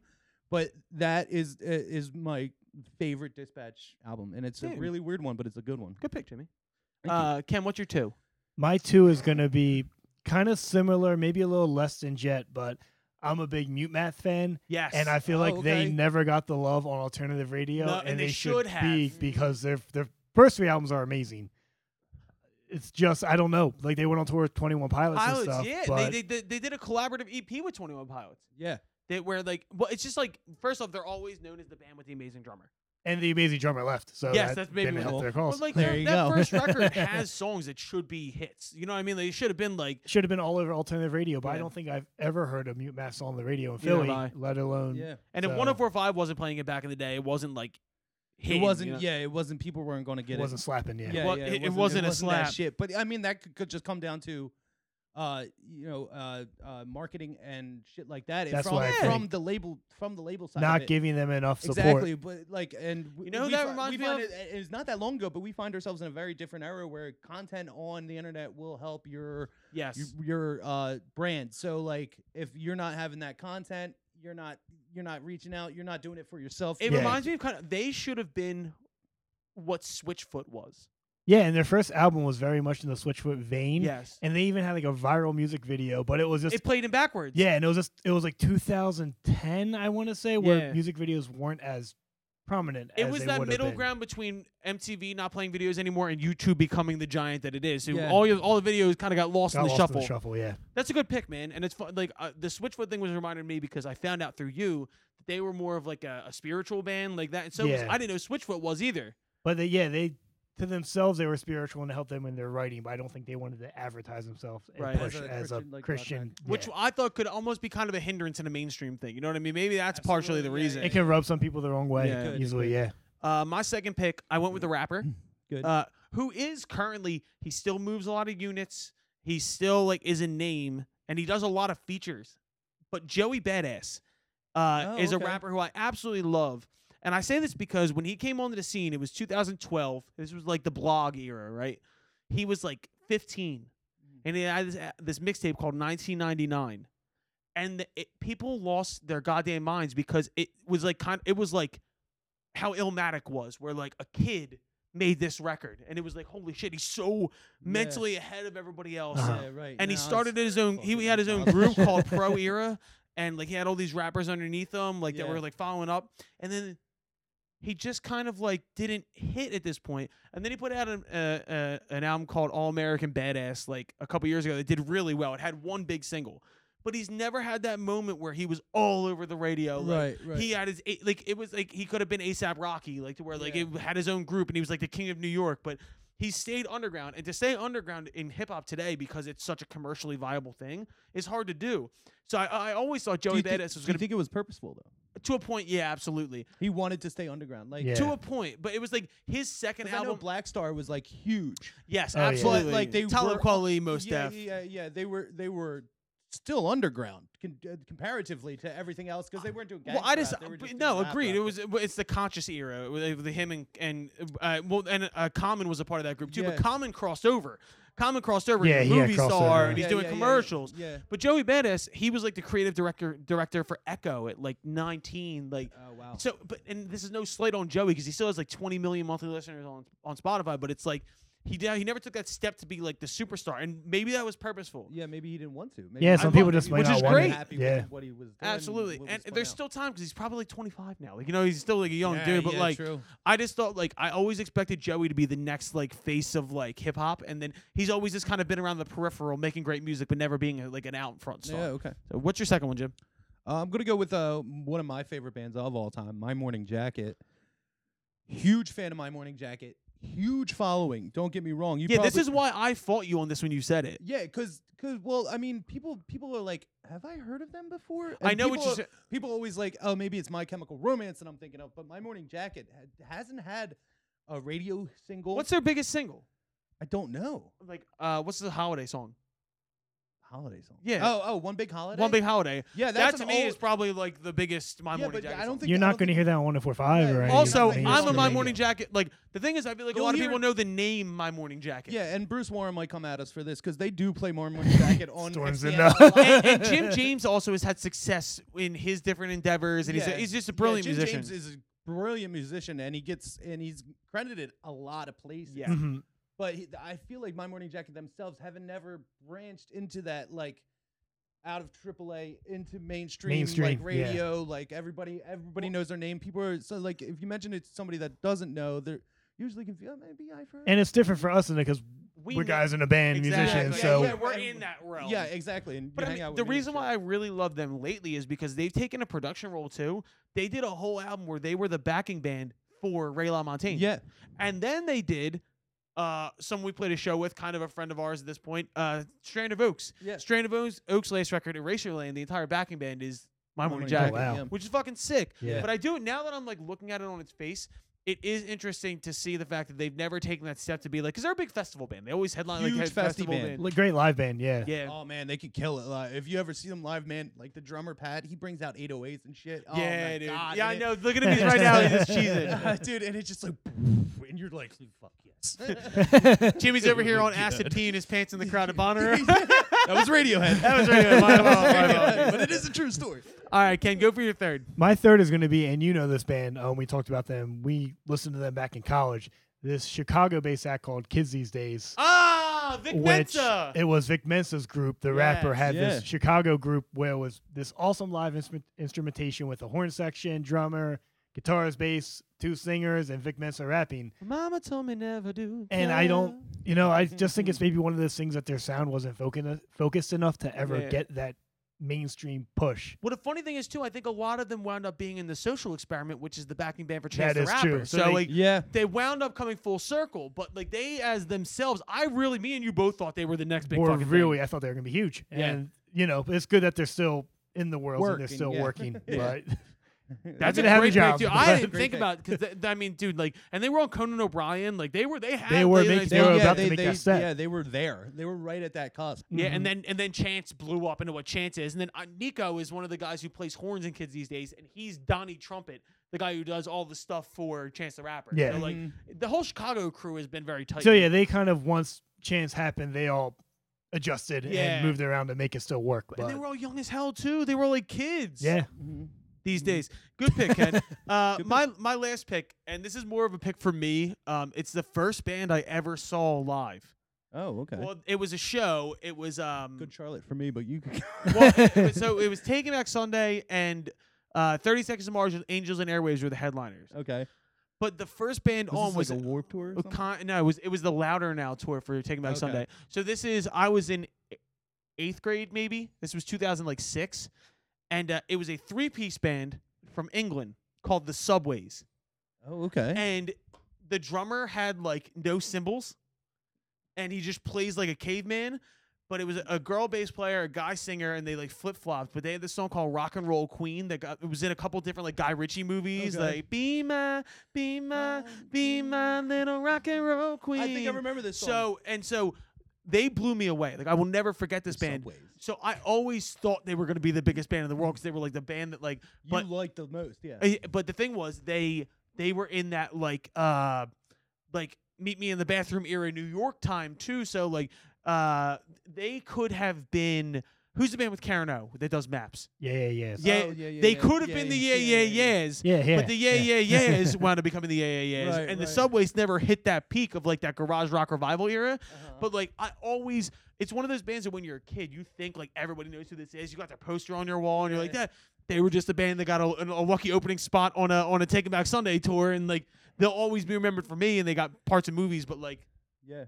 [SPEAKER 3] but that is uh, is my favorite Dispatch album, and it's a
[SPEAKER 2] Dude.
[SPEAKER 3] really weird one, but it's a good one.
[SPEAKER 2] Good pick, Jimmy.
[SPEAKER 3] Thank you.
[SPEAKER 2] Uh, Ken, what's your two?
[SPEAKER 4] My two is gonna be kind of similar, maybe a little less than Jet, but I'm a big Mute Math fan.
[SPEAKER 2] Yes.
[SPEAKER 4] And I feel like
[SPEAKER 3] Oh,
[SPEAKER 4] they
[SPEAKER 3] okay.
[SPEAKER 4] never got the love on alternative radio,
[SPEAKER 2] No,
[SPEAKER 4] and,
[SPEAKER 2] and they
[SPEAKER 4] they,
[SPEAKER 2] should
[SPEAKER 4] should,
[SPEAKER 2] have.
[SPEAKER 4] be because their their first three albums are amazing. It's just I don't know, like they went on tour with Twenty One Pilots,
[SPEAKER 2] Pilots,
[SPEAKER 4] and stuff.
[SPEAKER 2] yeah.
[SPEAKER 4] but
[SPEAKER 2] They, they, they they did a collaborative EP with Twenty One Pilots.
[SPEAKER 3] Yeah,
[SPEAKER 2] They where like well, it's just like first off, they're always known as the band with the amazing drummer.
[SPEAKER 4] and the amazing drummer left, so
[SPEAKER 2] Yes,
[SPEAKER 4] that
[SPEAKER 2] that's maybe
[SPEAKER 4] didn't
[SPEAKER 2] what-
[SPEAKER 4] help their
[SPEAKER 2] But
[SPEAKER 4] cause.
[SPEAKER 2] like
[SPEAKER 3] There
[SPEAKER 2] their-
[SPEAKER 3] you
[SPEAKER 2] that
[SPEAKER 3] go.
[SPEAKER 2] first record has songs that should be hits. You know what I mean? They should have been like
[SPEAKER 4] Should have been all over alternative radio, but I
[SPEAKER 2] Yeah.
[SPEAKER 4] don't think I've ever heard a Mute Math song on the radio in
[SPEAKER 2] Neither have
[SPEAKER 4] Philly,
[SPEAKER 2] I.
[SPEAKER 4] let alone
[SPEAKER 3] yeah.
[SPEAKER 2] and if
[SPEAKER 4] So-
[SPEAKER 2] 1045 wasn't playing it back in the day, it wasn't like
[SPEAKER 3] It
[SPEAKER 2] hitting,
[SPEAKER 3] wasn't.
[SPEAKER 2] you know?
[SPEAKER 3] Yeah, it wasn't. People weren't going to get
[SPEAKER 4] it
[SPEAKER 3] it.
[SPEAKER 4] wasn't slapping yet.
[SPEAKER 3] yeah,
[SPEAKER 2] Well,
[SPEAKER 3] yeah,
[SPEAKER 2] it- it
[SPEAKER 3] it,
[SPEAKER 2] wasn't
[SPEAKER 3] wasn't,
[SPEAKER 2] a
[SPEAKER 3] that
[SPEAKER 2] slap.
[SPEAKER 3] shit. But I mean, that could, could just come down to, uh, you know, uh, uh, marketing and shit like that. And
[SPEAKER 4] That's
[SPEAKER 3] from,
[SPEAKER 4] what I
[SPEAKER 3] from
[SPEAKER 4] think.
[SPEAKER 3] the label, from the label side. of
[SPEAKER 4] Not
[SPEAKER 3] it.
[SPEAKER 4] giving them enough support.
[SPEAKER 3] Exactly, but like, and w-
[SPEAKER 2] You know who
[SPEAKER 3] we
[SPEAKER 2] that
[SPEAKER 3] fi-
[SPEAKER 2] reminds
[SPEAKER 3] we
[SPEAKER 2] me
[SPEAKER 3] find
[SPEAKER 2] of?
[SPEAKER 3] It, it's not that long ago, but we find ourselves in a very different era where content on the internet will help your
[SPEAKER 2] Yes.
[SPEAKER 3] your, your uh, brand. So like, if you're not having that content, you're not you're not reaching out. You're not doing it for yourself.
[SPEAKER 2] it
[SPEAKER 4] Yeah.
[SPEAKER 2] reminds me of kind of they should have been what Switchfoot was.
[SPEAKER 4] Yeah, and their first album was very much in the Switchfoot vein.
[SPEAKER 2] Yes.
[SPEAKER 4] And they even had like a viral music video, but it was just
[SPEAKER 2] It played in backwards.
[SPEAKER 4] yeah, and it was just it was like 2010, I want to say, where
[SPEAKER 2] Yeah.
[SPEAKER 4] music videos weren't as prominent.
[SPEAKER 2] It
[SPEAKER 4] as
[SPEAKER 2] was
[SPEAKER 4] they
[SPEAKER 2] that
[SPEAKER 4] would've
[SPEAKER 2] middle
[SPEAKER 4] been.
[SPEAKER 2] ground between MTV not playing videos anymore and YouTube becoming the giant that it is. So
[SPEAKER 3] Yeah.
[SPEAKER 2] all your, all the videos kind of got lost,
[SPEAKER 4] Got
[SPEAKER 2] in, the
[SPEAKER 4] lost
[SPEAKER 2] shuffle.
[SPEAKER 4] in the shuffle. Yeah,
[SPEAKER 2] That's a good pick, man. And it's fun, like uh, the Switchfoot thing was reminding me because I found out through you that they were more of like a, a spiritual band like that. And so was-
[SPEAKER 4] Yeah.
[SPEAKER 2] I didn't know Switchfoot was either.
[SPEAKER 4] but they, yeah, they to themselves they were spiritual and helped them in their writing, but I don't think they wanted to advertise themselves and
[SPEAKER 2] Right. As
[SPEAKER 4] push
[SPEAKER 3] a
[SPEAKER 4] as a
[SPEAKER 3] Christian,
[SPEAKER 4] Christian.
[SPEAKER 3] like,
[SPEAKER 2] Which
[SPEAKER 4] yeah.
[SPEAKER 2] I thought could almost be kind of a hindrance in a mainstream thing. You know what I mean? Maybe that's partially the
[SPEAKER 3] Absolutely, yeah,
[SPEAKER 2] reason.
[SPEAKER 3] yeah,
[SPEAKER 4] it can rub some people the wrong way
[SPEAKER 2] Yeah. It could,
[SPEAKER 3] it could.
[SPEAKER 4] easily. Yeah,
[SPEAKER 2] Uh, my second pick, I went with the rapper.
[SPEAKER 3] Mm, Good.
[SPEAKER 2] Uh, who is currently he still moves a lot of units. He still like is a name and he does a lot of features. But Joey Badass uh,
[SPEAKER 3] Oh,
[SPEAKER 2] is
[SPEAKER 3] okay.
[SPEAKER 2] a rapper who I absolutely love. And I say this because when he came onto the scene, it was 2012. This was like the blog era, right? He was like 15,
[SPEAKER 3] Mm.
[SPEAKER 2] and he had this, uh, this mixtape called 1999, and it, people lost their goddamn minds because it was like kind. It was like how Illmatic was, where like a kid made this record, and it was like, holy shit, he's so mentally ahead of everybody else.
[SPEAKER 4] Uh-huh.
[SPEAKER 3] Yeah, right.
[SPEAKER 2] And he
[SPEAKER 3] No, it's-
[SPEAKER 2] started his own. He, he had his own
[SPEAKER 3] fucking
[SPEAKER 2] group called Pro Era, and like he had all these rappers underneath him, like that
[SPEAKER 3] Yeah.
[SPEAKER 2] were like following up. And then he just kind of like didn't hit at this point. And then he put out an uh, uh, an album called All American Badass like a couple years ago that did really well. It had one big single, but he's never had that moment where he was all over the radio. Like,
[SPEAKER 3] Right, right.
[SPEAKER 2] He had his a- like it was like he could have been ASAP Rocky like to where like
[SPEAKER 3] Yeah.
[SPEAKER 2] it had his own group and he was like the king of New York, but he stayed underground and to stay underground in hip hop today because it's such a commercially viable thing is hard to do. So I, I always thought
[SPEAKER 3] Do
[SPEAKER 2] Joey
[SPEAKER 3] you think-
[SPEAKER 2] Badass was
[SPEAKER 3] do
[SPEAKER 2] going
[SPEAKER 3] you
[SPEAKER 2] to
[SPEAKER 3] think it was purposeful though?
[SPEAKER 2] to a point, yeah, absolutely,
[SPEAKER 3] He wanted to stay underground. Like
[SPEAKER 4] Yeah.
[SPEAKER 2] to a point. But it was like his second
[SPEAKER 3] 'Cause I know
[SPEAKER 2] album.
[SPEAKER 3] Black Star was like huge.
[SPEAKER 2] Yes,
[SPEAKER 4] Oh, yeah.
[SPEAKER 2] absolutely.
[SPEAKER 3] But, like, they
[SPEAKER 2] Talib
[SPEAKER 3] were-
[SPEAKER 2] Kweli, most
[SPEAKER 3] yeah,
[SPEAKER 2] def.
[SPEAKER 3] yeah, yeah. They were they were still underground con- uh, comparatively to everything else because they weren't doing.
[SPEAKER 2] Well, I
[SPEAKER 3] gangsta
[SPEAKER 2] just,
[SPEAKER 3] rap, they were
[SPEAKER 2] but
[SPEAKER 3] just
[SPEAKER 2] no,
[SPEAKER 3] doing rap
[SPEAKER 2] agreed. It
[SPEAKER 3] rap.
[SPEAKER 2] was it's the conscious era with with him and and uh, well and uh, Common was a part of that group too.
[SPEAKER 3] Yeah.
[SPEAKER 2] But Common crossed over. Common crossed over. he's
[SPEAKER 4] Yeah,
[SPEAKER 2] a
[SPEAKER 4] he had
[SPEAKER 2] movie
[SPEAKER 4] crossed
[SPEAKER 2] star
[SPEAKER 4] over.
[SPEAKER 2] and he's
[SPEAKER 3] Yeah,
[SPEAKER 2] doing
[SPEAKER 3] yeah, yeah, yeah.
[SPEAKER 2] commercials.
[SPEAKER 3] Yeah.
[SPEAKER 2] But Joey Badass, he was like the creative director director for Echo at like 19. Like
[SPEAKER 3] Oh wow.
[SPEAKER 2] So, but and this is no slight on Joey because he still has like 20 million monthly listeners on on Spotify. But it's like he did, he never took that step to be like the superstar, and maybe that was purposeful.
[SPEAKER 3] yeah, maybe he didn't want to. Maybe
[SPEAKER 4] Yeah,
[SPEAKER 3] he
[SPEAKER 4] some
[SPEAKER 3] didn't
[SPEAKER 4] people
[SPEAKER 3] want-
[SPEAKER 4] just
[SPEAKER 3] maybe
[SPEAKER 4] might
[SPEAKER 3] he
[SPEAKER 2] not
[SPEAKER 3] wasn't
[SPEAKER 2] want it.
[SPEAKER 3] happy with
[SPEAKER 4] Yeah.
[SPEAKER 3] what he was doing and
[SPEAKER 2] Absolutely,
[SPEAKER 3] what
[SPEAKER 2] and
[SPEAKER 3] was put
[SPEAKER 2] there's
[SPEAKER 3] out.
[SPEAKER 2] still time because he's probably like 25 now. Like you know, he's still like a young
[SPEAKER 3] Yeah,
[SPEAKER 2] dude. But
[SPEAKER 3] yeah,
[SPEAKER 2] like,
[SPEAKER 3] true.
[SPEAKER 2] I just thought like I always expected Joey to be the next like face of like hip hop, and then he's always just kind of been around the peripheral, making great music, but never being a, like an out front star.
[SPEAKER 3] yeah, okay.
[SPEAKER 2] So what's your second one, Jim?
[SPEAKER 3] Uh, Uh, I'm gonna go with uh, one of my favorite bands of all time, My Morning Jacket. Huge fan of My Morning Jacket. Huge following. Don't get me wrong. You
[SPEAKER 2] yeah, this
[SPEAKER 3] probably-
[SPEAKER 2] is why I fought you on this when you said it.
[SPEAKER 3] yeah, cause, 'cause, well, I mean, people, people are like, have I heard of them before?
[SPEAKER 2] I
[SPEAKER 3] And
[SPEAKER 2] know what
[SPEAKER 3] people-
[SPEAKER 2] you said.
[SPEAKER 3] People always like, oh, maybe it's My Chemical Romance, and I'm thinking of, but My Morning Jacket ha- hasn't had a radio single.
[SPEAKER 2] What's their biggest single?
[SPEAKER 3] I don't know.
[SPEAKER 2] Like, uh, what's the holiday song?
[SPEAKER 3] Holiday song.
[SPEAKER 2] Yeah.
[SPEAKER 3] Oh, oh, one big holiday.
[SPEAKER 2] One big holiday.
[SPEAKER 3] Yeah,
[SPEAKER 2] that
[SPEAKER 3] that's
[SPEAKER 2] to
[SPEAKER 3] an
[SPEAKER 2] me
[SPEAKER 3] old-
[SPEAKER 2] is probably like the biggest My
[SPEAKER 3] Yeah,
[SPEAKER 2] Morning
[SPEAKER 3] but
[SPEAKER 2] Jacket.
[SPEAKER 3] I don't
[SPEAKER 2] song.
[SPEAKER 3] think
[SPEAKER 4] You're
[SPEAKER 3] I
[SPEAKER 4] not
[SPEAKER 3] don't
[SPEAKER 4] going to
[SPEAKER 3] think-
[SPEAKER 4] hear that on 1045
[SPEAKER 3] Yeah,
[SPEAKER 4] or anything.
[SPEAKER 2] Also,
[SPEAKER 3] not
[SPEAKER 4] It's
[SPEAKER 3] big
[SPEAKER 2] I'm
[SPEAKER 3] on
[SPEAKER 2] a
[SPEAKER 3] the
[SPEAKER 2] My
[SPEAKER 3] radio.
[SPEAKER 2] Morning Jacket. Like the thing is, I feel like a
[SPEAKER 3] You'll
[SPEAKER 2] lot of
[SPEAKER 3] hear
[SPEAKER 2] people
[SPEAKER 3] it-
[SPEAKER 2] know the name My Morning Jacket.
[SPEAKER 3] Yeah, and Bruce Warren might come at us for this because they do play more and more jacket on
[SPEAKER 4] Storms
[SPEAKER 3] XCN
[SPEAKER 4] in
[SPEAKER 3] a
[SPEAKER 4] the-
[SPEAKER 3] lot.
[SPEAKER 2] and, and Jim James also has had success in his different endeavors, and he's
[SPEAKER 3] Yeah.
[SPEAKER 2] a, he's just a
[SPEAKER 3] Yeah,
[SPEAKER 2] brilliant
[SPEAKER 3] Jim
[SPEAKER 2] musician.
[SPEAKER 3] James is a brilliant musician, and he gets and he's credited a lot of places.
[SPEAKER 2] Yeah.
[SPEAKER 4] Mhm.
[SPEAKER 3] but he, I feel like My Morning Jacket themselves haven't never branched into that like out of AAA into mainstream,
[SPEAKER 4] Mainstream,
[SPEAKER 3] like
[SPEAKER 4] yeah.
[SPEAKER 3] radio. Like everybody, everybody knows their name. People are so like if you mention it to somebody that doesn't know, they're usually confused. Oh, maybe I've heard.
[SPEAKER 4] And it's different for us because
[SPEAKER 2] We
[SPEAKER 4] we are
[SPEAKER 2] know-
[SPEAKER 4] guys in a band, musicians.
[SPEAKER 2] Yeah,
[SPEAKER 4] so
[SPEAKER 2] yeah, we're in that realm.
[SPEAKER 3] yeah, exactly. And
[SPEAKER 2] But
[SPEAKER 3] you
[SPEAKER 2] I
[SPEAKER 3] hang out
[SPEAKER 2] mean,
[SPEAKER 3] with
[SPEAKER 2] the
[SPEAKER 3] me and
[SPEAKER 2] reason
[SPEAKER 3] shit.
[SPEAKER 2] why I really love them lately is because they've taken a production role too. They did a whole album where they were the backing band for Ray LaMontagne.
[SPEAKER 3] yeah,
[SPEAKER 2] And then they did uh someone we played a show with, kind of a friend of ours at this point, uh Strand of Oaks.
[SPEAKER 3] Yeah.
[SPEAKER 2] Strand of Oaks Oaks latest record, Eraser Lane, the entire backing band is My Morning Jacket.
[SPEAKER 4] Jacket. Wow.
[SPEAKER 3] yeah.
[SPEAKER 2] Which is fucking sick.
[SPEAKER 4] Yeah.
[SPEAKER 2] But I do now that I'm like looking at it on its face, it is interesting to see the fact that they've never taken that step to be like, because they're a big festival band. They always headline like
[SPEAKER 3] Huge
[SPEAKER 2] head
[SPEAKER 3] festi
[SPEAKER 2] festival
[SPEAKER 3] band.
[SPEAKER 2] band.
[SPEAKER 4] Li- great live band, yeah.
[SPEAKER 2] Yeah.
[SPEAKER 3] Oh man, they could kill it live. If you ever see them live, man, like the drummer Pat, he brings out 808s and shit. Oh,
[SPEAKER 2] yeah,
[SPEAKER 3] my
[SPEAKER 2] dude.
[SPEAKER 3] God,
[SPEAKER 2] yeah, I
[SPEAKER 3] and
[SPEAKER 2] know. Look at him he's right now. He's just cheesing.
[SPEAKER 3] It, dude, and it's just like, and you're like, fuck yes. that
[SPEAKER 2] Jimmy's over here on acid peeing his pants in the crowd of Bonner.
[SPEAKER 3] was Radiohead.
[SPEAKER 2] That was Radiohead. My fault, my fault.
[SPEAKER 3] but it is a true story.
[SPEAKER 2] All right, Ken, go for your third.
[SPEAKER 4] My third is going to be, and you know this band. Um, we talked about them. We listened to them back in college. This Chicago-based act called Kids These Days,
[SPEAKER 2] Ah, Vic
[SPEAKER 4] which
[SPEAKER 2] Mensa.
[SPEAKER 4] it was Vic Mensa's group. The rapper
[SPEAKER 2] Yes.
[SPEAKER 4] had
[SPEAKER 3] Yeah.
[SPEAKER 4] this Chicago group where it was this awesome live instru- instrumentation with a horn section, drummer, guitarist, bass, two singers, and Vic Mensa rapping.
[SPEAKER 2] Mama told me never do.
[SPEAKER 4] And I don't, you know, I just think it's maybe one of those things that their sound wasn't focused focused enough to ever
[SPEAKER 2] Yeah.
[SPEAKER 4] get that mainstream push.
[SPEAKER 2] Well, the funny thing is too, I think a lot of them wound up being in the social experiment, which is the backing band for Chance
[SPEAKER 4] That
[SPEAKER 2] the
[SPEAKER 4] is
[SPEAKER 2] Rapper.
[SPEAKER 4] true.
[SPEAKER 2] So,
[SPEAKER 4] So they-
[SPEAKER 2] like,
[SPEAKER 3] Yeah.
[SPEAKER 2] they wound up coming full circle. But like they, as themselves, I really, me and you both thought they were the next big
[SPEAKER 4] were
[SPEAKER 2] fucking
[SPEAKER 4] really,
[SPEAKER 2] thing.
[SPEAKER 4] I thought they were going to be huge.
[SPEAKER 2] Yeah.
[SPEAKER 4] And, you know, it's good that they're still in the world and
[SPEAKER 3] Working,
[SPEAKER 4] they're still
[SPEAKER 3] yeah.
[SPEAKER 4] working.
[SPEAKER 3] Yeah.
[SPEAKER 4] But
[SPEAKER 2] That's
[SPEAKER 4] They
[SPEAKER 2] a
[SPEAKER 4] did a heavy
[SPEAKER 2] great
[SPEAKER 4] job,
[SPEAKER 2] breakthrough.
[SPEAKER 4] but-
[SPEAKER 2] I didn't
[SPEAKER 3] Great
[SPEAKER 2] think
[SPEAKER 3] thing.
[SPEAKER 2] about because I mean, dude, like, and they were on Conan O'Brien. Like they were, they had. uh,
[SPEAKER 4] They were
[SPEAKER 2] late
[SPEAKER 4] making-
[SPEAKER 2] night
[SPEAKER 4] They were
[SPEAKER 2] stuff.
[SPEAKER 4] about to make that step.
[SPEAKER 3] Yeah, they were there. They were right at that cusp.
[SPEAKER 2] Yeah,
[SPEAKER 4] Mm-hmm.
[SPEAKER 2] and then and then Chance blew up into what Chance is, and then uh, Nico is one of the guys who plays horns in kids these days, and he's Donnie Trumpet, the guy who does all the stuff for Chance the Rapper.
[SPEAKER 4] Yeah. Mm-hmm.
[SPEAKER 2] so,
[SPEAKER 3] Mm-hmm.
[SPEAKER 2] like the whole Chicago crew has been very tight.
[SPEAKER 4] so, yeah, they kind of, once chance happened, they all adjusted
[SPEAKER 2] Yeah.
[SPEAKER 4] and moved around to make it still work.
[SPEAKER 2] and they
[SPEAKER 4] but-
[SPEAKER 2] were all young as hell too. They were all, like kids.
[SPEAKER 4] yeah.
[SPEAKER 3] Mm-hmm.
[SPEAKER 2] these days. Good pick, Ken. Uh, my my last pick, and this is more of a pick for me. Um, it's the first band I ever saw live.
[SPEAKER 3] Oh, okay.
[SPEAKER 2] Well, it was a show. It was um,
[SPEAKER 3] Good Charlotte for me, but you could.
[SPEAKER 2] well, it- it- so it was Taking Back Sunday and uh, 30 Seconds to Mars, Angels and Airwaves were the headliners.
[SPEAKER 3] okay.
[SPEAKER 2] But the first band
[SPEAKER 3] Oh. Was
[SPEAKER 2] on
[SPEAKER 3] this
[SPEAKER 2] was
[SPEAKER 3] like a warp tour? Or
[SPEAKER 2] a
[SPEAKER 3] something?
[SPEAKER 2] con- no, it was it was the Louder Now tour for Taking Back
[SPEAKER 3] Okay.
[SPEAKER 2] Sunday. So this is I was in e- eighth grade maybe. This was 2006, and uh, it was a three piece band from England called the Subways,
[SPEAKER 3] oh, okay.
[SPEAKER 2] and the drummer had like no cymbals, and he just plays like a caveman. But it was a- a girl bass player, a guy singer, and they like flip flopped. But they had this song called "Rock and Roll Queen" that got it was in a couple different like Guy Ritchie movies,
[SPEAKER 3] Okay.
[SPEAKER 2] like "Be My, Be My, Be My Little Rock and Roll Queen."
[SPEAKER 3] I think I remember this. song.
[SPEAKER 2] So and so they blew me away. Like I will never forget this
[SPEAKER 3] The
[SPEAKER 2] band.
[SPEAKER 3] Subways.
[SPEAKER 2] So I always thought they were going to be the biggest band in the world because they were like the band that like.
[SPEAKER 3] you
[SPEAKER 2] But
[SPEAKER 3] liked the most, yeah.
[SPEAKER 2] uh, but the thing was they they were in that like uh like meet me in the bathroom era New York time too. So like uh they could have been. Who's the band with Karen O that does maps?
[SPEAKER 4] Yeah, yeah, yeah.
[SPEAKER 2] Yeah,
[SPEAKER 3] Oh, yeah, yeah,
[SPEAKER 2] they
[SPEAKER 3] yeah,
[SPEAKER 2] could have
[SPEAKER 3] yeah,
[SPEAKER 2] been the yeah yeah
[SPEAKER 3] yeah, yeah, yeah, yeah.
[SPEAKER 2] yeahs.
[SPEAKER 4] Yeah, yeah.
[SPEAKER 2] But the yeah yeah yeahs wound up becoming the yeah yeah yeahs,
[SPEAKER 3] Right,
[SPEAKER 2] and
[SPEAKER 3] right.
[SPEAKER 2] the subways never hit that peak of like that garage rock revival era.
[SPEAKER 3] Uh-huh.
[SPEAKER 2] But like I always, it's one of those bands that when you're a kid, you think like everybody knows who this is. You got their poster on your wall, and you're like that. They were just a band that got a, an- a lucky opening spot on a on a Taking Back Sunday tour, and like they'll always be remembered for me. And they got parts of movies, but like
[SPEAKER 3] Yeah.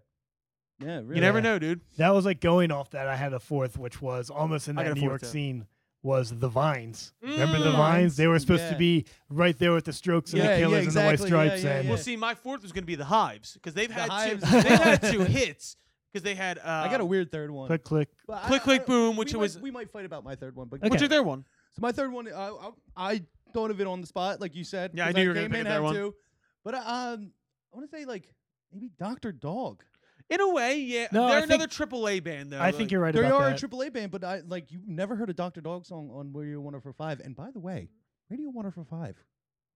[SPEAKER 3] Yeah, really.
[SPEAKER 2] you never know, dude.
[SPEAKER 4] That was like going off that I had a fourth, which was almost in
[SPEAKER 2] I got
[SPEAKER 4] that
[SPEAKER 2] a
[SPEAKER 4] New
[SPEAKER 2] fourth,
[SPEAKER 4] York
[SPEAKER 2] too. Mm.
[SPEAKER 4] scene. was the Vines. Remember the Vines? They were supposed
[SPEAKER 3] Yeah.
[SPEAKER 4] to be right there with the Strokes and
[SPEAKER 3] Yeah,
[SPEAKER 4] the
[SPEAKER 3] yeah,
[SPEAKER 4] Killers and the
[SPEAKER 3] exactly. Yeah,
[SPEAKER 4] White Stripes.
[SPEAKER 3] yeah,
[SPEAKER 4] and
[SPEAKER 3] yeah.
[SPEAKER 2] Well, see, my fourth was going to be the Hives because they've had
[SPEAKER 3] Hives.
[SPEAKER 2] two. They've had two hits because they had. Uh,
[SPEAKER 3] I got a weird third one.
[SPEAKER 4] click, click.
[SPEAKER 3] But I-
[SPEAKER 2] Click,
[SPEAKER 3] I-
[SPEAKER 2] click,
[SPEAKER 3] I-
[SPEAKER 2] boom,
[SPEAKER 3] we
[SPEAKER 2] which
[SPEAKER 3] might-
[SPEAKER 2] was-
[SPEAKER 3] we might fight about my third one, but
[SPEAKER 4] Okay.
[SPEAKER 2] What's your third one?
[SPEAKER 3] So my third one, I, I, I thought of it on the spot, like you said.
[SPEAKER 2] Yeah, I
[SPEAKER 3] 'cause
[SPEAKER 2] knew you were gonna
[SPEAKER 3] came
[SPEAKER 2] pick
[SPEAKER 3] in,
[SPEAKER 2] a third
[SPEAKER 3] had
[SPEAKER 2] one.
[SPEAKER 3] to. But uh, um, I want to say like maybe Doctor Dog.
[SPEAKER 2] In a way, yeah.
[SPEAKER 4] No,
[SPEAKER 2] They're
[SPEAKER 4] I think-
[SPEAKER 2] another AAA band, though.
[SPEAKER 4] I think you're right
[SPEAKER 3] They
[SPEAKER 4] about
[SPEAKER 3] are
[SPEAKER 4] that.
[SPEAKER 3] a AAA band, but I like you never heard a Doctor Dog song on Radio 104.5. And by the way, Radio 104.5,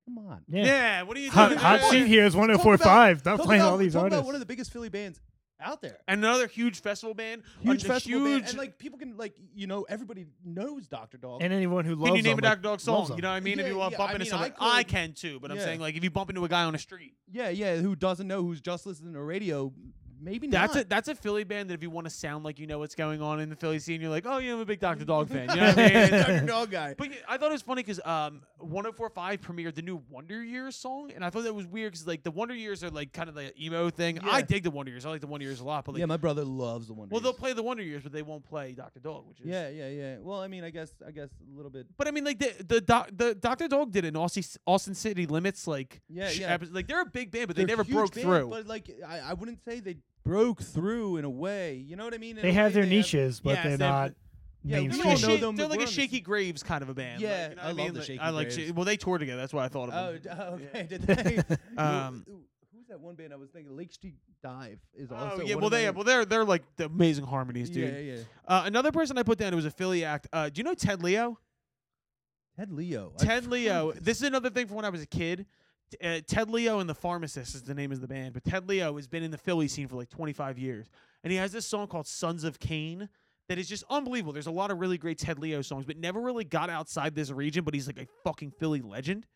[SPEAKER 3] come on.
[SPEAKER 2] Yeah.
[SPEAKER 4] yeah.
[SPEAKER 2] what are you
[SPEAKER 4] Hot,
[SPEAKER 2] doing?
[SPEAKER 4] hot
[SPEAKER 2] there?
[SPEAKER 4] seat here is
[SPEAKER 2] oh
[SPEAKER 3] Talk
[SPEAKER 4] 104.5. Stop
[SPEAKER 3] talk
[SPEAKER 4] playing
[SPEAKER 3] about-
[SPEAKER 4] all these
[SPEAKER 3] talk
[SPEAKER 4] artists.
[SPEAKER 3] About one of the biggest Philly bands out there.
[SPEAKER 2] And another huge festival band.
[SPEAKER 3] Huge
[SPEAKER 2] under
[SPEAKER 3] festival
[SPEAKER 2] huge,
[SPEAKER 3] band, and like people can like you know everybody knows Doctor Dog.
[SPEAKER 4] and anyone who loves
[SPEAKER 2] Can you name
[SPEAKER 4] them,
[SPEAKER 2] a
[SPEAKER 4] like,
[SPEAKER 2] Dog Dog
[SPEAKER 4] loves
[SPEAKER 2] song? You
[SPEAKER 4] them.
[SPEAKER 2] know what I mean? if
[SPEAKER 3] Yeah,
[SPEAKER 2] you want
[SPEAKER 3] yeah,
[SPEAKER 2] to bump
[SPEAKER 3] I
[SPEAKER 2] into
[SPEAKER 3] mean,
[SPEAKER 2] someone,
[SPEAKER 3] I
[SPEAKER 2] I
[SPEAKER 3] could-
[SPEAKER 2] can too. But I'm
[SPEAKER 3] Yeah.
[SPEAKER 2] saying, like, if you bump into a guy on the street,
[SPEAKER 3] yeah, yeah, who doesn't know? Who's just listening to radio? Maybe
[SPEAKER 2] that's
[SPEAKER 3] not.
[SPEAKER 2] a that's a Philly band that if you want to sound like you know what's going on in the Philly scene, you're like, oh, yeah, I'm a big Dr. Dog fan. You know what I mean? It's-
[SPEAKER 3] Doctor Dog guy.
[SPEAKER 2] But yeah, I thought it was funny because um, 104.5 premiered the new Wonder Years song, and I thought that was weird because like the Wonder Years are like kind of like emo thing. I
[SPEAKER 3] Yeah.
[SPEAKER 2] dig the Wonder Years. I like the Wonder Years a lot, but like,
[SPEAKER 3] yeah, my brother loves the Wonder.
[SPEAKER 2] well, they'll
[SPEAKER 3] Years.
[SPEAKER 2] play the Wonder Years, but they won't play Doctor Dog, which is
[SPEAKER 3] Yeah, yeah, yeah. Well, I mean, I guess, I guess a little bit.
[SPEAKER 2] But I mean, like the the doc, the Doctor Dog did an Austin Austin City Limits like
[SPEAKER 3] Yeah,
[SPEAKER 2] sh-
[SPEAKER 3] yeah.
[SPEAKER 2] epi- like they're a big band, but they
[SPEAKER 3] They're
[SPEAKER 2] never
[SPEAKER 3] huge
[SPEAKER 2] broke
[SPEAKER 3] band,
[SPEAKER 2] through.
[SPEAKER 3] But like, I, I wouldn't say they broke through in a way. You know what I mean? In
[SPEAKER 4] They
[SPEAKER 3] a
[SPEAKER 4] have
[SPEAKER 3] way,
[SPEAKER 4] their niches, but
[SPEAKER 2] Yes,
[SPEAKER 4] they're
[SPEAKER 2] they have-
[SPEAKER 4] not
[SPEAKER 3] Yeah, we all
[SPEAKER 2] they're
[SPEAKER 4] mainstream.
[SPEAKER 2] like, a,
[SPEAKER 3] don't know
[SPEAKER 2] sha-
[SPEAKER 3] them,
[SPEAKER 2] they're
[SPEAKER 3] but
[SPEAKER 2] like
[SPEAKER 3] we're
[SPEAKER 2] a
[SPEAKER 3] on the-
[SPEAKER 2] Shaky Graves kind of a band. like,
[SPEAKER 3] Yeah,
[SPEAKER 2] you know what
[SPEAKER 3] I
[SPEAKER 2] I, mean?
[SPEAKER 3] love the
[SPEAKER 2] Like,
[SPEAKER 3] Shaky
[SPEAKER 2] I like.
[SPEAKER 3] Graves.
[SPEAKER 2] Sha- well, they toured together. That's why I thought of
[SPEAKER 3] Oh,
[SPEAKER 2] them.
[SPEAKER 3] d- okay. Did they?
[SPEAKER 2] Um,
[SPEAKER 3] who- Who's that one band I was thinking? Lake Street Dive is
[SPEAKER 2] Oh,
[SPEAKER 3] also.
[SPEAKER 2] yeah,
[SPEAKER 3] one
[SPEAKER 2] well
[SPEAKER 3] of my-
[SPEAKER 2] they well they're they're like the amazing harmonies, dude.
[SPEAKER 3] Yeah, yeah.
[SPEAKER 2] Uh, another person I put down who was a Philly act. Uh, do you know Ted Leo?
[SPEAKER 3] Ted Leo. I've
[SPEAKER 2] Ted
[SPEAKER 3] heard
[SPEAKER 2] Leo.
[SPEAKER 3] this.
[SPEAKER 2] This is another thing from when I was a kid. T- Uh, Ted Leo and the Pharmacist is the name of the band, but Ted Leo has been in the Philly scene for like 25 years, and he has this song called "Sons of Cain" that is just unbelievable. There's a lot of really great Ted Leo songs, but never really got outside this region. But he's like a fucking Philly legend,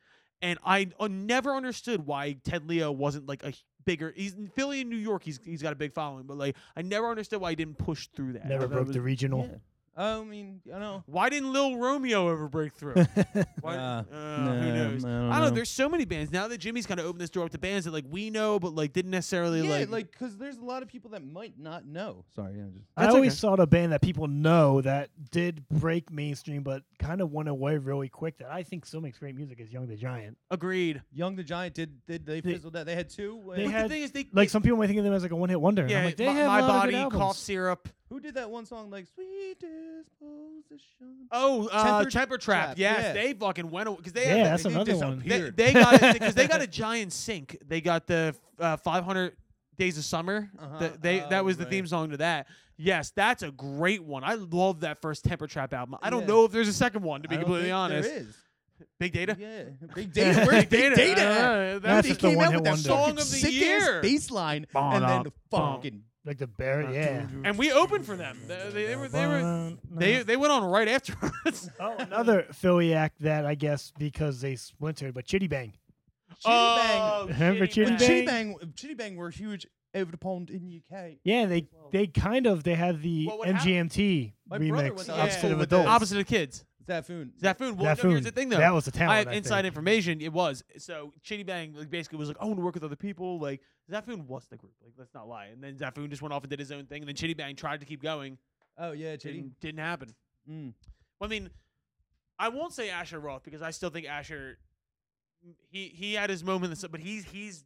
[SPEAKER 2] and I uh, never understood why Ted Leo wasn't like a h- bigger. He's in Philly and New York. He's he's got a big following, but like I never understood why he didn't push through that. I
[SPEAKER 4] Never
[SPEAKER 2] thought it
[SPEAKER 4] broke
[SPEAKER 2] was-
[SPEAKER 4] the regional.
[SPEAKER 3] Yeah. I mean, I know.
[SPEAKER 2] why didn't Lil Romeo ever break through? Why,
[SPEAKER 3] Uh,
[SPEAKER 2] uh,
[SPEAKER 3] nah,
[SPEAKER 2] who knows?
[SPEAKER 3] I
[SPEAKER 2] I don't,
[SPEAKER 3] don't
[SPEAKER 2] know.
[SPEAKER 3] know.
[SPEAKER 2] There's so many bands now that Jimmy's kind of opened this door up to bands that like we know, but like didn't necessarily
[SPEAKER 3] Yeah,
[SPEAKER 2] like.
[SPEAKER 3] like because there's a lot of people that might not know. Sorry, yeah, just.
[SPEAKER 4] I
[SPEAKER 2] That's
[SPEAKER 4] always
[SPEAKER 2] okay.
[SPEAKER 4] saw the band that people know that did break mainstream, but kind of went away really quick. That I think still makes great music is Young the Giant.
[SPEAKER 2] agreed.
[SPEAKER 3] Young the Giant did did they
[SPEAKER 4] They-
[SPEAKER 3] fizzled out? They had two. uh,
[SPEAKER 4] They
[SPEAKER 2] but
[SPEAKER 4] had
[SPEAKER 2] the thing is, they
[SPEAKER 4] Like
[SPEAKER 2] they-
[SPEAKER 4] some people might think of them as like a one-hit wonder. and
[SPEAKER 2] Yeah,
[SPEAKER 4] I'm like, they
[SPEAKER 2] my,
[SPEAKER 4] have
[SPEAKER 2] my
[SPEAKER 4] a lot of
[SPEAKER 2] body
[SPEAKER 4] good
[SPEAKER 2] cough
[SPEAKER 4] albums.
[SPEAKER 2] syrup.
[SPEAKER 3] Who did that one song like "Sweet Disposition"?
[SPEAKER 2] Oh, uh,
[SPEAKER 3] Temper
[SPEAKER 2] Temper, Trap.
[SPEAKER 3] Trap,
[SPEAKER 2] Yes,
[SPEAKER 3] yeah.
[SPEAKER 2] they fucking went away because they
[SPEAKER 4] Yeah,
[SPEAKER 2] had
[SPEAKER 4] that's
[SPEAKER 2] the,
[SPEAKER 4] another one.
[SPEAKER 2] they,
[SPEAKER 3] Weird.
[SPEAKER 2] they got it because they got a giant sink. They got the uh, 500 Days of Summer.
[SPEAKER 3] Uh-huh.
[SPEAKER 2] The- they
[SPEAKER 3] Oh,
[SPEAKER 2] that was the
[SPEAKER 3] right.
[SPEAKER 2] theme song to that. Yes, that's a great one. I love that first Temper Trap album. I don't
[SPEAKER 3] Yeah.
[SPEAKER 2] know if there's a second one to be
[SPEAKER 3] I don't
[SPEAKER 2] completely
[SPEAKER 3] think
[SPEAKER 2] honest.
[SPEAKER 3] There is.
[SPEAKER 2] Big Data.
[SPEAKER 3] Yeah, big data. Where's big data? at?
[SPEAKER 2] Uh,
[SPEAKER 4] That's
[SPEAKER 2] that's
[SPEAKER 4] just the one-hit wonder.
[SPEAKER 2] song of the
[SPEAKER 3] sick
[SPEAKER 2] year.
[SPEAKER 3] ass bass line,
[SPEAKER 2] Bon
[SPEAKER 3] and then
[SPEAKER 2] up,
[SPEAKER 3] the
[SPEAKER 2] bon.
[SPEAKER 3] fucking
[SPEAKER 4] Like the bear, yeah.
[SPEAKER 2] and we opened for them. They, they, they were they were they, they went on right after us.
[SPEAKER 4] oh, another Philly act that I guess because they splintered, but Chitty Bang.
[SPEAKER 2] Oh,
[SPEAKER 4] Remember
[SPEAKER 2] Chitty
[SPEAKER 4] Chitty
[SPEAKER 2] Bang.
[SPEAKER 3] Chitty Bang. Chitty Bang were huge over the pond in the UK.
[SPEAKER 4] Yeah, they they kind of they had the
[SPEAKER 2] Well, what hap-
[SPEAKER 4] MGMT
[SPEAKER 3] My brother
[SPEAKER 4] remix,
[SPEAKER 3] was
[SPEAKER 2] on
[SPEAKER 4] opposite
[SPEAKER 2] school
[SPEAKER 4] of
[SPEAKER 3] with this.
[SPEAKER 4] adults.
[SPEAKER 2] Opposite of kids.
[SPEAKER 3] Zafoon.
[SPEAKER 2] Zafoon. Well,
[SPEAKER 4] That
[SPEAKER 2] no, here's
[SPEAKER 4] food-
[SPEAKER 2] the thing though.
[SPEAKER 4] That was a talent.
[SPEAKER 2] I have inside
[SPEAKER 4] think.
[SPEAKER 2] information. It was so Chitty Bang like basically was like, I want to work with other people. Like Zafoon was the group. Like let's not lie. And then Zafoon just went off and did his own thing. And then Chitty Bang tried to keep going.
[SPEAKER 3] Oh yeah, Chitty.
[SPEAKER 2] Didn't, didn't happen.
[SPEAKER 3] Mm.
[SPEAKER 2] Well, I mean, I won't say Asher Roth because I still think Asher mm, he he had his moment, in the sun, but he's he's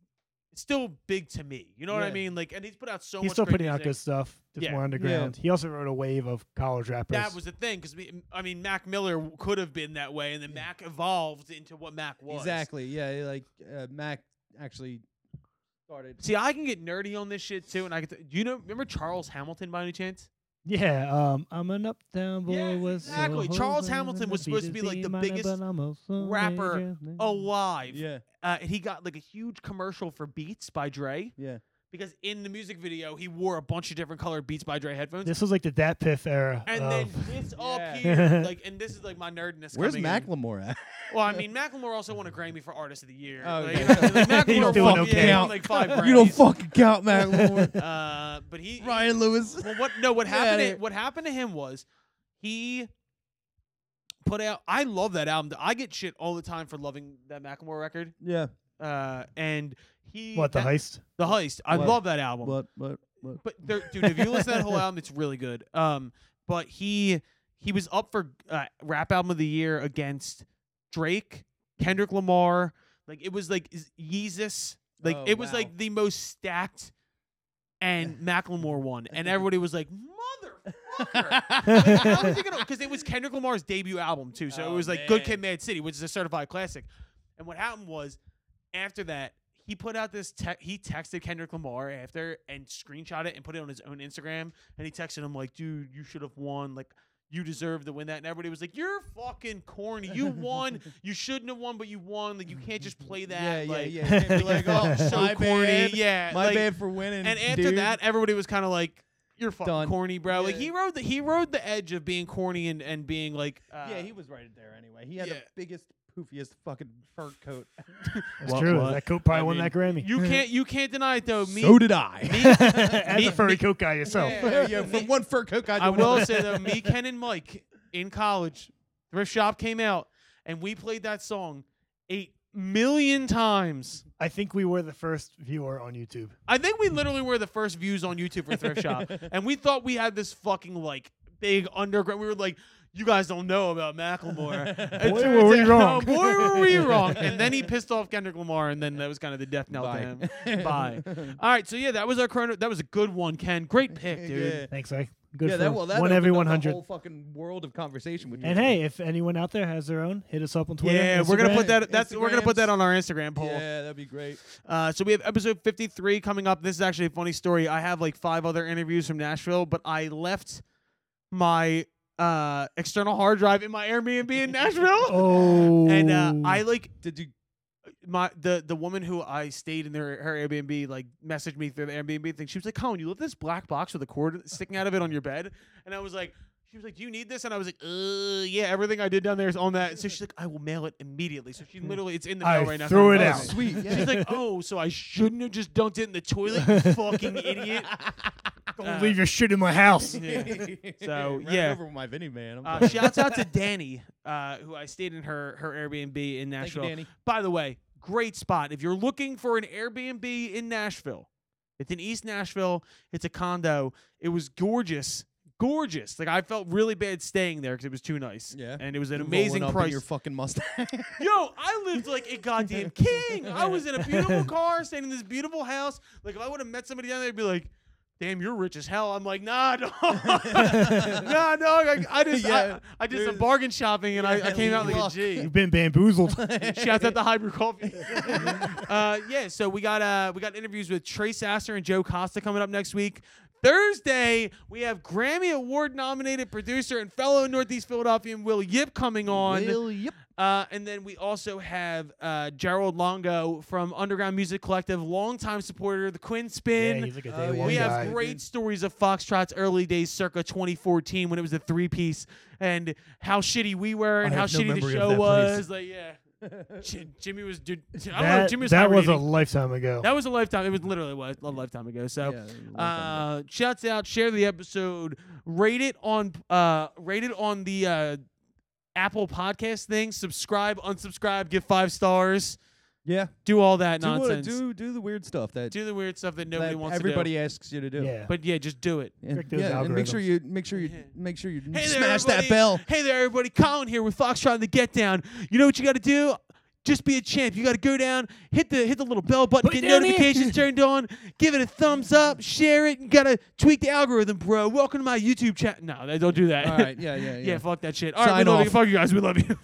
[SPEAKER 2] still big to me. You know what I
[SPEAKER 3] Yeah.
[SPEAKER 2] mean? Like, and he's put out so
[SPEAKER 4] He's
[SPEAKER 2] much.
[SPEAKER 4] still
[SPEAKER 2] great
[SPEAKER 4] putting out
[SPEAKER 2] music.
[SPEAKER 4] good stuff, just
[SPEAKER 2] Yeah.
[SPEAKER 4] more underground. He also wrote a wave of college rappers.
[SPEAKER 2] That was the thing because I mean, Mac Miller w- could have been that way, and then Mac evolved into what Mac was.
[SPEAKER 3] Exactly. Yeah, like uh, Mac actually started.
[SPEAKER 2] See, I can get nerdy on this shit too, and I can. T- do you know? Remember Charles Hamilton by any chance?
[SPEAKER 4] yeah. Um, I'm an uptown boy.
[SPEAKER 2] Yes,
[SPEAKER 4] with
[SPEAKER 2] exactly.
[SPEAKER 4] soul
[SPEAKER 2] Charles
[SPEAKER 4] and a
[SPEAKER 2] Hamilton was
[SPEAKER 4] beat
[SPEAKER 2] supposed
[SPEAKER 4] is
[SPEAKER 2] to be, like,
[SPEAKER 4] B
[SPEAKER 2] the
[SPEAKER 4] minor,
[SPEAKER 2] biggest
[SPEAKER 4] but I'm also
[SPEAKER 2] rapper
[SPEAKER 4] making-
[SPEAKER 2] Alive.
[SPEAKER 3] Mm-hmm. Yeah,
[SPEAKER 2] Uh, and he got like a huge commercial for Beats by Dre
[SPEAKER 3] yeah.
[SPEAKER 2] because in the music video he wore a bunch of different colored Beats by Dre headphones.
[SPEAKER 4] This was like the Dat Piff era.
[SPEAKER 2] and
[SPEAKER 4] of,
[SPEAKER 2] then this up
[SPEAKER 3] Oh. Yeah.
[SPEAKER 2] here, like, and this is like my nerdness.
[SPEAKER 3] Where's
[SPEAKER 2] coming in.
[SPEAKER 3] Macklemore at?
[SPEAKER 2] Well, I mean, Macklemore also won a Grammy for Artist of the Year.
[SPEAKER 3] Oh,
[SPEAKER 2] like,
[SPEAKER 3] yeah.
[SPEAKER 2] you know, like, Macklemore
[SPEAKER 4] He's doing
[SPEAKER 2] won,
[SPEAKER 4] okay.
[SPEAKER 2] yeah, he won, like five Grammys.
[SPEAKER 3] you don't fucking count Macklemore.
[SPEAKER 2] Uh, but he,
[SPEAKER 3] Ryan Lewis.
[SPEAKER 2] well, what? No, what
[SPEAKER 3] Get outta
[SPEAKER 2] happened? To,
[SPEAKER 3] here.
[SPEAKER 2] what happened to him was he put out. I love that album. I get shit all the time for loving that Macklemore record.
[SPEAKER 3] Yeah.
[SPEAKER 2] Uh, and he
[SPEAKER 4] what the
[SPEAKER 2] that-
[SPEAKER 4] heist?
[SPEAKER 2] The heist. I
[SPEAKER 3] What?
[SPEAKER 2] love that album.
[SPEAKER 3] What? What? What?
[SPEAKER 2] But there, dude, if you listen to that whole album, it's really good. Um, but he He was up for uh, rap album of the year against Drake, Kendrick Lamar. Like it was like Z- Yeezus. Like
[SPEAKER 3] Oh,
[SPEAKER 2] it was
[SPEAKER 3] wow.
[SPEAKER 2] like the most stacked, and Macklemore won, and everybody was like, "Motherfucker!" Like, how is he gonna? Because it was Kendrick Lamar's debut album too, so
[SPEAKER 3] Oh,
[SPEAKER 2] it was like Good
[SPEAKER 3] man.
[SPEAKER 2] Kid, Mad City, which is a certified classic. And what happened was, after that, he put out this te- he texted Kendrick Lamar after and screenshot it and put it on his own Instagram. And he texted him like, "Dude, you should have won. Like, you deserve to win that." And everybody was like, "You're fucking corny. You won. you shouldn't have won, but you won. Like, you can't just play
[SPEAKER 3] Yeah,
[SPEAKER 2] that.
[SPEAKER 3] yeah,
[SPEAKER 2] like,
[SPEAKER 3] yeah. You can't be like, oh,
[SPEAKER 2] so
[SPEAKER 3] my
[SPEAKER 2] corny.
[SPEAKER 3] bad.
[SPEAKER 2] Yeah,
[SPEAKER 3] my
[SPEAKER 2] like-
[SPEAKER 3] bad for winning.
[SPEAKER 2] and after
[SPEAKER 3] dude.
[SPEAKER 2] that, everybody was kind of like, "You're fucking
[SPEAKER 3] Done.
[SPEAKER 2] corny, bro." Like
[SPEAKER 3] Yeah.
[SPEAKER 2] he rode the he rode the edge of being corny and and being like, uh,
[SPEAKER 3] yeah, he was right there anyway. He had the
[SPEAKER 2] yeah.
[SPEAKER 3] biggest, poofiest fucking fur coat.
[SPEAKER 4] That's
[SPEAKER 2] What-
[SPEAKER 4] true.
[SPEAKER 2] what?
[SPEAKER 4] That coat probably
[SPEAKER 2] I
[SPEAKER 4] won
[SPEAKER 2] mean,
[SPEAKER 4] that Grammy.
[SPEAKER 2] You can't you can't deny it though. Me,
[SPEAKER 3] did I.
[SPEAKER 2] me
[SPEAKER 4] As
[SPEAKER 2] me-
[SPEAKER 4] a furry
[SPEAKER 2] me-
[SPEAKER 4] coat guy yourself.
[SPEAKER 3] yeah, yeah, from one fur coat guy. to
[SPEAKER 2] I will
[SPEAKER 3] another.
[SPEAKER 2] say though, me, Ken, and Mike in college, thrift shop came out, and we played that song eight million times.
[SPEAKER 4] I think we were the first viewer on YouTube.
[SPEAKER 2] I think we literally were the first views on YouTube for thrift shop, and we thought we had this fucking like big underground. We were like. You guys don't know about Macklemore. It
[SPEAKER 4] Boy,
[SPEAKER 2] turns
[SPEAKER 4] were we
[SPEAKER 2] out-
[SPEAKER 4] wrong.
[SPEAKER 2] Boy, were we wrong. And then he pissed off Kendrick Lamar, and then that was kind of the death knell
[SPEAKER 3] Bye.
[SPEAKER 2] to him. Bye. All right, so yeah, that was our chrono. That was a good one, Ken. Great pick, dude.
[SPEAKER 3] Yeah.
[SPEAKER 4] Thanks, Ike. Good
[SPEAKER 3] yeah,
[SPEAKER 4] for
[SPEAKER 3] that well, that
[SPEAKER 4] one every
[SPEAKER 3] opened up a
[SPEAKER 4] 100.
[SPEAKER 3] Whole fucking world of conversation with you.
[SPEAKER 4] And hey, if anyone out there has their own, hit us up on Twitter.
[SPEAKER 2] Yeah, we're gonna put
[SPEAKER 4] Instagram.
[SPEAKER 2] that. That's we're gonna put that
[SPEAKER 3] Instagrams.
[SPEAKER 2] on our Instagram poll.
[SPEAKER 3] yeah, that'd be great.
[SPEAKER 2] Uh, so we have episode 53 coming up. This is actually a funny story. I have like five other interviews from Nashville, but I left my uh, external hard drive in my Airbnb in Nashville,
[SPEAKER 4] Oh.
[SPEAKER 2] and uh, I like
[SPEAKER 3] Did you?
[SPEAKER 2] my the the woman who I stayed in their her Airbnb like messaged me through the Airbnb thing. She was like, "Colin, you left this black box with a cord sticking out of it on your bed," and I was like. She was like, "Do you need this?" And I was like, "Uh, yeah, everything I did down there is on that." So she's like, "I will mail it immediately." So she literally, it's in the mail
[SPEAKER 4] Hmm. I
[SPEAKER 2] right now.
[SPEAKER 4] threw it
[SPEAKER 2] Oh,
[SPEAKER 4] out.
[SPEAKER 3] Sweet. Yeah.
[SPEAKER 2] She's like, oh, so I shouldn't have just dunked it in the toilet, you fucking idiot. uh,
[SPEAKER 4] Don't leave your shit in my house.
[SPEAKER 2] So,
[SPEAKER 3] Ran
[SPEAKER 2] yeah.
[SPEAKER 3] Over with my Vinny man. I'm
[SPEAKER 2] Uh,
[SPEAKER 3] sorry.
[SPEAKER 2] shouts out to Danny, uh, who I stayed in her her Airbnb in
[SPEAKER 3] Thank
[SPEAKER 2] Nashville.
[SPEAKER 3] you, Danny.
[SPEAKER 2] By the way, great spot. If you're looking for an Airbnb in Nashville, it's in East Nashville. It's a condo. It was gorgeous, gorgeous. Like I felt really bad staying there because it was too nice.
[SPEAKER 3] Yeah.
[SPEAKER 2] and it was an
[SPEAKER 3] Rolling
[SPEAKER 2] amazing
[SPEAKER 3] up in
[SPEAKER 2] price.
[SPEAKER 3] Your fucking Mustang.
[SPEAKER 2] Yo, I lived like a goddamn king. I was in a beautiful car, staying in this beautiful house. Like if I would have met somebody down there, I'd be like, "Damn, you're rich as hell." I'm like, "Nah, dog. nah, dog. I, I just,
[SPEAKER 3] Yeah,
[SPEAKER 2] I, I did some
[SPEAKER 3] there's-
[SPEAKER 2] bargain shopping, and I, I
[SPEAKER 3] yeah,
[SPEAKER 2] came out like
[SPEAKER 3] luck.
[SPEAKER 2] a G."
[SPEAKER 4] You've been bamboozled.
[SPEAKER 2] Shouts out to Hybrid Coffee. uh, yeah, so we got uh, we got interviews with Trey Sasser and Joe Costa coming up next week. Thursday, we have Grammy Award nominated producer and fellow Northeast Philadelphian Will Yip coming on.
[SPEAKER 3] Will Yip.
[SPEAKER 2] Uh, and then we also have uh, Gerald Longo from Underground Music Collective, longtime supporter of the Quinn
[SPEAKER 4] yeah,
[SPEAKER 2] Spin.
[SPEAKER 4] he's like a day
[SPEAKER 3] Oh, yeah.
[SPEAKER 4] one
[SPEAKER 2] uh, we have
[SPEAKER 4] guy.
[SPEAKER 2] great stories of Foxtrot's early days circa 2014 when it was a three piece and how shitty we were and
[SPEAKER 5] I
[SPEAKER 2] how
[SPEAKER 5] have no
[SPEAKER 2] shitty the
[SPEAKER 5] memory of
[SPEAKER 2] show
[SPEAKER 5] that
[SPEAKER 2] was. Like, yeah. J- Jimmy was, dude, I don't know,
[SPEAKER 4] That,
[SPEAKER 2] Jimmy was
[SPEAKER 4] that was a
[SPEAKER 2] hibernating.
[SPEAKER 4] lifetime ago.
[SPEAKER 2] That was a lifetime. It was literally a li- a lifetime ago. So,
[SPEAKER 3] Yeah, it was a lifetime
[SPEAKER 2] uh, shouts out, share the episode, rate it on, uh, rate it on the uh, Apple Podcast thing. Subscribe, unsubscribe, give five stars,
[SPEAKER 3] Yeah.
[SPEAKER 2] do all that
[SPEAKER 3] Do, what-
[SPEAKER 2] nonsense.
[SPEAKER 3] do do the weird stuff that,
[SPEAKER 2] do the weird stuff that nobody
[SPEAKER 3] that
[SPEAKER 2] wants
[SPEAKER 3] everybody
[SPEAKER 2] to
[SPEAKER 3] asks you to do.
[SPEAKER 4] yeah.
[SPEAKER 2] do. But yeah, just do it.
[SPEAKER 3] Yeah,
[SPEAKER 4] Check those
[SPEAKER 3] yeah, and make sure
[SPEAKER 4] algorithms.
[SPEAKER 3] you make sure you make sure you
[SPEAKER 2] Hey there,
[SPEAKER 3] smash that
[SPEAKER 2] everybody.
[SPEAKER 3] bell.
[SPEAKER 2] Hey there, everybody. Colin here with Fox trying to get down. You know what you got to do? Just be a champ. You got to go down, hit the hit the little bell button,
[SPEAKER 4] Put it
[SPEAKER 2] get
[SPEAKER 4] down there.
[SPEAKER 2] notifications turned on, give it a thumbs up, share it. You got to tweak the algorithm, bro. Welcome to my YouTube channel. No, they don't do that.
[SPEAKER 3] All right, yeah, yeah, yeah.
[SPEAKER 2] yeah, fuck that shit. All right,
[SPEAKER 3] Sign
[SPEAKER 2] we love you.
[SPEAKER 3] off.
[SPEAKER 2] Fuck you guys. We love you.